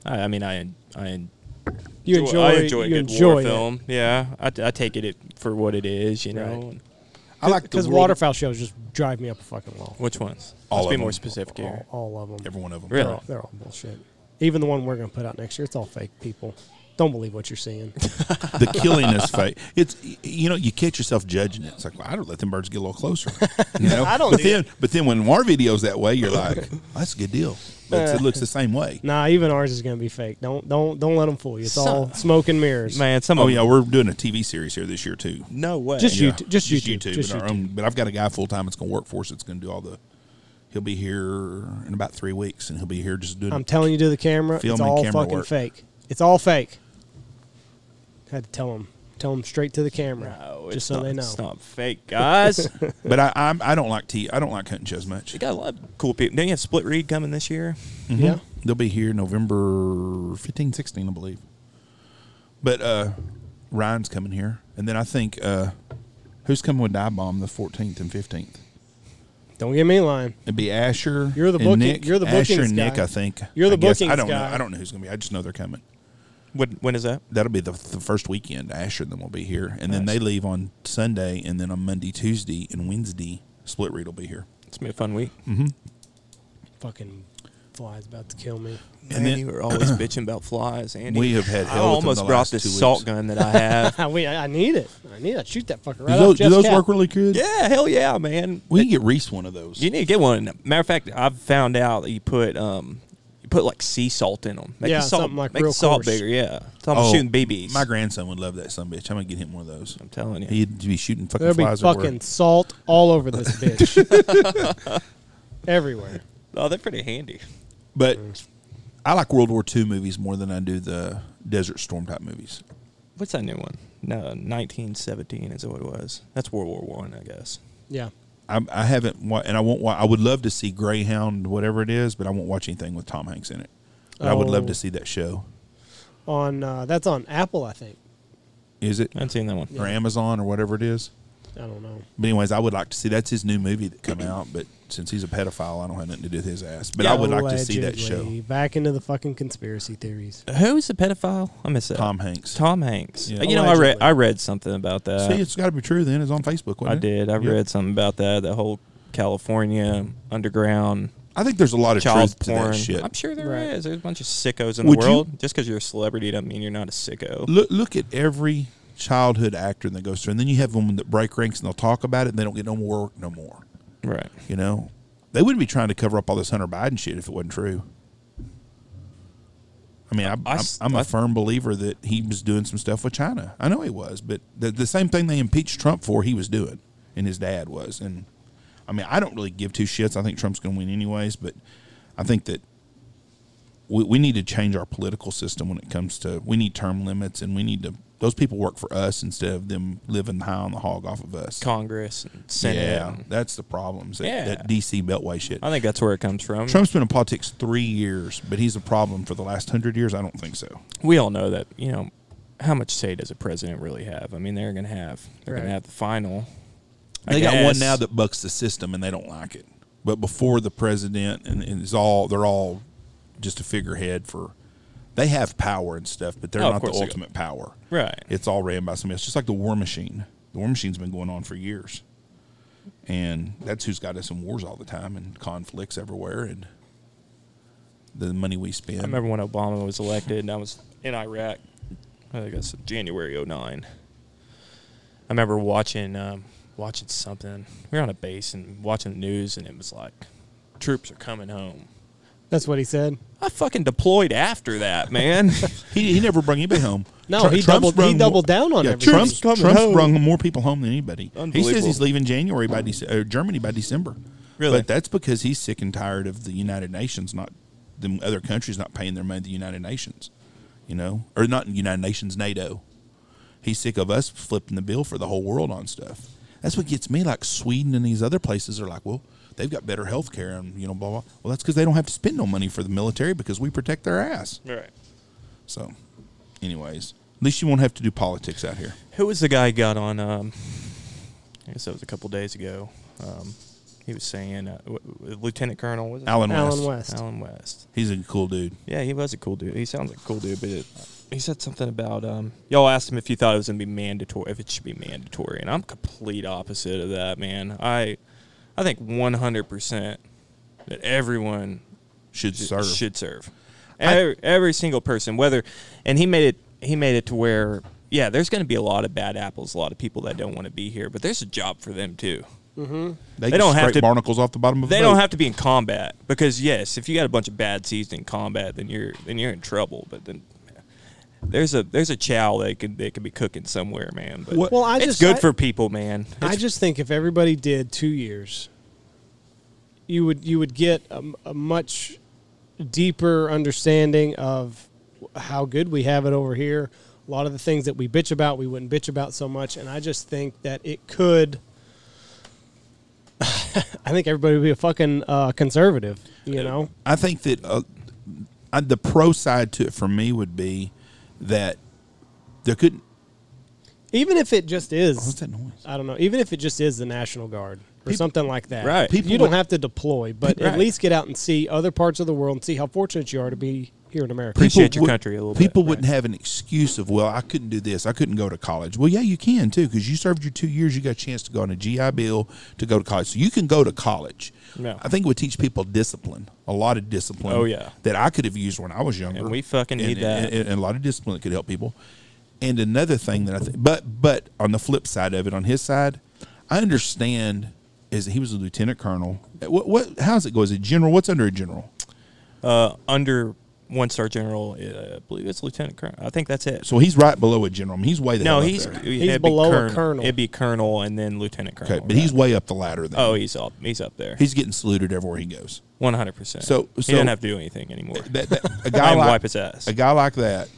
Speaker 3: I, I mean, I, I
Speaker 1: you enjoy,
Speaker 3: I enjoy a
Speaker 1: you
Speaker 3: good
Speaker 1: enjoy
Speaker 3: war
Speaker 1: it.
Speaker 3: film. Yeah, I, I take it it for what it is. You know,
Speaker 1: Right.
Speaker 2: I like the
Speaker 1: because
Speaker 2: world-
Speaker 1: waterfowl shows just drive me up a fucking wall
Speaker 3: which ones?
Speaker 2: All
Speaker 3: Let's be
Speaker 2: of
Speaker 3: more
Speaker 2: them.
Speaker 3: specific here.
Speaker 1: all, all of them
Speaker 2: every one of them.
Speaker 3: Really?
Speaker 1: they're all, they're all bullshit even the one we're gonna put out next year it's all fake people don't believe what you're <laughs> seeing
Speaker 2: the killing is fake. It's you know you catch yourself judging it. It's like well, I don't let them birds get a little
Speaker 3: <laughs>
Speaker 2: closer. You know,
Speaker 1: I don't
Speaker 2: But
Speaker 1: do
Speaker 2: then, but then when our videos that way, you're like, well, that's a good deal. But it looks the same way.
Speaker 1: nah even ours is gonna be fake don't don't don't let them fool you it's
Speaker 3: Son-
Speaker 1: all smoke and mirrors
Speaker 3: Man, some
Speaker 2: Oh
Speaker 3: of
Speaker 2: yeah,
Speaker 3: 'em-
Speaker 2: we're doing a TV series here this year too.
Speaker 3: no way.
Speaker 1: Just
Speaker 2: Yeah.
Speaker 1: YouTube- just YouTube, just
Speaker 2: and our
Speaker 1: YouTube.
Speaker 2: own- but I've got a guy full time that's going to work for us. That's going to do all the. He'll be here in about three weeks, and he'll be here just doing.
Speaker 1: i'm telling you to the camera
Speaker 2: Film
Speaker 1: it's
Speaker 2: and
Speaker 1: all
Speaker 2: camera
Speaker 1: fucking
Speaker 2: work.
Speaker 1: fake it's all fake had to tell them tell them straight to the camera just
Speaker 3: no, Oh, it's
Speaker 1: so
Speaker 3: not,
Speaker 1: they know
Speaker 3: it's not
Speaker 1: <laughs>
Speaker 3: fake, guys.
Speaker 2: but I, I'm, I don't like tea. I don't like hunting shows much.
Speaker 3: you got a lot of cool people. Don't you have Split Reed coming this year?
Speaker 2: Mm-hmm.
Speaker 1: Yeah.
Speaker 2: They'll be here November 15, 16, I believe. But uh, Ryan's coming here. And then I think uh, who's coming with Dive Bomb the 14th and 15th?
Speaker 1: Don't get me lying.
Speaker 2: It'd be Asher.
Speaker 1: You're the
Speaker 2: and
Speaker 1: booking-
Speaker 2: Nick.
Speaker 1: you're the
Speaker 2: Asher
Speaker 1: bookings
Speaker 2: and Nick,
Speaker 1: guy.
Speaker 2: I think.
Speaker 1: You're the
Speaker 2: I guess.
Speaker 1: bookings
Speaker 2: I don't
Speaker 1: guy.
Speaker 2: know. I don't know who's gonna be. I just know they're coming.
Speaker 3: When, when is that?
Speaker 2: That'll be the, the first weekend. Asher and them will be here, and then they leave on Sunday, and then on Monday, Tuesday, and Wednesday, Split Reed will be here.
Speaker 3: It's gonna be a fun week.
Speaker 2: Mm.
Speaker 1: Fucking flies about to kill <laughs> me.
Speaker 2: And
Speaker 3: And
Speaker 2: then-
Speaker 3: then you were always bitching
Speaker 2: <clears throat>
Speaker 3: about flies, Andy.
Speaker 2: We have had
Speaker 3: I
Speaker 2: hell. with them
Speaker 3: almost
Speaker 2: the
Speaker 3: brought
Speaker 2: last two
Speaker 3: this
Speaker 2: weeks.
Speaker 3: salt gun that
Speaker 2: <laughs>
Speaker 3: I have.
Speaker 1: I, we, I I need it. I need it. I'd shoot that fucker right
Speaker 2: do those,
Speaker 1: off
Speaker 2: do
Speaker 1: Jeff's
Speaker 2: those
Speaker 1: cap.
Speaker 2: work really good?
Speaker 3: yeah, hell yeah, man.
Speaker 2: We can get Reese one of those.
Speaker 3: You need to get one. Matter of fact, I've found out that you put um, you put like sea salt in them. Make
Speaker 1: Yeah,
Speaker 3: the salt,
Speaker 1: something like
Speaker 3: make
Speaker 1: real
Speaker 3: the salt
Speaker 1: coarse.
Speaker 3: bigger. Yeah, it's almost
Speaker 2: Oh,
Speaker 3: shooting BBs.
Speaker 2: My grandson would love that son bitch. I'm gonna get him one of those.
Speaker 3: I'm telling you.
Speaker 2: He'd be shooting fucking
Speaker 1: There'll be
Speaker 2: flies everywhere.
Speaker 1: fucking salt all over this <laughs> bitch.
Speaker 2: <laughs>
Speaker 1: Everywhere.
Speaker 3: Oh, they're pretty handy.
Speaker 2: But I like World War II movies more than I do the Desert Storm type movies.
Speaker 3: What's that new one? No, 1917 is what it was. That's World War One, I, guess.
Speaker 1: Yeah.
Speaker 2: I, I haven't, wa- and I won't. Wa- I would love to see Greyhound, whatever it is, but I won't watch anything with Tom Hanks in it. But I would love
Speaker 1: Oh.
Speaker 2: to see that show.
Speaker 1: On uh, that's on Apple, I think.
Speaker 2: Is it
Speaker 3: I haven't seen that one.
Speaker 2: or Amazon or whatever it is?
Speaker 1: I don't know.
Speaker 2: But anyways, I would like to see that's his new movie that come out. But since he's a pedophile, I don't have nothing to do with his ass. But I would like to see that show.
Speaker 1: Allegedly. Back into the fucking conspiracy theories.
Speaker 3: Who's the pedophile? I miss that.
Speaker 2: Tom Hanks. Uh,
Speaker 3: Tom Hanks.
Speaker 2: Yeah.
Speaker 3: You know, I read
Speaker 1: Allegedly.
Speaker 3: I read something about that.
Speaker 2: see, it's got to be true. Then it's on Facebook. wasn't
Speaker 3: I
Speaker 2: it?
Speaker 3: did. I
Speaker 2: Yep.
Speaker 3: read something about that. The whole California underground
Speaker 2: I think there's a lot of
Speaker 3: child
Speaker 2: truth to
Speaker 3: porn.
Speaker 2: that shit.
Speaker 3: I'm sure there
Speaker 1: Right.
Speaker 3: is. There's a bunch of sickos in
Speaker 2: Would you-
Speaker 3: the world. Just because you're a celebrity doesn't mean you're not a sicko.
Speaker 2: look look at every childhood actor that goes through, and then you have them that break ranks and they'll talk about it, and they don't get no more work no more.
Speaker 3: Right.
Speaker 2: You know, they wouldn't be trying to cover up all this Hunter Biden shit if it wasn't true. I mean, I,
Speaker 3: I
Speaker 2: I'm,
Speaker 3: s-
Speaker 2: I'm a
Speaker 3: I-
Speaker 2: firm believer that he was doing some stuff with China. I know he was, but the, the same thing they impeached Trump for, he was doing, and his dad was. And I mean, I don't really give two shits. I think Trump's going to win anyways, but I think that we, we need to change our political system when it comes to we need term limits and we need to those people work for us instead of them living high on the hog off of us.
Speaker 3: Congress and Senate.
Speaker 2: Yeah,
Speaker 3: and-
Speaker 2: that's the problems. That,
Speaker 3: Yeah.
Speaker 2: that DC Beltway shit.
Speaker 3: I think that's where it comes from.
Speaker 2: Trump's been in politics three years, but he's a problem for the last hundred years. I don't think so.
Speaker 3: we all know that you know how much say does a president really have i mean they're gonna have they're
Speaker 1: Right.
Speaker 3: gonna have the final I
Speaker 2: They got one
Speaker 3: guess.
Speaker 2: now that bucks the system, and they don't like it. But before the president, and, and it's all they're all just a figurehead for. They have power and stuff, but they're
Speaker 3: Oh, of
Speaker 2: not the
Speaker 3: course they do.
Speaker 2: ultimate power.
Speaker 3: right
Speaker 2: It's all ran by somebody else, just like the war machine. The war machine's been going on for years, and that's who's got us in wars all the time and conflicts everywhere, and the money we spend.
Speaker 3: i remember when obama was elected and i was in iraq i think that's january 09 i remember watching um, watching something we were on a base and watching the news and it was like troops are coming home
Speaker 1: That's what he said.
Speaker 3: i fucking deployed after that man
Speaker 2: He, he never brung anybody home.
Speaker 1: <laughs> No,
Speaker 2: Tru-
Speaker 1: he doubled- he
Speaker 2: brung
Speaker 1: doubled down on
Speaker 2: yeah,
Speaker 1: everything.
Speaker 2: Trump's,
Speaker 1: Trump's
Speaker 2: Trump's
Speaker 3: coming home.
Speaker 2: brung more people home than anybody. He says he's
Speaker 3: Unbelievable.
Speaker 2: leaving January by Dece- or Germany by December.
Speaker 3: Really?
Speaker 2: But that's because he's sick and tired of the United Nations not them other countries not paying their money to the United Nations, you know, or not United Nations NATO. He's sick of us flipping the bill for the whole world on stuff. That's what gets me. Like Sweden and these other places are like, well, they've got better health care and you know blah blah. Well, that's because they don't have to spend no money for the military because we protect their ass.
Speaker 3: right
Speaker 2: So, anyways, at least you won't have to do politics out here.
Speaker 3: Who was the guy who got on? Um, I guess that was a couple days ago. Um, he was saying uh, w- w- Lieutenant Colonel was it?
Speaker 2: Alan,
Speaker 1: Alan
Speaker 2: West.
Speaker 1: West.
Speaker 3: Alan West.
Speaker 2: He's a cool dude.
Speaker 3: Yeah, he was a cool dude. He sounds like a cool dude, but it, he said something about um, y'all asked him if you thought it was gonna be mandatory, if it should be mandatory, and I'm complete opposite of that, man. I, I think 100 percent that everyone
Speaker 2: Should
Speaker 3: j-
Speaker 2: serve.
Speaker 3: Should serve.
Speaker 2: I-
Speaker 3: Every, every single person, whether and he made it he made it to where yeah, there's going to be a lot of bad apples, a lot of people that don't want to be here, but there's a job for them too.
Speaker 2: They,
Speaker 3: They
Speaker 2: don't
Speaker 3: don't have
Speaker 2: scrape
Speaker 3: to-
Speaker 2: barnacles off the bottom of.
Speaker 3: They
Speaker 2: a
Speaker 3: don't
Speaker 2: boat.
Speaker 3: have to be in combat because yes, if you got a bunch of bad seeds in combat, then you're then you're in trouble. But then there's a there's a chow that could that could be cooking somewhere, man. But
Speaker 2: What-
Speaker 1: Well, I
Speaker 3: it's
Speaker 1: just-
Speaker 3: good
Speaker 1: I-
Speaker 3: for people, man.
Speaker 1: I just think if everybody did two years, you would you would get a, a much deeper understanding of how good we have it over here. A lot of the things that we bitch about, we wouldn't bitch about so much. And I just think that it could. <sighs> I think everybody would be a fucking uh, conservative, you know.
Speaker 2: I think that uh, I, the pro side to it for me would be that there couldn't.
Speaker 1: Even if it just
Speaker 2: Oh, What's
Speaker 1: is,
Speaker 2: that noise?
Speaker 1: I don't know. Even if it just is the National Guard, or something like that.
Speaker 3: Right.
Speaker 1: People
Speaker 2: People
Speaker 1: you don't
Speaker 2: would-
Speaker 1: have to deploy, but at
Speaker 3: Right.
Speaker 1: least get out and see other parts of the world and see how fortunate you are to be here in America.
Speaker 3: Pre- Appreciate your country a little bit,
Speaker 2: People
Speaker 3: right.
Speaker 2: wouldn't have an excuse of, well, I couldn't do this. I couldn't go to college. Well, yeah, you can too, because you served your two years. You got a chance to go on a GI Bill to go to college. So you can go to college.
Speaker 3: Yeah.
Speaker 2: I think it would teach people discipline, a lot of discipline.
Speaker 3: Oh, yeah.
Speaker 2: That I could have used when I was younger.
Speaker 3: And we fucking
Speaker 2: And-
Speaker 3: need that.
Speaker 2: And, and a lot of discipline that could help people. And another thing that I think, but but on the flip side of it, on his side, I understand is he was a lieutenant colonel. What what? How's it go? Is it general? What's under a general?
Speaker 3: Uh, under one star general, uh, I believe it's lieutenant colonel. I think that's it.
Speaker 2: So he's right below a general. I mean, he's way the
Speaker 3: no,
Speaker 2: hell up
Speaker 3: he's
Speaker 2: there.
Speaker 3: it'd be
Speaker 1: below a colonel.
Speaker 3: It'd be colonel and then lieutenant colonel.
Speaker 2: Okay, but he's
Speaker 3: right?
Speaker 2: way up the ladder. Then.
Speaker 3: oh, he's up. He's up there.
Speaker 2: he's getting saluted everywhere he goes.
Speaker 3: one hundred percent.
Speaker 2: So-
Speaker 3: he
Speaker 2: so-
Speaker 3: doesn't have to do anything anymore.
Speaker 2: That, that,
Speaker 3: <laughs>
Speaker 2: a
Speaker 3: I
Speaker 2: guy
Speaker 3: am
Speaker 2: like
Speaker 3: wipe his ass.
Speaker 2: a guy like that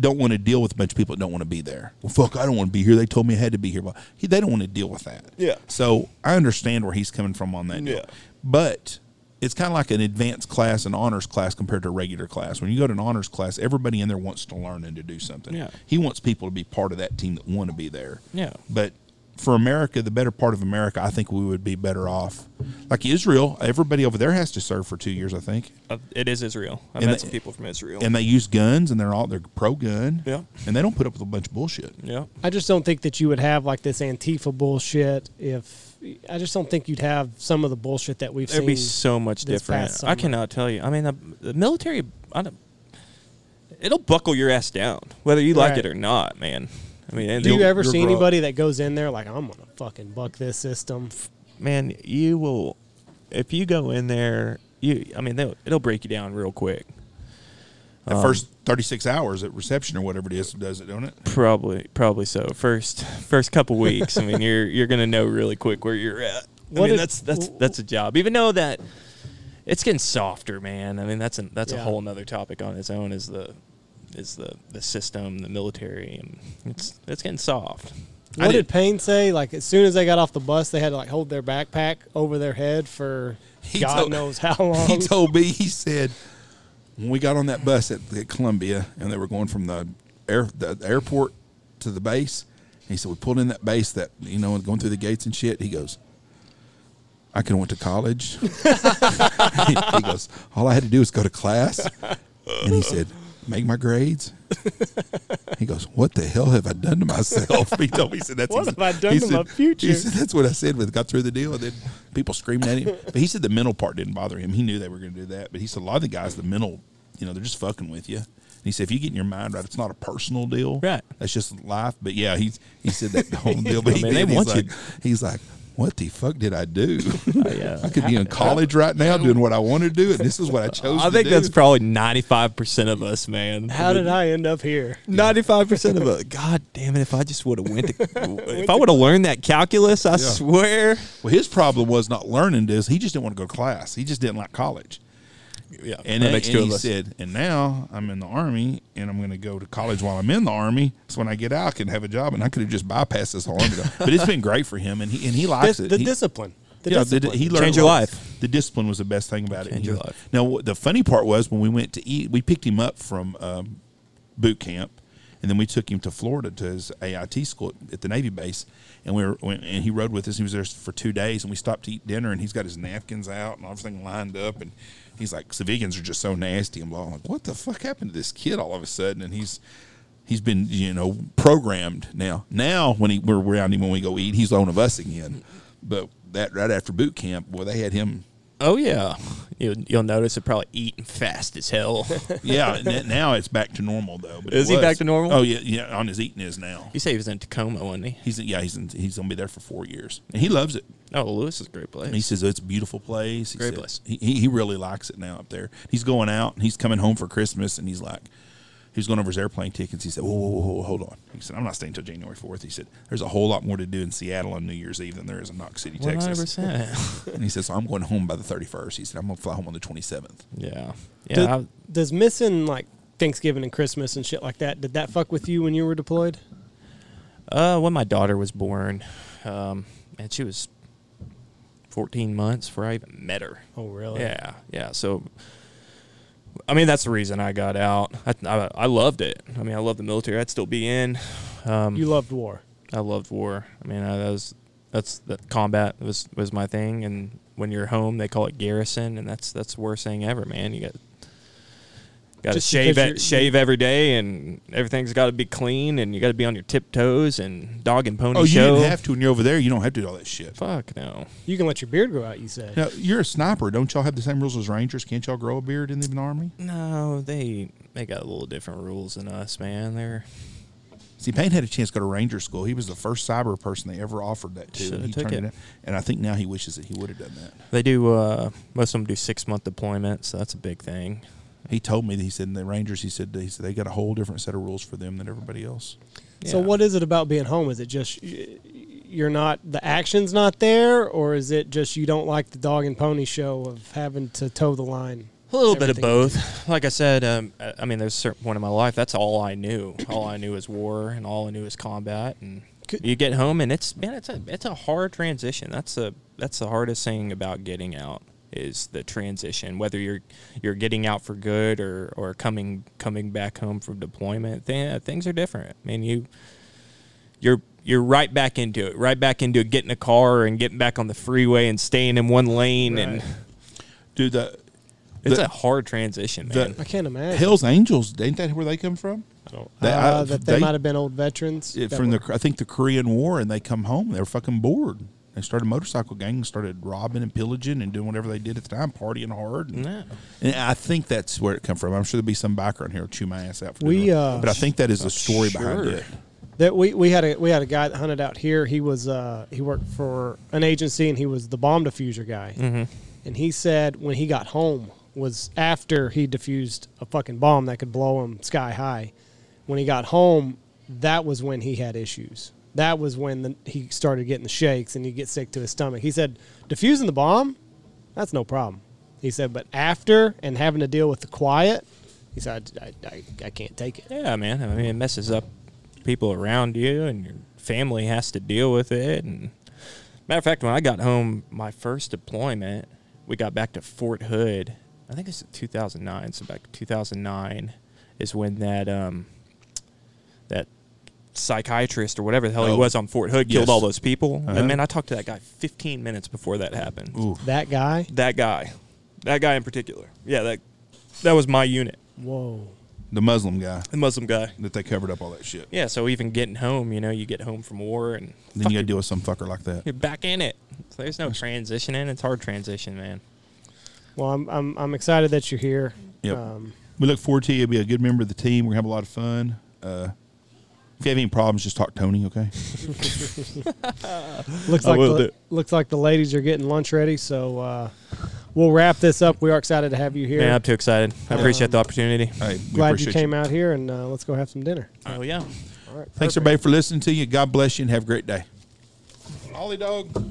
Speaker 2: don't want to deal with a bunch of people that don't want to be there. Well, fuck, I don't want to be here. They told me I had to be here. Well, he, they don't want to deal with that.
Speaker 3: Yeah.
Speaker 2: So I understand where he's coming from on that. Deal.
Speaker 3: Yeah.
Speaker 2: But it's kind of like an advanced class, an honors class compared to a regular class. When you go to an honors class, everybody in there wants to learn and to do something.
Speaker 3: Yeah.
Speaker 2: He wants people to be part of that team that want to be there.
Speaker 3: Yeah.
Speaker 2: But for America, the better part of America, I think we would be better off. Like Israel, everybody over there has to serve for two years, I think
Speaker 3: Uh, it is Israel. I
Speaker 2: And
Speaker 3: met
Speaker 2: the-
Speaker 3: some people from Israel.
Speaker 2: and they use guns and they're all they're pro gun.
Speaker 3: Yeah.
Speaker 2: And they don't put up with a bunch of bullshit.
Speaker 3: yeah,
Speaker 1: I just don't think that you would have like this Antifa bullshit if I just don't think you'd have some of the bullshit that we've
Speaker 3: it'd
Speaker 1: seen.
Speaker 3: be so much
Speaker 1: this
Speaker 3: different.
Speaker 1: past
Speaker 3: I
Speaker 1: summer.
Speaker 3: cannot tell you. I mean, the, the military, I don't, it'll buckle your ass down whether you like
Speaker 1: Right.
Speaker 3: it or not, man. I mean, and
Speaker 1: Do you
Speaker 3: you'll-
Speaker 1: ever
Speaker 2: you'll
Speaker 1: see
Speaker 2: grow up.
Speaker 1: anybody that goes in there like I'm gonna fucking buck this system?
Speaker 3: man, you will. If you go in there, you, I mean, they'll, it'll break you down real quick.
Speaker 2: The first thirty six hours at reception or whatever it is does it, don't it?
Speaker 3: Probably, probably so. First, first <laughs> couple weeks. I mean, you're you're gonna know really quick where you're at. I
Speaker 1: What
Speaker 3: mean,
Speaker 1: if-
Speaker 3: that's that's that's a job. Even though that it's getting softer, man. I mean, that's an, that's a
Speaker 1: Yeah.
Speaker 3: whole nother topic on its own. Is the is the the system, the military, and it's it's getting soft.
Speaker 1: What did
Speaker 2: did-
Speaker 1: Payne say? Like as soon as they got off the bus, they had to like hold their backpack over their head for
Speaker 2: He
Speaker 1: God
Speaker 2: told-
Speaker 1: knows how long.
Speaker 2: <laughs> He told me he said when we got on that bus at, at Columbia and they were going from the air the airport to the base, he said we pulled in that base that you know going through the gates and shit. He goes, I could have went to college. <laughs> he, he goes, all I had to do was go to class, and he said, make my grades. He goes, what the hell have I done to myself? <laughs> He told me, he said, that's
Speaker 1: What
Speaker 2: ex-
Speaker 1: have I done
Speaker 2: he
Speaker 1: to my future?
Speaker 2: He said, <laughs> that's what I said. With got through the deal, and then people screamed at him. But he said the mental part didn't bother him. He knew they were going to do that. But he said a lot of the guys, the mental, you know, they're just fucking with you. And he said if you get in your mind right, it's not a personal deal.
Speaker 3: Right.
Speaker 2: That's just life. But yeah, he he said that
Speaker 3: <laughs>
Speaker 2: whole deal. But
Speaker 3: I
Speaker 2: he
Speaker 3: mean, they
Speaker 2: did. He's
Speaker 3: want you- Oh,
Speaker 2: like, He's like. What the fuck did I
Speaker 3: <laughs>
Speaker 2: do?
Speaker 3: yeah.
Speaker 2: <laughs> I could be in college right now doing what I want to do, and this is what
Speaker 3: <laughs>
Speaker 2: I chose.
Speaker 3: I
Speaker 2: to
Speaker 3: think
Speaker 2: do."
Speaker 3: that's probably ninety five percent of us, man.
Speaker 1: How did I end up here?
Speaker 3: Ninety-five <laughs> percent of it. God damn it! If I just would have went to, if I would have learned that calculus, I swear.
Speaker 2: Well, his problem was not learning this. He just didn't want to go to class. He just didn't like college.
Speaker 3: Yeah,
Speaker 2: And, then and he said, and now I'm in the army and I'm going to go to college while I'm in the army. So when I get out, I can have a job and I could have just bypassed this whole army. but it's been great for him and he, and he
Speaker 1: <laughs>
Speaker 2: likes
Speaker 1: Dis-
Speaker 2: it.
Speaker 1: the
Speaker 2: He-
Speaker 1: discipline. The
Speaker 2: yeah, the-
Speaker 1: discipline.
Speaker 2: he learned
Speaker 3: Change
Speaker 2: a
Speaker 3: your
Speaker 2: lot.
Speaker 3: life.
Speaker 2: The discipline was the best thing about it.
Speaker 3: Change
Speaker 2: He-
Speaker 3: your life.
Speaker 2: Now, wh- the funny part was when we went to eat, we picked him up from um, boot camp, and then we took him to Florida to his AIT school at the Navy base, and we were we- and he rode with us. He was there for two days, and we stopped to eat dinner, and he's got his napkins out and everything lined up, and he's like, "Civilians are just so nasty," and blah. I'm like, what the fuck happened to this kid all of a sudden? And he's he's been you know programmed now. Now when he, we're around him when we go eat, he's on of us again. But that right after boot camp, well, they had him.
Speaker 3: Oh yeah, you'll, you'll notice it probably eating fast as
Speaker 2: <laughs>
Speaker 3: hell. <laughs>
Speaker 2: Yeah, and that- now it's back to normal though. But it
Speaker 3: Is he
Speaker 2: was-
Speaker 3: back to normal?
Speaker 2: Oh yeah, yeah. On his eating is now.
Speaker 3: you say he was in Tacoma, wasn't he?
Speaker 2: He's yeah. He's in, he's gonna be there for four years, and he loves it.
Speaker 3: Oh, Lewis is a great place.
Speaker 2: He says it's a beautiful place. He
Speaker 3: Great
Speaker 2: said-
Speaker 3: place.
Speaker 2: He, he he really likes it now up there. He's going out and he's coming home for Christmas, and he's like, he was going over his airplane tickets. He said, whoa, whoa, whoa, whoa, hold on. He said, I'm not staying till January 4th. He said, there's a whole lot more to do in Seattle on New Year's Eve than there is in Knox City,
Speaker 3: One hundred
Speaker 2: Texas.
Speaker 3: percent.
Speaker 2: And he says, I'm going home by the 31st. He said, I'm going to fly home on the 27th.
Speaker 3: Yeah, yeah.
Speaker 1: Did-
Speaker 3: I-
Speaker 1: does missing like Thanksgiving and Christmas and shit like that did that fuck with you when you were deployed?
Speaker 3: Uh, when my daughter was born, um, and she was 14 months before I even met her.
Speaker 1: Oh really?
Speaker 3: Yeah, yeah. So, I mean, that's the reason I got out. I, I, I loved it. I mean, I love the military. I'd still be in. Um,
Speaker 1: You loved war.
Speaker 3: I loved war. I mean, I, that was That's that combat was was my thing, and when you're home, they call it garrison, and that's that's the worst thing ever, man. You got got to
Speaker 1: Just
Speaker 3: shave
Speaker 1: because
Speaker 3: e-
Speaker 1: you're-
Speaker 3: shave every day, and everything's got to be clean, and you got to be on your tiptoes, and dog and pony
Speaker 2: Oh, you
Speaker 3: show.
Speaker 2: didn't have to when you're over there. You don't have to do all that shit.
Speaker 3: Fuck no.
Speaker 1: You can let your beard grow out. You said
Speaker 2: Now you're a sniper. Don't y'all have the same rules as Rangers? Can't y'all grow a beard in the army?
Speaker 3: No, they they got a little different rules than us, man. They're
Speaker 2: See, Payne had a chance to go to Ranger school. He was the first cyber person they ever offered that to.
Speaker 3: Shoulda
Speaker 2: and he
Speaker 3: took
Speaker 2: turned
Speaker 3: it.
Speaker 2: down. And I think now he wishes that he would have done that.
Speaker 3: they do uh most of them do six month deployments, so that's a big thing.
Speaker 2: He told me that he said in the Rangers, he said, he said they got a whole different set of rules for them than everybody else.
Speaker 1: So
Speaker 3: Yeah.
Speaker 1: what is it about being home? Is it just y- you're not the action's not there, or is it just you don't like the dog and pony show of having to toe the line?
Speaker 3: A little bit of
Speaker 1: Everything.
Speaker 3: both. Like I said, um, I I mean, there's a certain point in my life. That's all I knew. All I knew is war, and all I knew is combat. And
Speaker 1: Could-
Speaker 3: you get home, and it's man, it's a it's a hard transition. That's a that's the hardest thing about getting out is the transition. Whether you're you're getting out for good or or coming coming back home from deployment, th- things are different. I mean, you you're you're right back into it. Right back into getting a car and getting back on the freeway and staying in one lane. And
Speaker 1: Right.
Speaker 2: Dude, the,
Speaker 3: it's
Speaker 2: The-
Speaker 3: a hard transition,
Speaker 2: the-
Speaker 3: man.
Speaker 1: I can't imagine.
Speaker 2: Hell's Angels, ain't that where they come from? They- I-
Speaker 1: uh, that they,
Speaker 2: they-
Speaker 1: might have been old veterans
Speaker 2: it-
Speaker 1: that
Speaker 2: from
Speaker 1: were-
Speaker 2: the I think the Korean War, and they come home. They were fucking bored. They started a motorcycle gang, and started robbing and pillaging and doing whatever they did at the time, partying hard. And,
Speaker 3: No.
Speaker 2: and I think that's where it come from. I'm sure there'll be some biker on here who'll chew my ass out for
Speaker 1: We,
Speaker 2: doing it.
Speaker 1: uh,
Speaker 2: but I think that is the story behind
Speaker 3: sure.
Speaker 2: it.
Speaker 1: that we, we had a we had a guy that hunted out here. He was uh, he worked for an agency and he was the bomb diffuser guy. And he said when he got home was after he diffused a fucking bomb that could blow him sky high. When he got home, that was when he had issues. That was when the, he started getting the shakes and he get sick to his stomach. He said diffusing the bomb, that's no problem. He said, but after and having to deal with the quiet, he said I, I, I, I can't take it.
Speaker 3: Yeah, man. I mean, it messes up people around you, and your family has to deal with it. And matter of fact, when I got home, my first deployment, we got back to Fort Hood. I think it's 2009. So back 2009 is when that um that psychiatrist or whatever the hell
Speaker 2: Oh.
Speaker 3: he was on Fort Hood killed
Speaker 2: Yes.
Speaker 3: all those people.
Speaker 2: Uh-huh.
Speaker 3: And man, I talked to that guy 15 minutes before that happened.
Speaker 2: Ooh.
Speaker 1: That guy,
Speaker 3: That guy, that guy in particular. Yeah, that that was my unit,
Speaker 1: whoa.
Speaker 2: The Muslim guy
Speaker 3: the Muslim guy.
Speaker 2: that they covered up all that shit.
Speaker 3: Yeah, so even getting home, you know, you get home from war and
Speaker 2: Then
Speaker 3: fuck,
Speaker 2: you got to deal with some fucker like that.
Speaker 3: you're back in it. So there's no transitioning. It's hard transition, man.
Speaker 1: Well, I'm I'm, I'm excited that you're here.
Speaker 2: Yep.
Speaker 1: Um,
Speaker 2: We look forward to you. You'll be a good member of the team. We're gonna have a lot of fun. Uh, if you have any problems, just talk to Tony. Okay.
Speaker 1: looks
Speaker 3: I
Speaker 1: like
Speaker 3: will
Speaker 1: the,
Speaker 3: do.
Speaker 1: looks like the ladies are getting lunch ready, so uh, we'll wrap this up. We are excited to have you here.
Speaker 3: Man, I'm too excited. I appreciate the opportunity.
Speaker 2: Hey, we
Speaker 1: Glad you
Speaker 2: appreciate
Speaker 1: came out here, and uh, let's go have some dinner.
Speaker 3: Oh yeah.
Speaker 1: All right.
Speaker 2: Thanks
Speaker 1: perfect.
Speaker 2: everybody for listening to you. God bless you and have a great day. Ollie dog, what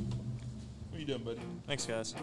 Speaker 2: are you doing, buddy?
Speaker 3: Thanks, guys.